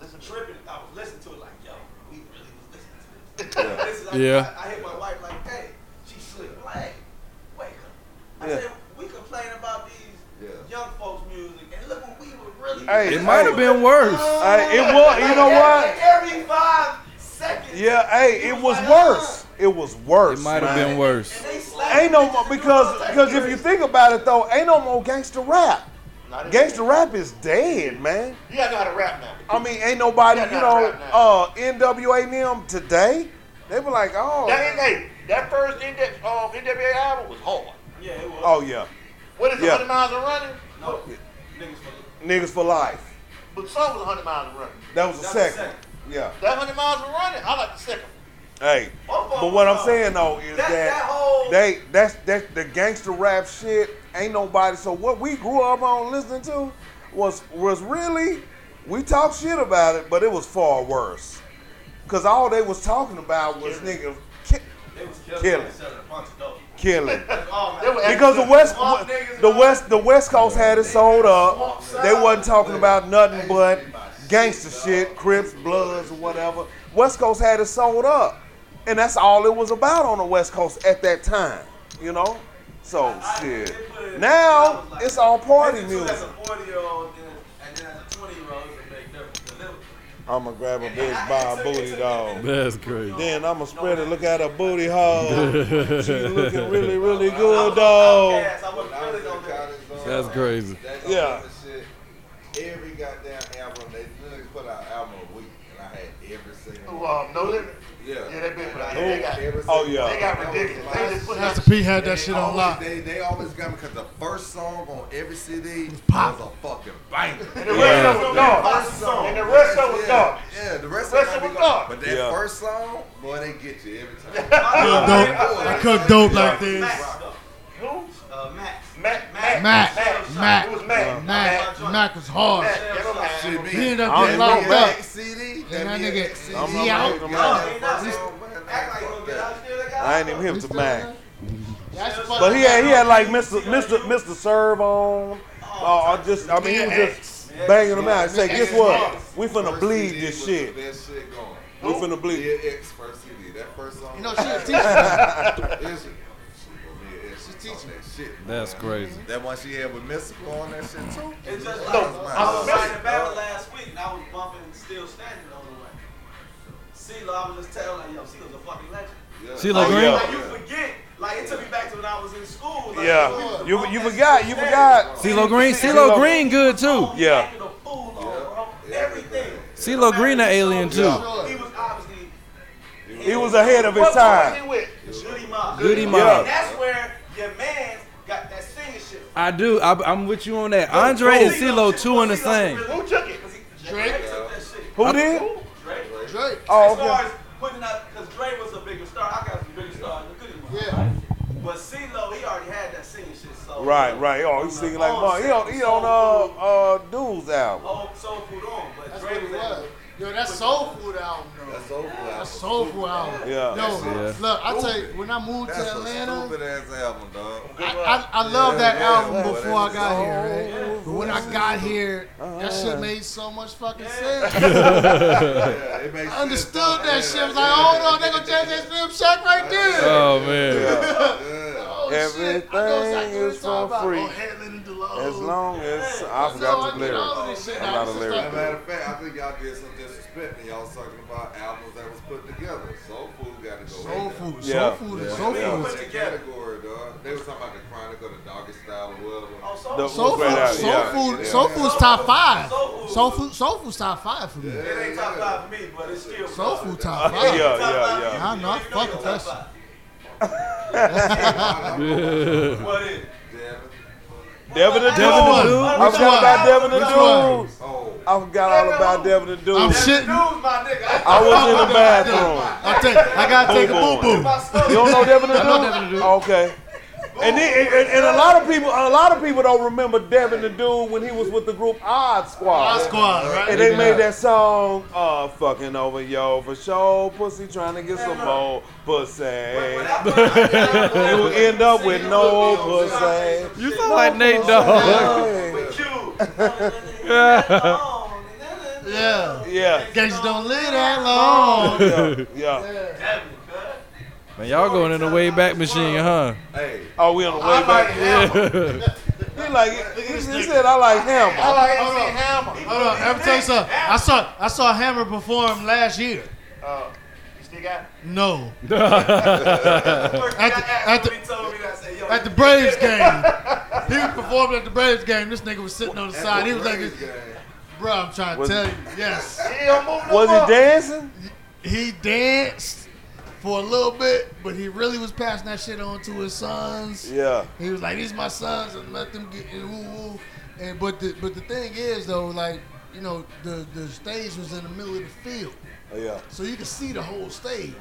Speaker 12: listen, tripping. I was listening to it like, yo, we really was listening to this. This is- I,
Speaker 1: Yeah.
Speaker 12: I, I hit my wife like, hey, she slipped. I'm Like, hey, wake up. I
Speaker 2: Yeah.
Speaker 12: said, we complain about these young folks' music, and look what we were really. Oh,
Speaker 2: Hey,
Speaker 1: it might have been worse.
Speaker 2: Uh, Hey, it was. You know what?
Speaker 12: Every five seconds.
Speaker 2: Yeah. Hey, it was worse. It was worse.
Speaker 1: It might have
Speaker 2: man.
Speaker 1: been worse.
Speaker 12: And they slapped
Speaker 2: Ain't no
Speaker 12: bitches
Speaker 2: more
Speaker 12: and
Speaker 2: because
Speaker 12: all that
Speaker 2: because if you think about it though, ain't no more gangster rap. Gangster rap is dead, man.
Speaker 10: You gotta know how to rap now.
Speaker 2: I mean, ain't nobody,
Speaker 10: Yeah,
Speaker 2: you
Speaker 10: nah,
Speaker 2: know,
Speaker 10: right now.
Speaker 2: uh, NWA and them today. They were like, oh,
Speaker 10: That, ain't- hey, that first NW, um, NWA album was hard.
Speaker 12: Yeah, it was.
Speaker 2: oh yeah,
Speaker 10: What is it,
Speaker 2: Yeah.
Speaker 10: 100 miles of running?
Speaker 12: No, niggas fucking-
Speaker 2: niggas for life.
Speaker 10: But some was 100 miles of running.
Speaker 2: That was the
Speaker 12: That's the
Speaker 2: second.
Speaker 12: second.
Speaker 2: Yeah.
Speaker 10: That 100 miles of running, I like the second one.
Speaker 2: Hey,
Speaker 12: Both of
Speaker 2: but
Speaker 12: them
Speaker 2: what
Speaker 12: was
Speaker 2: I'm
Speaker 12: hard.
Speaker 2: saying though is
Speaker 12: That- that
Speaker 2: that
Speaker 12: whole-
Speaker 2: they that's that's the gangster rap shit. Ain't nobody. So what we grew up on listening to was was really we talked shit about it, but it was far worse. Cause all they was talking about was niggas ki-
Speaker 12: They was killing,
Speaker 2: Killing.
Speaker 12: each other a bunch of dope.
Speaker 2: killing.
Speaker 12: Oh,
Speaker 10: They
Speaker 12: man.
Speaker 10: were
Speaker 2: Because the West,
Speaker 12: Swamp niggas,
Speaker 2: the
Speaker 12: man.
Speaker 2: West, the West Coast had it sold up. They wasn't talking about nothing but gangster shit, Crips, Bloods, or whatever. West Coast had it sold up, and that's all it was about on the West Coast at that time. You know, so shit. Now it's all party
Speaker 12: Maybe two As
Speaker 2: music.
Speaker 12: a 40 year old and then as a 20 year old, it's a big difference. 'Cause it was-
Speaker 2: I'ma grab a big Bob booty dog.
Speaker 1: That's crazy.
Speaker 2: Then I'ma spread it. Look at her booty hole. She looking really, really
Speaker 12: I
Speaker 2: good
Speaker 12: was
Speaker 2: dog.
Speaker 12: outcast, I wasn't
Speaker 4: I was
Speaker 12: really
Speaker 4: in
Speaker 12: gonna do it.
Speaker 4: college, though.
Speaker 1: That's crazy.
Speaker 4: That's
Speaker 2: Yeah.
Speaker 4: all the shit. Every goddamn album, they literally put out album a week, and I had every single
Speaker 10: Who,
Speaker 4: one.
Speaker 10: um, No Limit.
Speaker 4: Yeah.
Speaker 10: Yeah, they been put out.
Speaker 4: And I
Speaker 10: They got-
Speaker 4: had every
Speaker 2: Oh,
Speaker 4: single
Speaker 2: yeah.
Speaker 4: one.
Speaker 10: They got
Speaker 4: That was
Speaker 10: ridiculous.
Speaker 4: the
Speaker 10: They
Speaker 4: last
Speaker 10: just put out.
Speaker 6: Master P had that shit on
Speaker 4: always,
Speaker 6: lock.
Speaker 4: They, they always got me because the first song on every CD
Speaker 6: pop.
Speaker 4: was a fucking banger.
Speaker 10: And the rest of it was dark.
Speaker 4: First song.
Speaker 10: And Oh, the rest of it was
Speaker 4: yeah.
Speaker 10: dark.
Speaker 4: Yeah, the rest,
Speaker 10: The rest
Speaker 4: of it
Speaker 10: of it
Speaker 4: might be
Speaker 10: was
Speaker 4: gone.
Speaker 10: dark.
Speaker 4: But that
Speaker 2: Yeah.
Speaker 4: first song, boy, they get you every time.
Speaker 6: Cook dope. I cook dope like this.
Speaker 12: Max, though.
Speaker 10: Who?
Speaker 12: Uh, Max.
Speaker 10: Mac. Mac.
Speaker 6: Mac, Mac,
Speaker 10: It was Mac.
Speaker 6: Mac, Mac was hard.
Speaker 10: Mac. That was Mac.
Speaker 4: Should
Speaker 6: He
Speaker 4: be.
Speaker 6: ended up
Speaker 2: I
Speaker 6: getting
Speaker 2: don't
Speaker 6: locked
Speaker 2: even
Speaker 6: up.
Speaker 4: That CD,
Speaker 6: And that
Speaker 4: BX
Speaker 6: nigga-
Speaker 4: CD,
Speaker 2: I'm
Speaker 6: he
Speaker 2: not
Speaker 6: out.
Speaker 2: gonna
Speaker 4: God,
Speaker 12: Hey,
Speaker 4: fuck
Speaker 12: nah,
Speaker 4: that.
Speaker 12: Act like you gonna get out there, they got
Speaker 2: I ain't
Speaker 12: out.
Speaker 2: even hip to man.
Speaker 6: That's fucking-
Speaker 2: But he had he had like Mr. Mr. Mr. Serve on. Uh, I just I mean he was just banging them out. He said, guess what? We finna
Speaker 4: First
Speaker 2: bleed
Speaker 4: CD
Speaker 2: this
Speaker 4: was
Speaker 2: shit.
Speaker 4: The best shit
Speaker 2: We
Speaker 4: going.
Speaker 2: finna bleed.
Speaker 4: BX first CD. That first song.
Speaker 6: You know, she a teacher.
Speaker 4: is She teaching Oh, that shit.
Speaker 1: That's
Speaker 4: man.
Speaker 1: crazy.
Speaker 4: That one she had with Mystical on that shit too.
Speaker 12: It's just like,
Speaker 4: No,
Speaker 12: I
Speaker 4: I'm-
Speaker 12: was riding battle last week and I was bumping Still Standing on the way. CeeLo, I was just telling like, yo, CeeLo's a fucking legend.
Speaker 4: Yeah.
Speaker 1: She look
Speaker 12: Like,
Speaker 1: great.
Speaker 12: you forget, Like it took me back to when I was in school. Like,
Speaker 2: Yeah. You you forgot. You forgot.
Speaker 1: CeeLo Green,
Speaker 2: CeeLo
Speaker 1: CeeLo Green, good
Speaker 12: Oh,
Speaker 1: too.
Speaker 2: Yeah.
Speaker 12: Yeah. The fool on, bro. Everything.
Speaker 1: CeeLo Green, an alien too.
Speaker 12: He was obviously
Speaker 2: He was ahead of his
Speaker 10: What was
Speaker 2: time.
Speaker 10: he with?
Speaker 12: Goody Mob.
Speaker 1: Goody Mob.
Speaker 12: And that's where your man's got that singing shit.
Speaker 1: I do. I, am with you on that. Andre and CeeLo two in the same.
Speaker 10: Who took it?
Speaker 12: Drake took that shit.
Speaker 1: Uh,
Speaker 2: Who did?
Speaker 12: Drake.
Speaker 3: Drake.
Speaker 2: Oh,
Speaker 12: as far
Speaker 2: okay.
Speaker 12: as putting out, because Dre was a bigger star. I got some bigger stars than Goody Mob.
Speaker 3: Yeah.
Speaker 12: But CeeLo, he already had that singing shit. So
Speaker 2: Right, right. Oh, he's singing like Mark. He on he on uh uh Dude's album.
Speaker 12: Oh, so put on. But
Speaker 3: That's
Speaker 12: Dre
Speaker 3: what
Speaker 12: was
Speaker 3: it
Speaker 12: at-
Speaker 3: was. Yo, that soul food album though. That's soul food. That's soul food album.
Speaker 2: Yeah.
Speaker 3: Yo,
Speaker 1: Yeah.
Speaker 3: look, I tell you, when I moved
Speaker 4: That's
Speaker 3: to
Speaker 4: a
Speaker 3: Atlanta,
Speaker 4: stupid ass album, dog.
Speaker 3: I, I, I love that
Speaker 4: yeah,
Speaker 3: album
Speaker 4: yeah,
Speaker 3: before I
Speaker 4: whatever.
Speaker 3: got here, right? But when I got here, that
Speaker 2: Uh-huh.
Speaker 3: shit made so much fucking sense.
Speaker 4: Yeah, it makes
Speaker 3: I understood
Speaker 4: sense, though.
Speaker 3: that shit. I was like, hold on, they gonna change that film shack right there.
Speaker 1: Oh man.
Speaker 3: oh, shit. I know
Speaker 2: Everything
Speaker 3: exactly what
Speaker 2: is
Speaker 3: it's all
Speaker 2: for
Speaker 3: about.
Speaker 2: free.
Speaker 3: Oh, Headland and Delos.
Speaker 2: As long as
Speaker 3: Yeah.
Speaker 2: I
Speaker 3: So I
Speaker 2: forgot the
Speaker 3: get all of this
Speaker 2: lyrics.
Speaker 3: shit
Speaker 2: I'm
Speaker 3: out.
Speaker 2: not a
Speaker 3: It's just
Speaker 2: lyric.
Speaker 4: As a matter of fact, I think y'all did some disrespect when y'all was talking about albums that was put together. Soul Food got to go.
Speaker 3: Soul
Speaker 4: in there.
Speaker 3: food, soul
Speaker 2: Yeah.
Speaker 3: food, is soul
Speaker 4: They
Speaker 3: food.
Speaker 4: was
Speaker 3: is-
Speaker 4: in that category, dog. They was talking about the chronic or the doggy style or whatever.
Speaker 12: Oh, so
Speaker 2: The-
Speaker 3: Soul
Speaker 2: Right
Speaker 3: food,
Speaker 2: out,
Speaker 3: soul
Speaker 2: yeah.
Speaker 3: food,
Speaker 4: Yeah.
Speaker 3: soul food's top five.
Speaker 12: Soul food.
Speaker 3: Soul food, soul food's top five for me.
Speaker 12: it ain't top five for me, but it's still
Speaker 3: Soul food top
Speaker 2: Yeah,
Speaker 3: five.
Speaker 2: yeah, yeah.
Speaker 3: I know, I fuck with that shit.
Speaker 12: What is? it?
Speaker 2: Devin the Dude.
Speaker 3: Devin the Dude.
Speaker 2: I
Speaker 3: Which one?
Speaker 2: forgot about Devin the
Speaker 3: Which
Speaker 2: Dude.
Speaker 4: Oh,
Speaker 2: I forgot all about Devin the
Speaker 3: I'm
Speaker 2: Dude.
Speaker 12: Dude's
Speaker 3: shitting.
Speaker 12: my nigga.
Speaker 2: I was in the bathroom.
Speaker 3: I take, I gotta take a boo
Speaker 2: Boo-boo.
Speaker 3: boo.
Speaker 2: You don't know Devin the
Speaker 3: I know Devin the
Speaker 2: Dude?
Speaker 3: Dude.
Speaker 2: Okay. And, then, and, and a lot of people, a lot of people don't remember Devin the Dude when he was with the group Odd Squad.
Speaker 3: Odd squad, right?
Speaker 2: And they made that song, uh, fucking over yo for sure. Pussy trying to get some more pussy.
Speaker 12: You
Speaker 2: You end up with no pussy.
Speaker 1: You sound like Nate Dogg.
Speaker 2: Yeah.
Speaker 12: With you.
Speaker 3: Yeah.
Speaker 2: Yeah,
Speaker 3: Gangsters don't live that long.
Speaker 2: yeah.
Speaker 1: Man, y'all going in the way back machine, huh?
Speaker 2: Oh, we on the way back. He like he, he said I like him.
Speaker 3: Hold on, hold on. Let me tell you something. I saw, I saw Hammer perform last year. No, At the- at the- at the Braves game. He was performing at the Braves game. This nigga was sitting on the side. He was like, "Bro, I'm trying to
Speaker 2: Was-
Speaker 3: tell you, yes."
Speaker 2: Was he dancing?
Speaker 3: he danced for a little bit, but he really was passing that shit on to his sons.
Speaker 2: Yeah.
Speaker 3: He was like, "These my sons," and let them get and woo woo. And but the but the thing is though, like you know, the the stage was in the middle of the field,
Speaker 2: Yeah.
Speaker 3: so you could see the whole stage.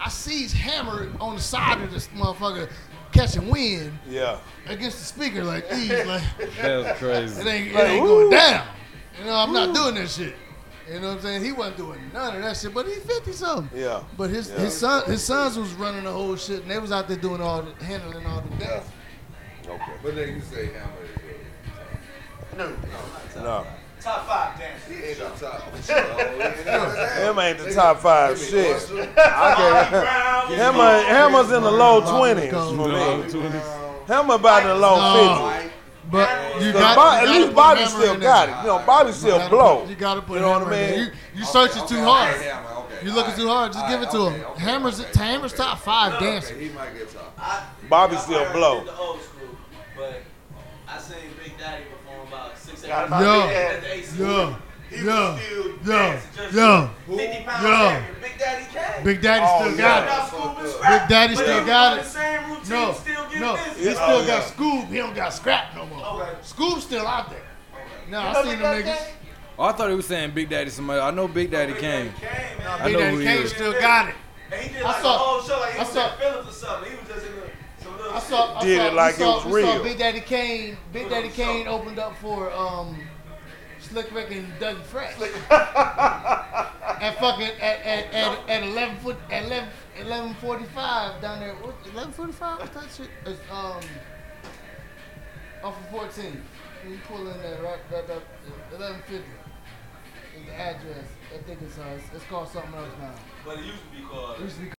Speaker 3: I sees Hammer on the side of this motherfucker catching wind
Speaker 2: Yeah.
Speaker 3: against the speaker like these, like
Speaker 1: That's
Speaker 3: it
Speaker 1: crazy.
Speaker 3: ain't, it
Speaker 2: Like,
Speaker 3: ain't
Speaker 2: ooh.
Speaker 3: going down. You know, I'm not doing that shit. You know what I'm saying? He wasn't doing none of that shit, but he's 50 something.
Speaker 2: Yeah.
Speaker 3: But his
Speaker 2: Yeah.
Speaker 3: his son his sons was running the whole shit, and they was out there doing all the handling all the death.
Speaker 4: But then you say Hammer is good.
Speaker 2: No.
Speaker 12: Top five dancers.
Speaker 4: He ain't the top. oh, So,
Speaker 2: Him ain't the top five shit. I can't.
Speaker 12: Brown.
Speaker 2: Him, ain't- Hammer's in the low twenties for me. Him about in the low fifties.
Speaker 3: But you
Speaker 2: Cause
Speaker 3: got,
Speaker 2: Bob,
Speaker 3: you
Speaker 2: at
Speaker 3: gotta
Speaker 2: least
Speaker 3: put
Speaker 2: Bobby
Speaker 3: Hammer
Speaker 2: still
Speaker 3: in
Speaker 2: got
Speaker 3: there.
Speaker 2: it. You know, Bobby
Speaker 3: You
Speaker 2: still
Speaker 3: gotta
Speaker 2: blow.
Speaker 3: Put, you gotta put
Speaker 2: You know what I
Speaker 3: Hammer in there.
Speaker 2: mean?
Speaker 3: You you searching too hard.
Speaker 4: Hammer, okay.
Speaker 3: You looking too hard. Just give it to him. Hammer's Hammer's top five dancer.
Speaker 4: He might get top.
Speaker 2: Bobby still blow.
Speaker 12: The old school, but I seen Big Daddy perform about six, eight
Speaker 10: Got
Speaker 12: times
Speaker 10: about
Speaker 3: Yeah.
Speaker 10: big
Speaker 12: at
Speaker 10: ass.
Speaker 12: the AC.
Speaker 3: Yeah,
Speaker 12: He
Speaker 3: yeah,
Speaker 12: was still
Speaker 3: yeah,
Speaker 12: dancing, just
Speaker 3: yeah.
Speaker 12: 50 pounds
Speaker 3: Yeah.
Speaker 12: heavier. Big Daddy came.
Speaker 3: Big Daddy
Speaker 2: Oh,
Speaker 3: still
Speaker 2: yeah.
Speaker 3: got it.
Speaker 12: Now Scoop is
Speaker 3: Big Daddy
Speaker 12: but
Speaker 3: still
Speaker 12: he
Speaker 3: got
Speaker 12: doing
Speaker 3: it.
Speaker 12: The same routine,
Speaker 3: No,
Speaker 12: still getting
Speaker 3: no,
Speaker 12: busy.
Speaker 3: he still
Speaker 12: Oh,
Speaker 3: got Scoob. He don't got Scrap no more.
Speaker 12: Okay.
Speaker 3: Scoob's still out there. No,
Speaker 10: know
Speaker 3: I seen them
Speaker 10: Big Daddy
Speaker 3: niggas.
Speaker 1: Oh, I thought he was saying Big Daddy somebody. I know Big Daddy
Speaker 12: Big
Speaker 1: came.
Speaker 12: came, man.
Speaker 1: I
Speaker 3: Big
Speaker 1: know
Speaker 3: Daddy
Speaker 1: who he
Speaker 3: Kane
Speaker 1: is.
Speaker 3: still got it.
Speaker 12: And he did
Speaker 3: I
Speaker 12: like
Speaker 3: saw-
Speaker 12: a whole show like he
Speaker 3: I
Speaker 12: was
Speaker 3: saw-
Speaker 12: at Phillips or something. He was just in the, some little
Speaker 3: I saw. I
Speaker 2: Did
Speaker 3: saw,
Speaker 2: it like
Speaker 3: we
Speaker 2: it
Speaker 3: saw,
Speaker 2: was
Speaker 3: we saw
Speaker 2: real.
Speaker 3: Big Daddy Kane. Big Daddy
Speaker 12: Show.
Speaker 3: Kane opened up for um, Slick Rick and Dougie Fresh. at fucking at at, at, at eleven foot at eleven. 1145 down there. What, 1145? What's that shit? It's, um, off of 14. You pull in there, right? That, that, 1150 is the address. I think it's, uh, it's, it's called something else now.
Speaker 12: But it used to be called.
Speaker 3: It used to be